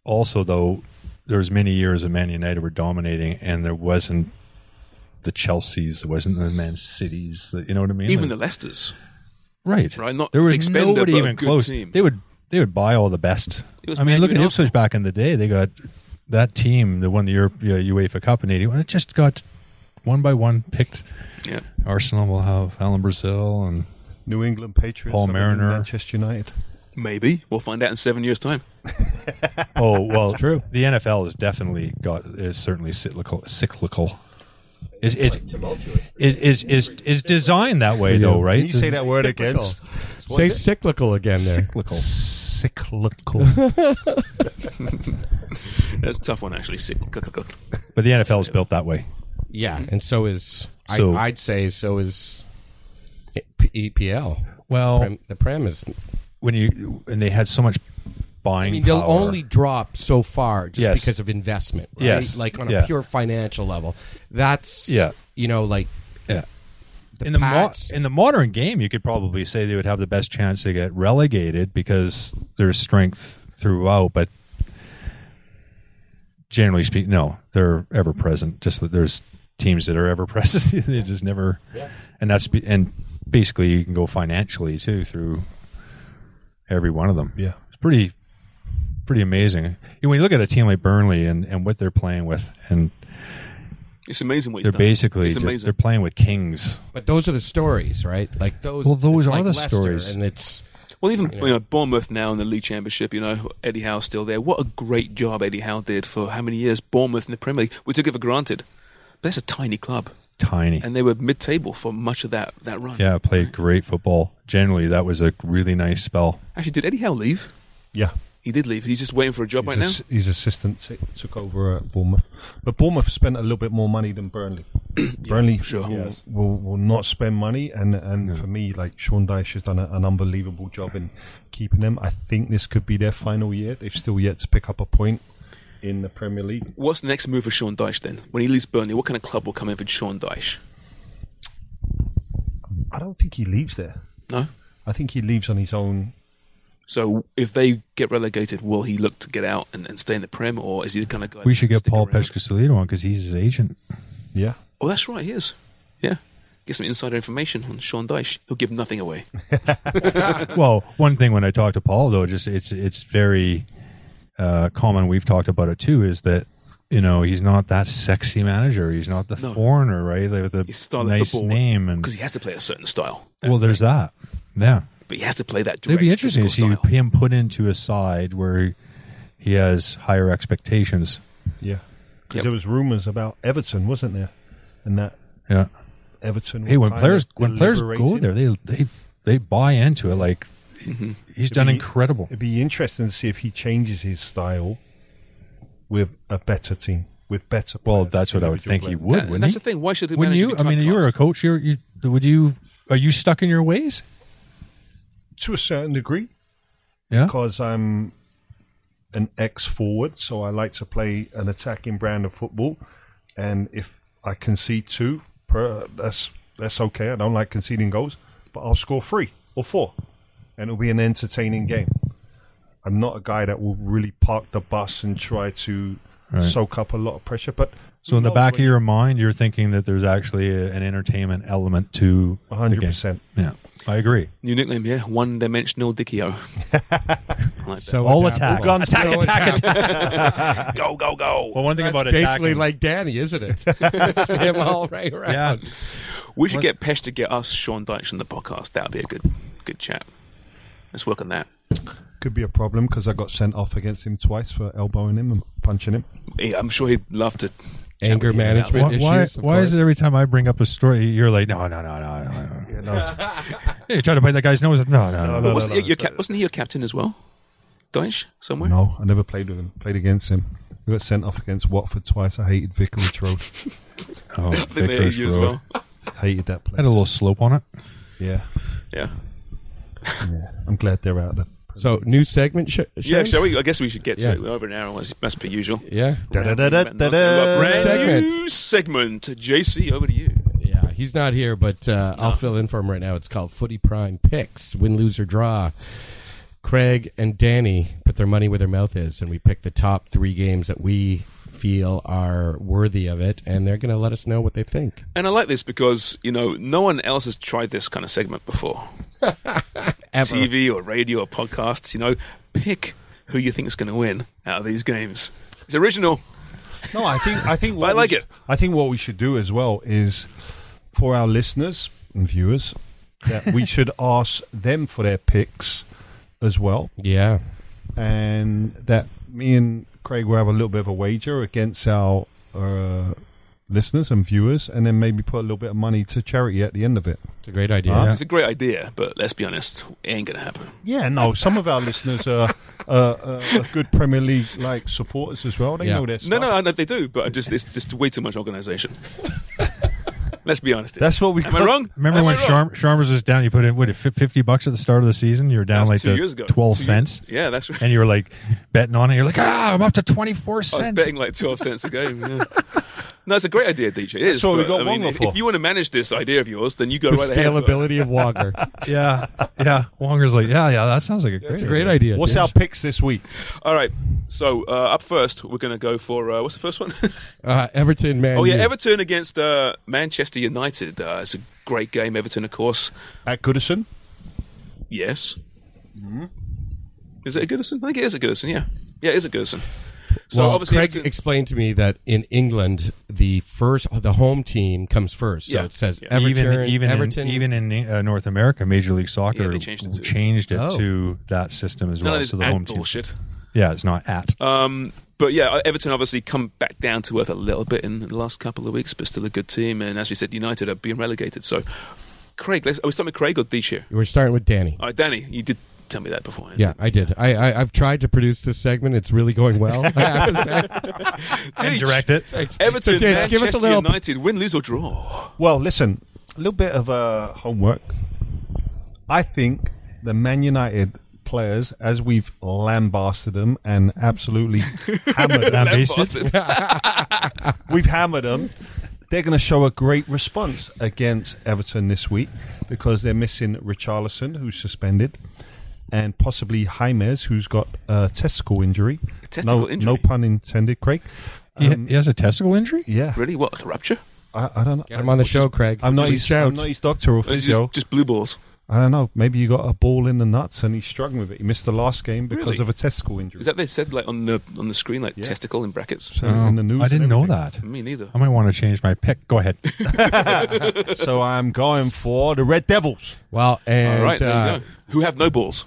Speaker 4: also though, there was many years of Man United were dominating, and there wasn't the Chelseas, there wasn't the Man Cities. The, you know what I mean?
Speaker 3: even
Speaker 4: Like-
Speaker 3: the Leicesters.
Speaker 4: right,
Speaker 3: right, not
Speaker 4: there was
Speaker 3: big spender,
Speaker 4: nobody
Speaker 3: but a
Speaker 4: even
Speaker 3: good
Speaker 4: close.
Speaker 3: team.
Speaker 4: They would they would buy all the best.
Speaker 3: It was
Speaker 4: I mean,
Speaker 3: Man
Speaker 4: look at
Speaker 3: United.
Speaker 4: Ipswich back in the day. They got that team that won the Europe, uh, UEFA Cup in '81. It just got one by one picked.
Speaker 3: Yeah,
Speaker 4: Arsenal will have Alan Brazil and
Speaker 5: New England Patriots.
Speaker 4: Paul
Speaker 5: other than
Speaker 4: Mariner.
Speaker 5: Manchester United.
Speaker 3: maybe we'll find out in seven years' time.
Speaker 4: oh well, true. The NFL is definitely got is certainly cyclical. Cyclical. It's it's it's it's, it's, it's designed that way though, right?
Speaker 5: Can you say that word again?
Speaker 6: Say cyclical again there.
Speaker 4: Cyclical.
Speaker 5: Cyclical.
Speaker 3: That's a tough one, actually. Six. click, click, click.
Speaker 4: But the NFL is built that way.
Speaker 6: Yeah, and so is
Speaker 4: Mm-hmm. So-
Speaker 6: I, I'd say so is E- EPL.
Speaker 4: Well,
Speaker 6: Prem, the Prem is.
Speaker 4: when you and they had so much
Speaker 6: I
Speaker 4: buying,
Speaker 6: mean, they'll
Speaker 4: power.
Speaker 6: only drop so far just
Speaker 4: Yes.
Speaker 6: because of investment. Right?
Speaker 4: Yes.
Speaker 6: like on a
Speaker 4: Yeah.
Speaker 6: pure financial level. That's
Speaker 4: Yeah.
Speaker 6: You know, like
Speaker 4: Yeah.
Speaker 6: the
Speaker 4: in the mo-
Speaker 6: Pats-
Speaker 4: in the modern game, you could probably say they would have the best chance to get relegated because there's strength throughout, but generally speaking, no, they're ever present. Just that there's teams that are ever present. they just never, and that's be- and basically you can go financially too through every one of them.
Speaker 5: Yeah.
Speaker 4: it's pretty pretty amazing. You know, when you look at a team like Burnley and and what they're playing with, and
Speaker 3: It's amazing what he's
Speaker 4: they're
Speaker 3: done.
Speaker 4: basically
Speaker 3: it's
Speaker 4: just,
Speaker 3: amazing.
Speaker 4: they're playing with kings.
Speaker 6: but those are the stories, right? Like those.
Speaker 4: Well, those
Speaker 6: it's
Speaker 4: are
Speaker 6: like
Speaker 4: the
Speaker 6: Leicester,
Speaker 4: stories.
Speaker 6: and it's
Speaker 3: well, even you know, Bournemouth now in the League Championship. You know, Eddie Howe's still there. What a great job Eddie Howe did for how many years? Bournemouth in the Premier League. We took it for granted, but it's a tiny club,
Speaker 4: Tiny.
Speaker 3: and they were mid-table for much of that that run.
Speaker 4: Yeah, played great football. Generally, that was a really nice spell.
Speaker 3: Actually, did Eddie Howe leave?
Speaker 5: yeah.
Speaker 3: He did leave. He's just waiting for a job
Speaker 5: His,
Speaker 3: right
Speaker 5: ass- his assistant t- took over at Bournemouth. But Bournemouth spent a little bit more money than Burnley. Burnley
Speaker 3: sure.
Speaker 5: will,
Speaker 3: Yes.
Speaker 5: will, will not spend money. And, and for me, like Sean Dyche has done a, an unbelievable job in keeping them. I think this could be their final year. They've still yet to pick up a point in the Premier League.
Speaker 3: now. What's the next move for Sean Dyche then? When he leaves Burnley, what kind of club will come in for Sean Dyche?
Speaker 5: I don't think he leaves there.
Speaker 3: No.
Speaker 5: I think he leaves on his own.
Speaker 3: So if they get relegated, will he look to get out and, and stay in the Prem, or is he the kind of guy?
Speaker 4: We
Speaker 3: that
Speaker 4: should
Speaker 3: can
Speaker 4: get
Speaker 3: stick
Speaker 4: Paul
Speaker 3: around?
Speaker 4: Pescasolito on because he's his agent.
Speaker 5: Yeah.
Speaker 3: Oh, that's right, he is. Yeah, get some insider information on Sean Dyche. He'll give nothing away.
Speaker 4: well, one thing when I talk to Paul though, just it's it's very uh, common. We've talked about it too. Is that you know, he's not that sexy manager. He's not the
Speaker 3: No.
Speaker 4: foreigner, right? Like, with
Speaker 3: He's
Speaker 4: a
Speaker 3: started
Speaker 4: nice
Speaker 3: football
Speaker 4: name. And
Speaker 3: because he has to play a certain style. That's
Speaker 4: well,
Speaker 3: the
Speaker 4: there's
Speaker 3: thing.
Speaker 4: that. Yeah,
Speaker 3: But he has to play that.
Speaker 4: it'd
Speaker 3: Direct,
Speaker 4: be interesting to see
Speaker 3: physical style.
Speaker 4: him put into a side where he has higher expectations.
Speaker 5: Yeah, because
Speaker 3: Yep.
Speaker 5: there was rumors about Everton, wasn't there? And that
Speaker 4: Yeah.
Speaker 5: Everton.
Speaker 4: Hey,
Speaker 5: were
Speaker 4: when
Speaker 5: kind
Speaker 4: players
Speaker 5: of
Speaker 4: when players go
Speaker 5: liberating.
Speaker 4: there, they they they buy into it. Like he's done
Speaker 5: be-
Speaker 4: incredible.
Speaker 5: it'd be interesting to see if he changes his style with a better team, with better.
Speaker 4: Well,
Speaker 5: players,
Speaker 4: that's what I would
Speaker 5: individual
Speaker 4: think he
Speaker 5: players.
Speaker 4: would.
Speaker 3: That-
Speaker 4: wouldn't
Speaker 3: that's
Speaker 4: he?
Speaker 3: the thing. Why should the
Speaker 4: When
Speaker 3: manager
Speaker 4: you,
Speaker 3: be
Speaker 4: I mean, you were a
Speaker 3: typecast?
Speaker 4: coach. You're, you would you are you stuck in your ways?
Speaker 5: to a certain degree
Speaker 4: Yeah.
Speaker 5: because I'm an ex forward, so I like to play an attacking brand of football. And if I concede two, per, that's that's okay. I don't like conceding goals, but I'll score three or four, and it'll be an entertaining game. I'm not a guy that will really park the bus and try to soak up a lot of pressure. But
Speaker 4: So in the back of your mind, you're thinking that there's actually a, an entertainment element to the game.
Speaker 5: 100%.
Speaker 4: Yeah, I agree.
Speaker 3: New nickname, yeah, one dimensional Dickio.
Speaker 6: So
Speaker 4: All
Speaker 6: adapt-
Speaker 4: attack.
Speaker 6: Well,
Speaker 5: attack, attack,
Speaker 3: go, go, go.
Speaker 4: Well, one thing about
Speaker 6: Basically, like Danny, isn't it? it's him all right around.
Speaker 4: yeah,
Speaker 3: we should get Pesh to get us Sean Dyche on the podcast. That would be a good good chat. Let's work on that.
Speaker 5: could be a problem because I got sent off against him twice for elbowing him and punching him.
Speaker 3: Yeah, I'm sure he'd love to. chat
Speaker 6: Anger
Speaker 3: with you about
Speaker 6: management.
Speaker 4: why,
Speaker 3: that.
Speaker 4: why,
Speaker 6: issues, of
Speaker 4: why is
Speaker 6: course.
Speaker 4: it every time I bring up a story, you're like, no, no, no, no, no.
Speaker 5: You know,
Speaker 4: Hey, you try to bite that guy's nose. No, no, no.
Speaker 5: no,
Speaker 3: Wasn't,
Speaker 5: no,
Speaker 3: he your cap- wasn't he your captain as well? Dyche somewhere?
Speaker 5: No, I never played with him. Played against him. We got sent off against Watford twice. I hated Vicarage Road.
Speaker 4: Oh,
Speaker 3: I think they hated you as well.
Speaker 5: hated that place.
Speaker 4: Had a little slope on it.
Speaker 5: Yeah,
Speaker 3: Yeah.
Speaker 5: yeah. I'm glad they're out. Of
Speaker 6: So new segment. Sh-
Speaker 3: Yeah,
Speaker 6: Shane?
Speaker 3: shall we? I guess we should get to
Speaker 6: Yeah.
Speaker 3: it. We're over an hour, as, as per usual.
Speaker 6: Yeah.
Speaker 5: Da-da-da-da-da-da.
Speaker 3: Brand
Speaker 6: Segment.
Speaker 3: new segment. JC, over to you.
Speaker 6: Yeah, he's not here, but uh, I'll fill in for him right now. It's called Footy Prime Picks Win, Lose, or Draw. Craig and Danny put their money where their mouth is, and we pick the top three games that we feel are worthy of it, and they're going to let us know what they think.
Speaker 3: And I like this because, you know, no one else has tried this kind of segment before. TV or radio or podcasts, you know, pick who you think is going to win out of these games. It's original.
Speaker 5: No, I think I think
Speaker 3: But I like
Speaker 5: we
Speaker 3: it.
Speaker 5: sh- I think what we should do as well is for our listeners and viewers that we should ask them for their picks as well,
Speaker 6: Yeah.
Speaker 5: and that me and Craig will have a little bit of a wager against our uh, listeners and viewers, and then maybe put a little bit of money to charity at the end of it.
Speaker 6: It's a great idea.
Speaker 3: It's a great idea, but let's be honest, it ain't going to happen.
Speaker 5: Yeah, no. Some of our listeners are, uh, uh, are good Premier League like supporters as well. They
Speaker 6: Yeah.
Speaker 5: know their stuff.
Speaker 3: No, no, I know they do, but I just it's just way too much organisation. let's be honest.
Speaker 5: That's what we
Speaker 3: Am I
Speaker 5: call-
Speaker 3: wrong?
Speaker 4: Remember
Speaker 3: Am I
Speaker 4: when
Speaker 3: wrong?
Speaker 4: Sharm, Sharmers was down? You put in what fif- fifty bucks at the start of the season. You were
Speaker 3: That
Speaker 4: down
Speaker 3: was
Speaker 4: like
Speaker 3: two
Speaker 4: to
Speaker 3: years ago.
Speaker 4: twelve
Speaker 3: Two years-
Speaker 4: cents,
Speaker 3: Yeah, that's right.
Speaker 4: and you were like betting on it. You're like, ah, I'm up to twenty four
Speaker 3: I was
Speaker 4: cents.
Speaker 3: betting like 12 cents a game. yeah. No, it's a great idea, DJ. It is.
Speaker 5: So we
Speaker 3: but,
Speaker 5: got
Speaker 3: I mean,
Speaker 5: Wonga
Speaker 3: if,
Speaker 5: for.
Speaker 3: if you want to manage this idea of yours, then you go
Speaker 6: The
Speaker 3: right ahead. but-
Speaker 6: scalability of Wagner.
Speaker 4: Yeah, yeah. Wonger's like, yeah, yeah. That sounds like a great,
Speaker 6: It's a great idea.
Speaker 5: What's
Speaker 6: dude.
Speaker 5: our picks this week?
Speaker 3: All right. So uh, up first, we're going to go for uh, what's the first one?
Speaker 6: Uh, Everton, man.
Speaker 3: oh yeah,
Speaker 6: U.
Speaker 3: Everton against uh, Manchester United. Uh, it's a great game. Everton, of course.
Speaker 5: At Goodison,
Speaker 3: Yes. Is it a Goodison? I think it is a Goodison. Yeah, yeah, it is a Goodison. So
Speaker 6: well,
Speaker 3: obviously,
Speaker 6: Craig
Speaker 3: Everton-
Speaker 6: explained to me that in England, the first, the home team comes first. So
Speaker 3: Yeah.
Speaker 6: it says
Speaker 3: Yeah.
Speaker 6: Everton,
Speaker 4: even even
Speaker 6: Everton,
Speaker 4: in, even in uh, North America, Major League Soccer
Speaker 3: Yeah, they changed it to-
Speaker 4: changed it
Speaker 6: Oh.
Speaker 4: to that system as
Speaker 3: none
Speaker 4: well.
Speaker 3: of this
Speaker 4: so the
Speaker 3: ad
Speaker 4: home team,
Speaker 3: bullshit.
Speaker 4: yeah, it's not at.
Speaker 3: Um, but yeah, Everton obviously come back down to earth a little bit in the last couple of weeks, but still a good team. And as we said, United are being relegated. So, Craig, let's, are we starting with Craig or Deech here?
Speaker 6: We're starting with Danny.
Speaker 3: All right, Danny, you did tell me that beforehand.
Speaker 6: Yeah, I did. I, I I've tried to produce this segment. It's really going well. I have to say.
Speaker 4: and direct it.
Speaker 3: Everton,
Speaker 6: So, Deitch,
Speaker 3: Manchester
Speaker 6: give us a little-
Speaker 3: United, win, lose or draw.
Speaker 5: Well, listen, a little bit of uh, homework. I think the Man United players, as we've lambasted them and absolutely hammered them,
Speaker 4: Lambasted.
Speaker 3: Bastard.
Speaker 5: we've hammered them. They're going to show a great response against Everton this week because they're missing Richarlison, who's suspended, and possibly James, who's got a testicle injury.
Speaker 3: testicle
Speaker 5: no,
Speaker 3: injury?
Speaker 5: No pun intended, Craig.
Speaker 4: He,
Speaker 3: Um,
Speaker 4: he has a testicle injury.
Speaker 5: Yeah,
Speaker 3: Really? What? A rupture?
Speaker 5: I, I don't know.
Speaker 6: Get him on the show, Craig.
Speaker 5: I'm not,
Speaker 6: Just
Speaker 5: his,
Speaker 6: shout.
Speaker 5: I'm not his doctor or
Speaker 3: Or is it
Speaker 5: physio.
Speaker 3: Just, just blue balls.
Speaker 5: I don't know. Maybe you got a ball in the nuts and he's struggling with it. He missed the last game because
Speaker 3: Really?
Speaker 5: of a testicle injury.
Speaker 3: Is that they said like on the on the screen like testicle in brackets?
Speaker 5: So in
Speaker 6: Oh,
Speaker 5: the news,
Speaker 4: I
Speaker 5: and
Speaker 4: didn't know that.
Speaker 5: everything.
Speaker 3: Me neither.
Speaker 4: I might want to change my pick. Go ahead.
Speaker 8: so I'm going for the Red Devils.
Speaker 6: Well, and
Speaker 3: All right, there
Speaker 6: uh,
Speaker 3: you go. Who have no balls?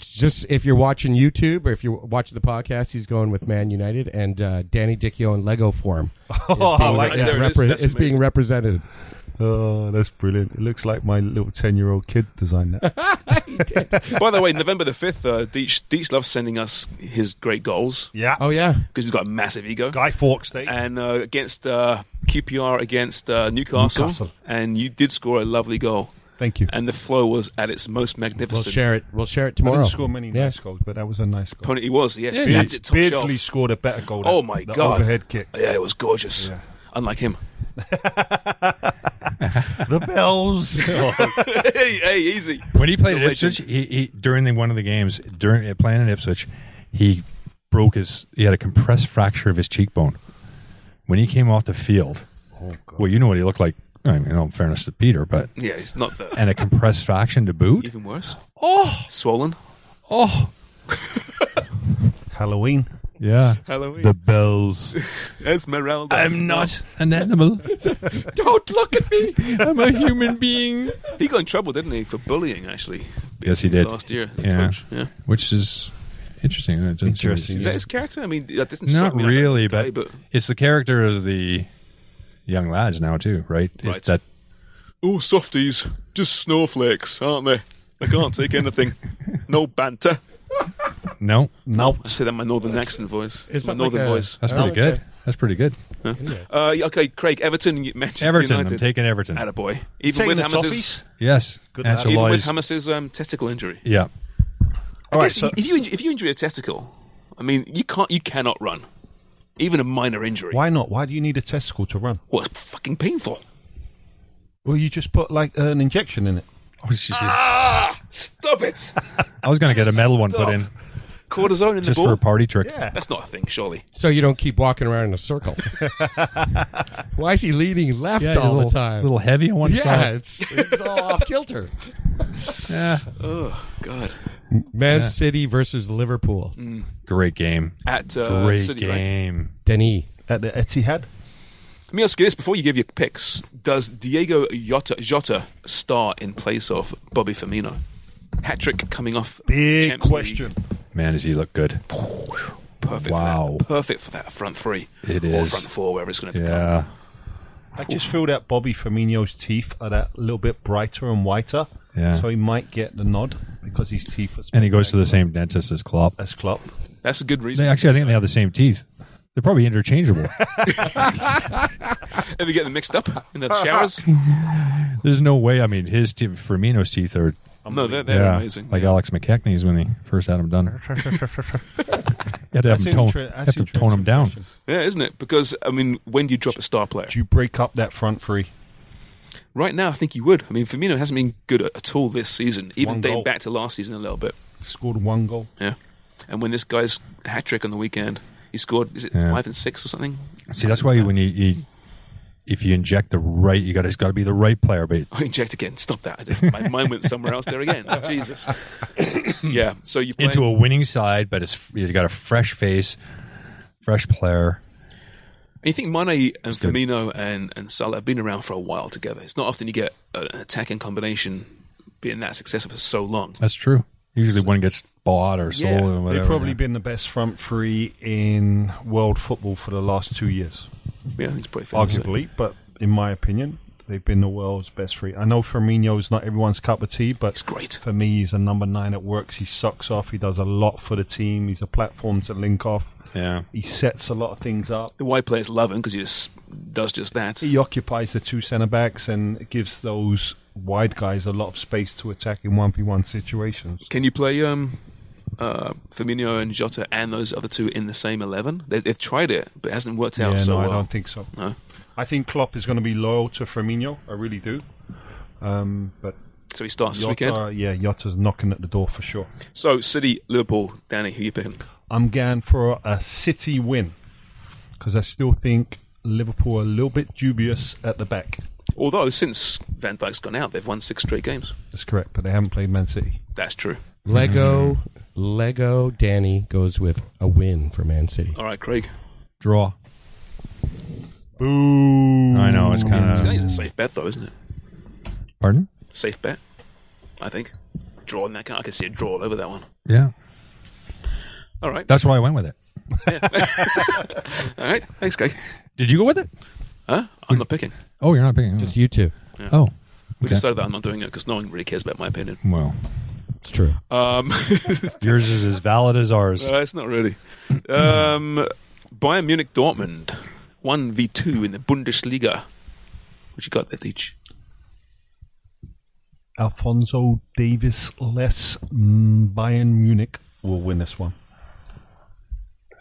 Speaker 6: just if you're watching YouTube or if you're watching the podcast, he's going with Man United and uh, Danny Dicchio in Lego form.
Speaker 5: Oh, I like
Speaker 3: There it
Speaker 6: Repre-
Speaker 3: is. That's
Speaker 6: is being
Speaker 3: amazing.
Speaker 6: represented.
Speaker 5: Oh, that's brilliant. It looks like my little 10 year old kid designed that.
Speaker 3: By the way, November the fifth, uh, Deech, Deech loves sending us his great goals
Speaker 5: yeah.
Speaker 6: Oh yeah,
Speaker 3: because he's got a massive ego.
Speaker 5: Guy Fawkes, they.
Speaker 3: And uh, against uh, QPR against uh, Newcastle,
Speaker 5: Newcastle.
Speaker 3: and you did score a lovely goal.
Speaker 5: Thank you.
Speaker 3: And the flow was at its most
Speaker 6: we'll
Speaker 3: magnificent.
Speaker 6: share it. We'll share it
Speaker 5: I
Speaker 6: tomorrow.
Speaker 5: didn't score many
Speaker 6: Yeah.
Speaker 5: nice goals, but that was a nice goal.
Speaker 3: Opponent he was, yes.
Speaker 5: Beards-
Speaker 3: he had it top
Speaker 5: Beardsley
Speaker 3: shelf.
Speaker 5: scored a better goal.
Speaker 3: Oh
Speaker 5: that-
Speaker 3: my
Speaker 5: that
Speaker 3: god!
Speaker 5: Overhead kick.
Speaker 3: Yeah, it was gorgeous.
Speaker 5: Yeah.
Speaker 3: Unlike him.
Speaker 8: The Bells.
Speaker 3: hey, hey, easy.
Speaker 4: When he played at
Speaker 3: The legend.
Speaker 4: Ipswich, he, he during the, one of the games during uh, playing at Ipswich, he broke his. He had a compressed fracture of his cheekbone when he came off the field.
Speaker 3: Oh,
Speaker 4: well, you know what he looked like. I mean, in all fairness to Peter, but
Speaker 3: Yeah, it's not the
Speaker 4: and a compressed fraction to boot.
Speaker 3: even worse. Oh, swollen.
Speaker 4: Oh,
Speaker 5: Halloween.
Speaker 4: yeah.
Speaker 3: Halloween.
Speaker 4: bells.
Speaker 3: Esmeralda.
Speaker 4: I'm not an animal.
Speaker 3: Don't look at me.
Speaker 4: I'm a human being.
Speaker 3: He got in trouble, didn't he, for bullying? Actually,
Speaker 4: Yes, he did.
Speaker 3: last year. the
Speaker 4: Yeah.
Speaker 3: coach, yeah.
Speaker 4: Which is interesting. It doesn't seem-
Speaker 5: Interesting.
Speaker 3: Is that his character? I mean, that doesn't
Speaker 4: Not
Speaker 3: struck me like that
Speaker 4: really,
Speaker 3: guy,
Speaker 4: but, it's the character of the young lads now too, right? It's
Speaker 3: Right.
Speaker 4: that
Speaker 3: all softies, just snowflakes, aren't they? They can't take anything. No banter.
Speaker 4: no,
Speaker 5: Nope.
Speaker 3: I say that in my northern accent voice. It's
Speaker 6: Is
Speaker 3: my
Speaker 6: that
Speaker 3: northern
Speaker 6: like a-
Speaker 3: voice.
Speaker 4: that's pretty
Speaker 6: Oh,
Speaker 4: good.
Speaker 6: okay.
Speaker 4: That's pretty good.
Speaker 3: Uh, yeah, okay, Craig, Everton, Manchester
Speaker 4: Everton,
Speaker 3: United.
Speaker 4: I'm taking Everton.
Speaker 3: Attaboy. Even
Speaker 8: Taking
Speaker 3: with
Speaker 8: the
Speaker 3: Hamas's,
Speaker 4: Yes,
Speaker 5: lad.
Speaker 3: even with
Speaker 4: Ancelotti's-
Speaker 3: Hamas's um, testicle injury.
Speaker 4: Yeah,
Speaker 3: I guess
Speaker 5: so-
Speaker 3: if you if you injure a testicle, I mean you can't you cannot run, even a minor injury.
Speaker 5: Why not? Why do you need a testicle to run?
Speaker 3: Well, it's fucking painful.
Speaker 5: Well, you just put like an injection in it.
Speaker 4: Oh, she just-
Speaker 3: Ah, stop it!
Speaker 4: I was going to get a metal one put in
Speaker 3: Cortisone in the
Speaker 4: just
Speaker 3: ball.
Speaker 4: for a party trick.
Speaker 3: That's not a thing, surely.
Speaker 6: So you don't keep walking around in a circle. Why is he leaning left
Speaker 4: Yeah, a
Speaker 6: all
Speaker 4: little,
Speaker 6: the time?
Speaker 4: A little heavy on one
Speaker 6: yeah,
Speaker 4: side.
Speaker 6: it's, it's all off kilter.
Speaker 4: Yeah,
Speaker 3: Oh God!
Speaker 6: Man City versus Liverpool.
Speaker 3: Mm.
Speaker 4: great game.
Speaker 3: At uh,
Speaker 4: great
Speaker 3: City, right?
Speaker 4: game.
Speaker 6: Denis.
Speaker 5: At the Etihad?
Speaker 3: Let me ask you this before you give your picks: Does Diego Jota, Jota star in place of Bobby Firmino? Hat trick coming off.
Speaker 8: Big
Speaker 3: Champions
Speaker 8: question.
Speaker 3: League.
Speaker 4: Man, does he look good?
Speaker 3: Perfect.
Speaker 4: Wow.
Speaker 3: For that. Perfect for that front three.
Speaker 4: It
Speaker 3: or
Speaker 4: is.
Speaker 3: front four, wherever it's going to be.
Speaker 4: Yeah,
Speaker 5: I just feel that Bobby Firmino's teeth are that little bit brighter and whiter.
Speaker 4: Yeah.
Speaker 5: So he might get the nod because his teeth are
Speaker 4: and he goes to the same dentist as Klopp.
Speaker 5: as Klopp.
Speaker 3: That's a good reason.
Speaker 4: They actually, I think they have the same teeth. They're probably interchangeable.
Speaker 3: Ever get them mixed up in the showers?
Speaker 4: There's no way. I mean, his teeth, Firmino's teeth are
Speaker 3: no, they're, they're
Speaker 4: yeah,
Speaker 3: amazing.
Speaker 4: like Alex McKechnie's when he first had them done. you had to have
Speaker 5: That's
Speaker 4: him tone,
Speaker 5: inter-
Speaker 4: you
Speaker 5: that's
Speaker 4: have to tone him down.
Speaker 3: yeah, isn't it? Because I mean, when do you drop a star player?
Speaker 5: Do you break up that front three?
Speaker 3: Right now, I think you would. I mean, Firmino hasn't been good at, at all this season, even
Speaker 5: One
Speaker 3: dating
Speaker 5: goal.
Speaker 3: back to last season a little bit.
Speaker 5: Scored one goal.
Speaker 3: Yeah, and when this guy's hat trick on the weekend, he scored is it five and six or something?
Speaker 4: See, that's why when you, you if you inject the right, you got it's got to be the right player. But
Speaker 3: I inject again. Stop that! I just- my mind went somewhere else there again. Jesus. yeah. So you
Speaker 4: into a winning side, but it's you got a fresh face, fresh player.
Speaker 3: You think Mane and Firmino and, and Salah have been around for a while together. It's not often you get a- an attacking combination being that successful for so long.
Speaker 4: That's true. Usually, one gets bought or sold
Speaker 3: Yeah.
Speaker 4: or whatever.
Speaker 5: They've probably
Speaker 4: yeah.
Speaker 5: been the best front three in world football for the last two years,
Speaker 3: Yeah, I think it's pretty fair to say.
Speaker 5: arguably. But in my opinion, they've been the world's best three. I know Firmino is not everyone's cup of tea, but
Speaker 3: It's great.
Speaker 5: for me, he's a number nine that works. He sucks off. He does a lot for the team. He's a platform to link off.
Speaker 4: Yeah.
Speaker 5: He sets a lot of things up.
Speaker 3: The white players love him because he just does just that.
Speaker 5: He occupies the two centre backs and gives those wide guys a lot of space to attack in one v one situations.
Speaker 3: Can you play um, uh, Firmino and Jota and those other two in the same eleven? They, they've tried it, but it hasn't worked out
Speaker 5: yeah,
Speaker 3: so
Speaker 5: no,
Speaker 3: well.
Speaker 5: I don't think so.
Speaker 3: No.
Speaker 5: I think Klopp is going to be loyal to Firmino. I really do. Um, but
Speaker 3: So he starts this weekend.
Speaker 5: Yotta, yeah, Yotta's knocking at the door for sure.
Speaker 3: So City, Liverpool, Danny, who you picking?
Speaker 5: I'm going for a City win because I still think Liverpool are a little bit dubious at the back.
Speaker 3: Although since Van Dyke's gone out, they've won six straight games.
Speaker 6: That's correct, but they haven't played Man City.
Speaker 3: That's true.
Speaker 5: Lego Lego Danny goes with a win for Man City.
Speaker 3: All right, Craig.
Speaker 4: Draw.
Speaker 6: Boo!
Speaker 4: I know it's kind
Speaker 3: See, that
Speaker 4: of.
Speaker 3: is a safe bet, though, isn't it?
Speaker 4: Pardon?
Speaker 3: Safe bet, I think. Draw in that. Can- I can see a draw all over that one.
Speaker 4: Yeah,
Speaker 3: All right.
Speaker 4: that's why I went with it.
Speaker 3: all right. Thanks, Craig.
Speaker 4: Did you go with it?
Speaker 3: Huh? I'm not picking.
Speaker 4: Oh, you're not picking. Just
Speaker 5: You too.
Speaker 4: Oh,
Speaker 3: We
Speaker 4: Okay.
Speaker 3: decided that I'm not doing it because no one really cares about my opinion.
Speaker 4: well,
Speaker 5: It's true.
Speaker 3: Um,
Speaker 4: yours is as valid as ours.
Speaker 3: Uh, it's not really. Um, Bayern Munich Dortmund, 1v2 in the Bundesliga. What you got there, Deach?
Speaker 6: Alfonso Davis less mm, Bayern Munich will win this one.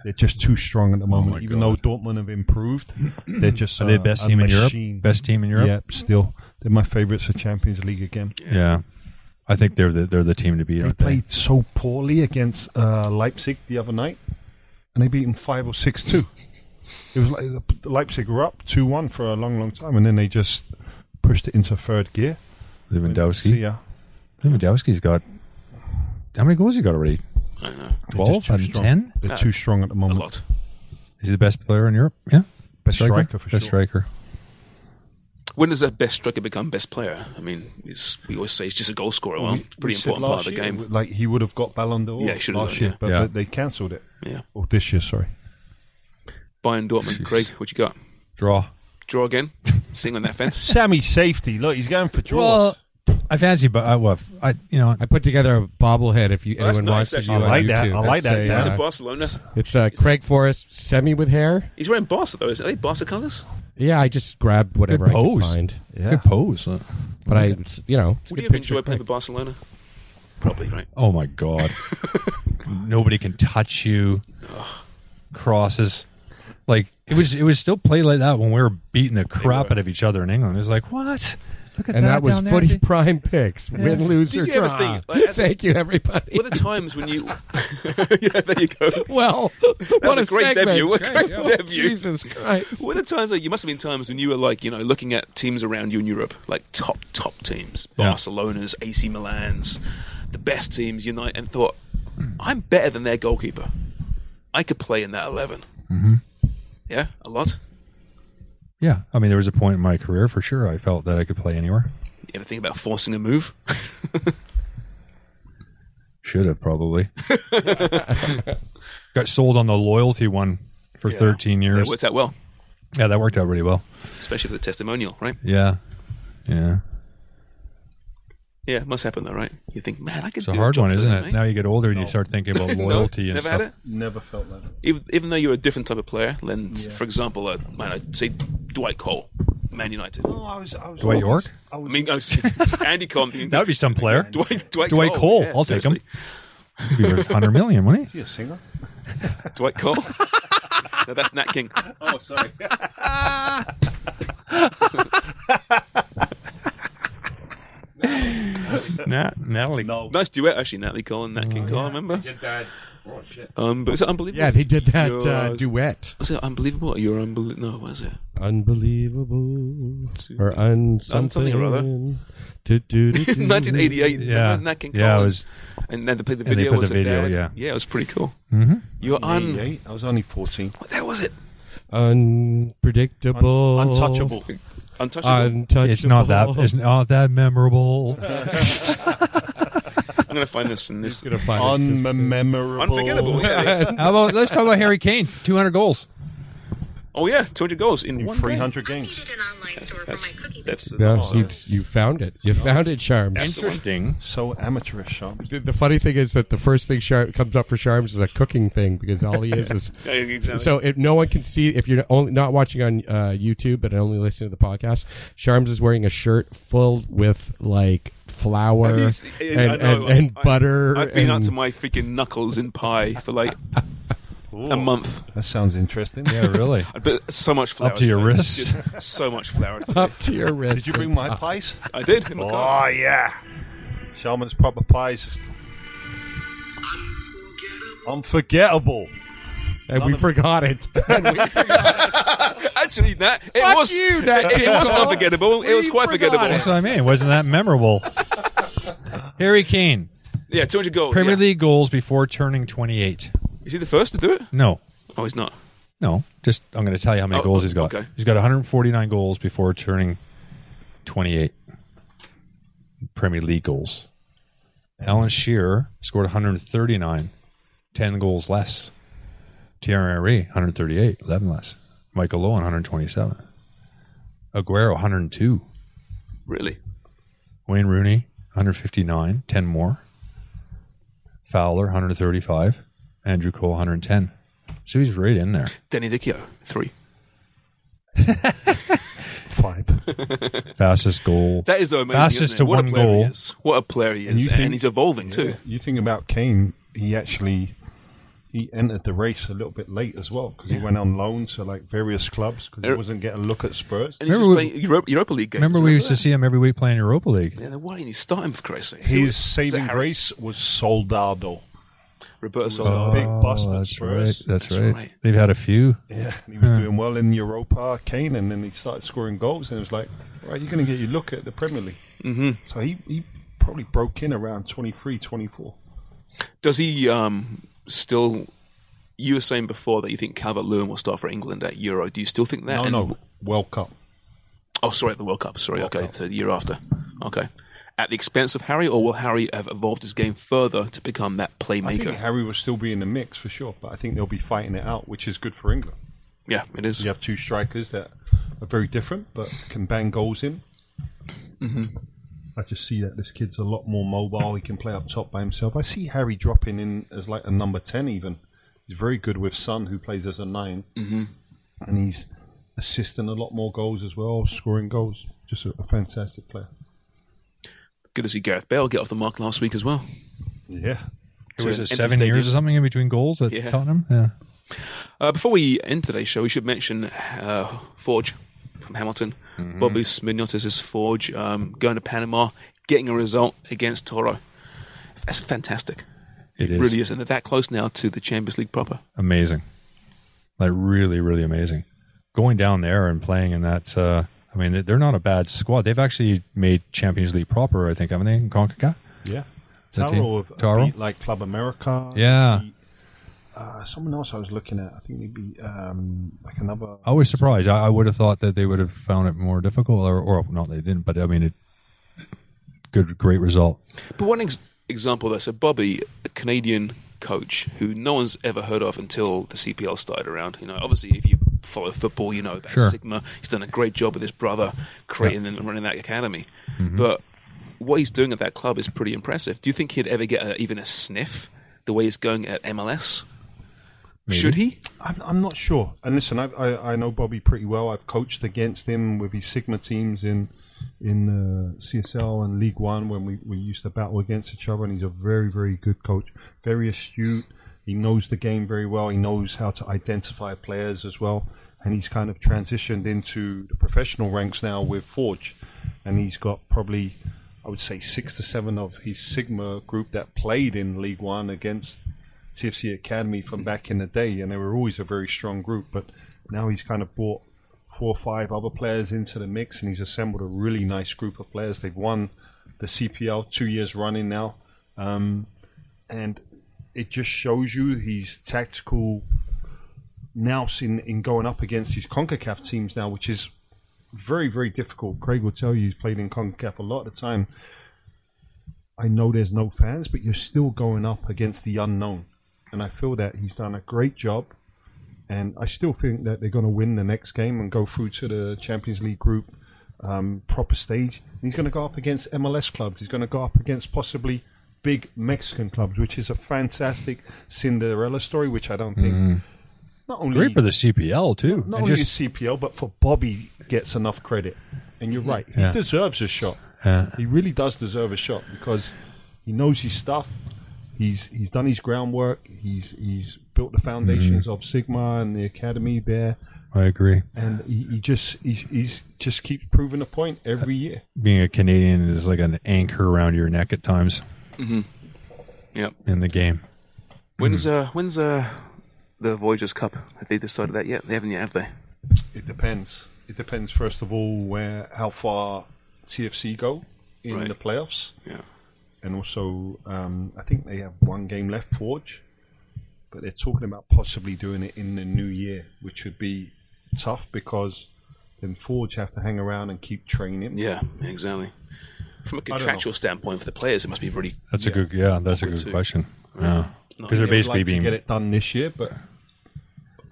Speaker 6: They're just too strong at the moment.
Speaker 4: Oh my
Speaker 6: Even
Speaker 4: God.
Speaker 6: though Dortmund have improved, they're just
Speaker 4: Are they
Speaker 6: uh,
Speaker 4: the best
Speaker 6: a
Speaker 4: team in Europe?
Speaker 6: machine.
Speaker 4: Best team in Europe?
Speaker 6: Yep, still they're my favorites for Champions League again.
Speaker 4: Yeah. I think they're the, they're the team to beat.
Speaker 6: They
Speaker 4: aren't they?
Speaker 6: played so poorly against uh, Leipzig the other night, and they beat them five or six two. It was like the- Leipzig were up two one for a long, long time, and then they just pushed it into third gear. See
Speaker 4: Lewandowski.
Speaker 6: ya.
Speaker 4: Lewandowski's got how many goals he got already?
Speaker 3: I don't know.
Speaker 6: They're just
Speaker 4: Twelve
Speaker 6: too
Speaker 4: and
Speaker 6: strong.
Speaker 4: ten.
Speaker 6: They're too strong at the
Speaker 3: A
Speaker 6: moment.
Speaker 3: lot.
Speaker 4: Is he the best player in Europe? Yeah,
Speaker 6: Best striker, for
Speaker 4: best
Speaker 6: sure.
Speaker 4: striker.
Speaker 3: When does that best striker become best player? I mean, it's, we always say he's just a goal scorer. Well,
Speaker 6: We- we
Speaker 3: pretty
Speaker 6: said
Speaker 3: important part of
Speaker 6: last
Speaker 3: the
Speaker 6: year,
Speaker 3: game.
Speaker 6: w- Like he would have got Ballon d'Or
Speaker 3: Yeah, he should have
Speaker 6: last
Speaker 3: done,
Speaker 6: year,
Speaker 3: yeah.
Speaker 6: but
Speaker 4: Yeah.
Speaker 6: they cancelled it.
Speaker 3: Yeah.
Speaker 6: Or this year, sorry.
Speaker 3: Bayern Dortmund, Craig, what you got?
Speaker 4: Draw.
Speaker 3: Draw again? Sitting on that fence?
Speaker 6: Sammy safety. Look, he's going for draws.
Speaker 4: I fancy, but I well, I you know
Speaker 5: I put together a bobblehead. If you
Speaker 3: Oh, that's
Speaker 5: anyone
Speaker 3: nice,
Speaker 5: wants to
Speaker 3: actually.
Speaker 5: view on
Speaker 3: I like
Speaker 6: that.
Speaker 5: YouTube.
Speaker 6: I like
Speaker 5: It's
Speaker 6: that,
Speaker 5: a,
Speaker 6: Dan.
Speaker 5: uh,
Speaker 3: Barcelona.
Speaker 5: it's uh, Craig Forrest semi with hair.
Speaker 3: He's wearing Barca, though. Isn't he? Are they Barca colours?
Speaker 5: Yeah, I just grabbed whatever I
Speaker 4: Good
Speaker 5: could
Speaker 4: pose.
Speaker 5: find.
Speaker 4: good pose.
Speaker 5: But I, it's, you know, it's a
Speaker 3: Would
Speaker 5: good
Speaker 3: you have
Speaker 5: picture
Speaker 3: enjoyed
Speaker 5: of
Speaker 3: playing for
Speaker 5: Craig.
Speaker 3: Barcelona? Probably, right?
Speaker 4: Oh my god! Nobody can touch you. Crosses, like it was. It was still played like that when we were beating the crap
Speaker 3: were.
Speaker 4: out of each other in England. It was like what? Look at
Speaker 5: and that, was
Speaker 4: down there.
Speaker 5: footy prime picks. Win, lose,
Speaker 3: Did
Speaker 5: or
Speaker 3: you ever
Speaker 5: draw.
Speaker 3: think, like, as a-
Speaker 5: Thank you, everybody.
Speaker 3: Were the times when you. yeah, there you go.
Speaker 5: well,
Speaker 3: was
Speaker 5: what
Speaker 3: a
Speaker 5: a,
Speaker 3: great
Speaker 5: segment.
Speaker 3: debut. What a
Speaker 5: Craig.
Speaker 3: great
Speaker 5: Oh,
Speaker 3: debut.
Speaker 5: Jesus Christ.
Speaker 3: Were there times that you must have been times when you were like, you know, looking at teams around you in Europe, like top, top teams,
Speaker 4: Yeah.
Speaker 3: Barcelona's, AC Milan's, the best teams unite, and thought, I'm better than their goalkeeper. I could play in that 11. Mm-hmm. Yeah, a lot.
Speaker 4: Yeah, I mean, there was a point in my career for sure. I felt that I could play anywhere.
Speaker 3: You ever think about forcing a move?
Speaker 4: Should have probably got sold on the loyalty one for thirteen
Speaker 3: It
Speaker 4: years.
Speaker 3: worked out well,
Speaker 4: yeah, that worked out really well.
Speaker 3: especially for the testimonial, right?
Speaker 4: Yeah, yeah.
Speaker 3: Yeah, it must happen though, right? You think, man, I could
Speaker 4: It's a
Speaker 3: do
Speaker 4: hard
Speaker 3: job
Speaker 4: one,
Speaker 3: for
Speaker 4: isn't
Speaker 3: them,
Speaker 4: it?
Speaker 3: eh?"
Speaker 4: Now you get older and you start thinking about
Speaker 3: No?
Speaker 4: loyalty and
Speaker 3: Never
Speaker 4: stuff.
Speaker 3: had it?
Speaker 6: Never felt like that.
Speaker 3: even, even though you're a different type of player than, for example, uh, man, I'd say Dwight Cole, Man United.
Speaker 6: No, oh, I was, I was
Speaker 4: Dwight
Speaker 6: always-
Speaker 4: York?
Speaker 6: I
Speaker 3: I
Speaker 6: was,
Speaker 3: mean, uh, I was, Andy Cole. I'm thinking,
Speaker 4: That would be some player.
Speaker 3: Dwight, Dwight,
Speaker 4: Dwight Cole.
Speaker 3: Yeah,
Speaker 4: I'll take him.
Speaker 3: seriously.
Speaker 4: He'd be worth 100 million, wouldn't
Speaker 6: is
Speaker 4: he?
Speaker 6: he a singer?
Speaker 3: Dwight Cole. no, that's Nat King.
Speaker 6: Oh, sorry.
Speaker 4: Nat, Natalie.
Speaker 6: no.
Speaker 3: Nice duet, actually, Natalie Cole and Nat King
Speaker 4: Oh,
Speaker 3: Cole. I remember.
Speaker 6: Oh,
Speaker 3: Um, but is it unbelievable?
Speaker 5: Yeah, they did that
Speaker 3: You're,
Speaker 5: uh, duet.
Speaker 3: Was it unbelievable? Or you're unbelievable. No, what is it?
Speaker 5: Unbelievable. Or
Speaker 4: Uh,
Speaker 5: un- something,
Speaker 3: Um, something or other.
Speaker 5: Do, do, do, do.
Speaker 3: 1988.
Speaker 4: Yeah.
Speaker 3: remember Nat King Cole.
Speaker 4: Yeah, it was-
Speaker 3: And then they played the
Speaker 4: and they
Speaker 3: video.
Speaker 4: put
Speaker 3: was
Speaker 4: the
Speaker 3: it
Speaker 4: video,
Speaker 3: Dad?
Speaker 4: yeah. Mm-hmm.
Speaker 3: yeah, it was pretty cool. You're un.
Speaker 6: I was only 14.
Speaker 3: What the hell was it?
Speaker 5: Unpredictable.
Speaker 4: Oh.
Speaker 6: Untouchable.
Speaker 3: Untouchable.
Speaker 4: Uh,
Speaker 5: Untouchable.
Speaker 4: It's not that. It's not that memorable.
Speaker 3: I'm gonna find this in this.
Speaker 5: gonna find it.
Speaker 6: Unmemorable.
Speaker 3: Unforgettable. Yeah.
Speaker 4: How about let's talk about Harry Kane? 200 goals.
Speaker 3: Oh yeah, 200 goals in,
Speaker 6: In
Speaker 3: one
Speaker 6: 300 games.
Speaker 1: an online store for my cookie
Speaker 3: That's
Speaker 5: Yeah, you, you found it. You found it, Charms.
Speaker 4: Interesting.
Speaker 6: So amateurish, Sean.
Speaker 5: The, the funny thing is that the first thing Char- comes up for Charms is a cooking thing because all he is is.
Speaker 3: Yeah, exactly.
Speaker 5: So if no one can see, if you're only not watching on uh, YouTube but only listening to the podcast, Charms is wearing a shirt filled with like flour
Speaker 3: Have you
Speaker 5: and,
Speaker 3: seen- I
Speaker 5: and,
Speaker 3: know,
Speaker 5: and
Speaker 3: I-
Speaker 5: butter.
Speaker 3: I've been
Speaker 5: and-
Speaker 3: up to my freaking knuckles in pie for like a month.
Speaker 6: That sounds interesting.
Speaker 4: Yeah, really.
Speaker 3: I put so much flour.
Speaker 4: Up to your
Speaker 3: today.
Speaker 4: wrists?
Speaker 3: Just So much flour. today.
Speaker 5: up to your wrist.
Speaker 6: Did you bring my pies?
Speaker 3: I did. in my car.
Speaker 6: Oh, yeah. Shaman's proper pies. Unforgettable.
Speaker 5: and we forgot it.
Speaker 3: I actually, Nat, it
Speaker 9: Fuck
Speaker 3: was
Speaker 9: you, Nat
Speaker 3: it, it was
Speaker 9: King.
Speaker 3: not forgettable. It was
Speaker 9: We
Speaker 3: quite
Speaker 9: forgot
Speaker 3: forgettable.
Speaker 9: it.
Speaker 4: That's what I mean. It wasn't that memorable. Harry Kane,
Speaker 3: Yeah, 200 goals.
Speaker 4: Premier
Speaker 3: yeah.
Speaker 4: League goals before turning 28.
Speaker 3: Is he the first to do it?
Speaker 4: No,
Speaker 3: Oh, he's not.
Speaker 4: no. Just I'm going to tell you how many
Speaker 3: Oh,
Speaker 4: goals he's got.
Speaker 3: okay.
Speaker 4: He's got 149 goals before turning 28. Premier League goals. Alan Shearer scored 139, 10 goals less. Thierry Henry 138, 11 less. Michael Owen 127. Aguero 102.
Speaker 3: Really?
Speaker 4: Wayne Rooney, 159, 10 more. Fowler, 135. Andrew Cole, 110. So he's right in there.
Speaker 3: Danny Dicchio, three.
Speaker 6: Five.
Speaker 4: Fastest goal.
Speaker 3: That is though amazing.
Speaker 4: Fastest
Speaker 3: isn't it?
Speaker 4: to
Speaker 3: what
Speaker 4: one
Speaker 3: a player
Speaker 4: goal.
Speaker 3: He is. What a player he is, and,
Speaker 6: you think-
Speaker 3: he's evolving too.
Speaker 6: You think about Kane, he actually he entered the race a little bit late as well because he went on loan to like various clubs because he
Speaker 3: Er-
Speaker 6: wasn't getting a look at Spurs.
Speaker 3: And he's
Speaker 4: Remember
Speaker 3: just
Speaker 4: we-
Speaker 3: playing Europa, Europa League games.
Speaker 4: Remember, we used to see him every week playing Europa League.
Speaker 3: Yeah, then why didn't you start him for Christ's sake? He
Speaker 6: His
Speaker 3: was-
Speaker 6: saving
Speaker 3: Harry-
Speaker 6: grace was Soldado.
Speaker 3: Roberto
Speaker 6: a
Speaker 3: Soldado.
Speaker 6: big bust at
Speaker 4: Oh, that's right.
Speaker 6: Spurs.
Speaker 4: That's,
Speaker 3: That's
Speaker 4: right.
Speaker 3: right.
Speaker 4: They've had a few.
Speaker 6: Yeah, and he was
Speaker 3: Hmm.
Speaker 6: doing well in Europa, Kane, and then he started scoring goals, and it was like, right, you're going to get your look at the Premier League. Mm-hmm. So he, he probably broke in around 23, 24.
Speaker 3: Does he um, still? You were saying before that you think Calvert Lewin will start for England at Euro. Do you still think that?
Speaker 6: No,
Speaker 3: And-
Speaker 6: no, World Cup.
Speaker 3: Oh, sorry, at the World Cup. Sorry, okay, so the year after. Okay, at the expense of Harry, or will Harry have evolved his game further to become that
Speaker 6: I think
Speaker 3: playmaker?
Speaker 6: Harry will still be in the mix for sure, but I think they'll be fighting it out, which is good for England.
Speaker 3: Yeah, it is.
Speaker 6: You have two strikers that are very different, but can bang goals in. I just see that this kid's a lot more mobile. He can play up top by himself. I see Harry dropping in as like a number ten. Even he's very good with Son, who plays as a 9 mm-hmm. and he's assisting a lot more goals as well, scoring goals. Just a, a fantastic player.
Speaker 3: Good to see Gareth Bale get off the mark last week as well.
Speaker 6: Yeah,
Speaker 4: It was
Speaker 3: an
Speaker 4: it,
Speaker 3: empty
Speaker 4: seven
Speaker 3: stadium.
Speaker 4: years or something in between goals at
Speaker 3: Yeah.
Speaker 4: Tottenham. Yeah.
Speaker 3: Uh, before we end today's show, we should mention uh, Forge from Hamilton.
Speaker 6: Mm-hmm.
Speaker 3: Bobby Sminotis' Forge um, going to Panama, getting a result against Toro. That's fantastic.
Speaker 4: It is
Speaker 3: Really is. And they're that close now to the Champions League proper.
Speaker 4: amazing. Like really, really amazing. Going down there and playing in that. Uh, I mean, they're not a bad squad. They've actually made Champions League proper. I think, haven't they? In Concacaf.
Speaker 6: yeah.
Speaker 4: that team?
Speaker 6: Taro, have
Speaker 4: Taro?
Speaker 6: beat, like Club America.
Speaker 4: Yeah.
Speaker 6: Beat, uh, someone else I was looking at. I think they beat um, like another.
Speaker 4: I was surprised. I, I would have thought that they would have found it more difficult, or, or not, they didn't. But I mean, it good, great result.
Speaker 3: But one ex- example though, so Bobby, a Canadian coach who no one's ever heard of until the CPL started around. You know, obviously if you follow football, you know about
Speaker 4: Sure.
Speaker 3: Sigma. He's done a great job with his brother creating and running that academy. But what he's doing at that club is pretty impressive. Do you think he'd ever get a, even a sniff the way he's going at MLS? Should he?
Speaker 6: I'm, I'm not sure. And listen, I, I I know Bobby pretty well. I've coached against him with his Sigma teams in in uh, CSL and League One when we, we used to battle against each other. And he's a very very good coach, very astute. He knows the game very well. He knows how to identify players as well. And he's kind of transitioned into the professional ranks now with Forge, and he's got probably. I would say six to seven of his Sigma group that played in League One against TFC Academy from back in the day, and they were always a very strong group. But now he's kind of brought four or five other players into the mix, and he's assembled a really nice group of players. They've won the CPL two years running now, um, and it just shows you he's tactical now in, in going up against these CONCACAF teams now, which is very, very difficult. Craig will tell you he's played in CONCACAF a lot of the time. I know there's no fans, but you're still going up against the unknown. And I feel that he's done a great job. And I still think that they're going to win the next game and go through to the Champions League group um, proper stage. And he's going to go up against MLS clubs. He's going to go up against possibly big Mexican clubs, which is a fantastic Cinderella story, which I don't think. Not only
Speaker 4: Mm-hmm. Great for the CPL too. It
Speaker 6: not only
Speaker 4: just-
Speaker 6: is CPL, but for Bobby gets enough credit. And you're right, he
Speaker 4: Yeah.
Speaker 6: deserves a shot. He really does deserve a shot because he knows his stuff. He's he's done his groundwork. He's he's built the foundations
Speaker 4: Mm-hmm.
Speaker 6: of Sigma and the academy there,
Speaker 4: I agree.
Speaker 6: and he, he just he's, he's just keeps proving a point every year.
Speaker 4: Being a Canadian is like an anchor around your neck at times Mm-hmm.
Speaker 3: Yeah.
Speaker 4: in the game.
Speaker 3: When's uh when's uh the Voyagers Cup? Have they decided that yet? They haven't yet, have they?
Speaker 6: It depends. It depends. First of all, where how far CFC go in
Speaker 3: Right.
Speaker 6: the playoffs,
Speaker 3: Yeah.
Speaker 6: and also um, I think they have one game left. Forge, but they're talking about possibly doing it in the new year, which would be tough because then Forge have to hang around and keep training.
Speaker 3: Yeah, exactly. From a
Speaker 6: know.
Speaker 3: contractual standpoint for the players, it must be pretty.
Speaker 4: That's a good. Yeah, that's a
Speaker 3: Awkward
Speaker 4: good
Speaker 3: too.
Speaker 4: question. Yeah,
Speaker 3: No,
Speaker 4: because
Speaker 3: yeah, we'd
Speaker 4: they're
Speaker 6: I'd
Speaker 4: basically
Speaker 6: like to
Speaker 4: being
Speaker 6: get it done this year, but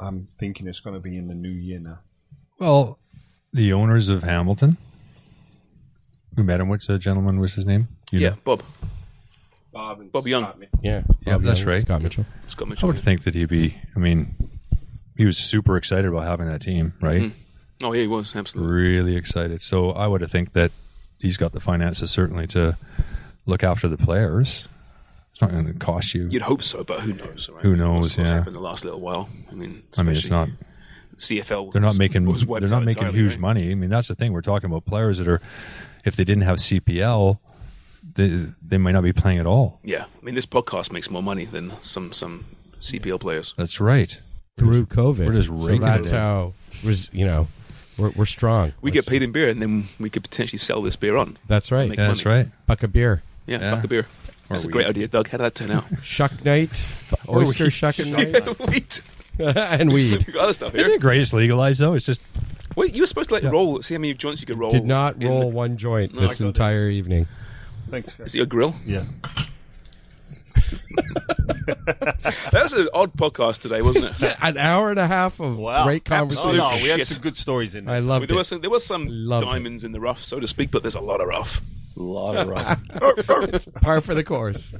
Speaker 6: I'm thinking it's going to be in the new year now.
Speaker 4: well, the owners of Hamilton. We met him. What's the gentleman? What's his name? You
Speaker 3: Yeah,
Speaker 4: know?
Speaker 3: Bob. Bob, Young.
Speaker 2: Yeah.
Speaker 4: Yeah, Oh, that's right.
Speaker 2: Scott Mitchell.
Speaker 3: Scott
Speaker 4: I
Speaker 3: Mitchell.
Speaker 4: would think that he'd be. I mean, he was super excited about having that team, right?
Speaker 3: Oh, yeah, he was
Speaker 4: Mm-hmm.
Speaker 3: absolutely.
Speaker 4: Really excited. So I would think that he's got the finances certainly to look after the players. It's not going to cost you.
Speaker 3: You'd hope so, but who knows? Right?
Speaker 4: Who knows,
Speaker 3: What's, what's
Speaker 4: yeah.
Speaker 3: happened the last little while? I mean,
Speaker 4: I mean, it's not.
Speaker 3: especially CFL.
Speaker 4: They're not
Speaker 3: was-
Speaker 4: making.
Speaker 3: was
Speaker 4: They're
Speaker 3: wiped
Speaker 4: not
Speaker 3: out
Speaker 4: making
Speaker 3: entirely,
Speaker 4: huge
Speaker 3: right?
Speaker 4: money. I mean, that's the thing. We're talking about players that are. If they didn't have CPL, they they might not be playing at all.
Speaker 3: Yeah, I mean, this podcast makes more money than some some CPL players.
Speaker 4: That's right.
Speaker 2: Through COVID.
Speaker 4: we're just
Speaker 2: so
Speaker 4: raking
Speaker 2: that's
Speaker 4: it in.
Speaker 2: how, res- you know, we're, we're strong.
Speaker 3: We get paid in beer, and then we could potentially sell this beer on.
Speaker 2: That's right.
Speaker 3: Make
Speaker 4: Yeah, that's
Speaker 3: money.
Speaker 4: right.
Speaker 2: Buck a beer.
Speaker 3: Yeah,
Speaker 4: Yeah.
Speaker 3: fuck a beer. That's a great
Speaker 4: weed.
Speaker 3: idea, Doug. How did that turn out?
Speaker 2: Shuck night. Oyster shuck night.
Speaker 3: Wheat.
Speaker 2: and weed.
Speaker 3: We've got other stuff
Speaker 4: Isn't
Speaker 3: here.
Speaker 4: it great? It's legalized though. It's just
Speaker 3: Wait, you were supposed to like roll. See how many joints you could roll.
Speaker 2: Did not
Speaker 3: in-
Speaker 2: roll one joint
Speaker 3: No, I
Speaker 2: this
Speaker 3: got
Speaker 2: entire evening.
Speaker 6: Thanks. guys.
Speaker 3: Is it your grill?
Speaker 6: Yeah.
Speaker 3: That was an odd podcast today, wasn't it?
Speaker 2: An hour and a half of great conversation.
Speaker 3: absolute
Speaker 6: Oh, no, we had
Speaker 3: shit.
Speaker 6: some good stories in
Speaker 2: I
Speaker 6: there.
Speaker 3: I
Speaker 2: loved
Speaker 3: mean, there was
Speaker 2: it.
Speaker 3: some, there was some
Speaker 2: Loved it.
Speaker 3: diamonds in the rough, so to speak, but there's a lot of rough.
Speaker 4: a lot of rough.
Speaker 2: Par for the course.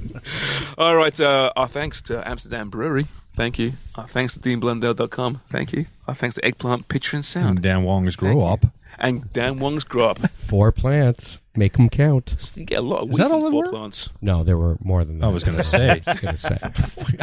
Speaker 3: All right. Uh, our thanks to Amsterdam Brewery. Thank you. Our thanks to DeanBlundell.com. Thank you. Our thanks to Eggplant Pitcher and
Speaker 4: and
Speaker 3: Sound.
Speaker 4: Dan Wong's grow up.
Speaker 3: And Dan Wong's Grow Up.
Speaker 2: Four plants. Make them count.
Speaker 3: So you get a lot of
Speaker 4: Is
Speaker 3: wheat
Speaker 4: that all
Speaker 3: from
Speaker 4: they
Speaker 3: four
Speaker 4: were?
Speaker 3: plants.
Speaker 2: No, there were more than that.
Speaker 4: I was going to say.
Speaker 2: going to say.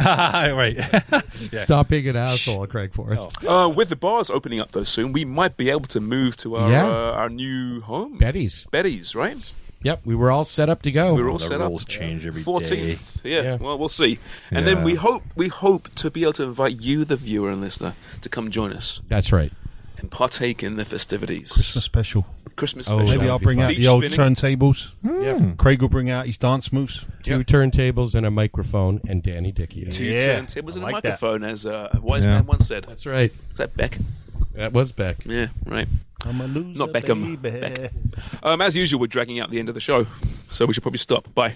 Speaker 4: right.
Speaker 2: Stop being an asshole, Craig Forrest.
Speaker 3: Uh, with the bars opening up, though, soon, we might be able to move to our,
Speaker 2: Yeah.
Speaker 3: uh, our new home.
Speaker 2: Betty's.
Speaker 3: Betty's, right?
Speaker 2: Yep, we were all set up to go.
Speaker 3: We were all
Speaker 4: the
Speaker 3: set
Speaker 4: rules
Speaker 3: up.
Speaker 4: change every day.
Speaker 3: 14th. Yeah.
Speaker 2: Yeah.
Speaker 3: Well, we'll see. And then
Speaker 4: Yeah.
Speaker 3: we hope we hope to be able to invite you, the viewer and listener, to come join us
Speaker 2: That's right.
Speaker 3: and partake in the festivities.
Speaker 6: Christmas special.
Speaker 3: Christmas
Speaker 2: Oh,
Speaker 3: special.
Speaker 2: that'd
Speaker 6: Maybe I'll
Speaker 2: be
Speaker 6: bring
Speaker 2: fun.
Speaker 6: out
Speaker 3: Beach
Speaker 6: the old
Speaker 3: spinning.
Speaker 6: turntables.
Speaker 2: Hmm. Yep.
Speaker 6: Craig will bring out his dance moves.
Speaker 2: Two turntables and a microphone and Danny Dickey.
Speaker 3: Two
Speaker 6: Yeah,
Speaker 3: turntables
Speaker 6: I
Speaker 3: and a
Speaker 6: like that.
Speaker 3: microphone, as uh, a wise
Speaker 4: Yeah.
Speaker 3: man once said. Is
Speaker 2: That's right.
Speaker 3: that Beck?
Speaker 2: That was back.
Speaker 3: Yeah, right.
Speaker 6: I'm a loser,
Speaker 3: Not Beckham.
Speaker 6: baby.
Speaker 3: Beck. Um, as usual, we're dragging out the end of the show, so we should probably stop. Bye.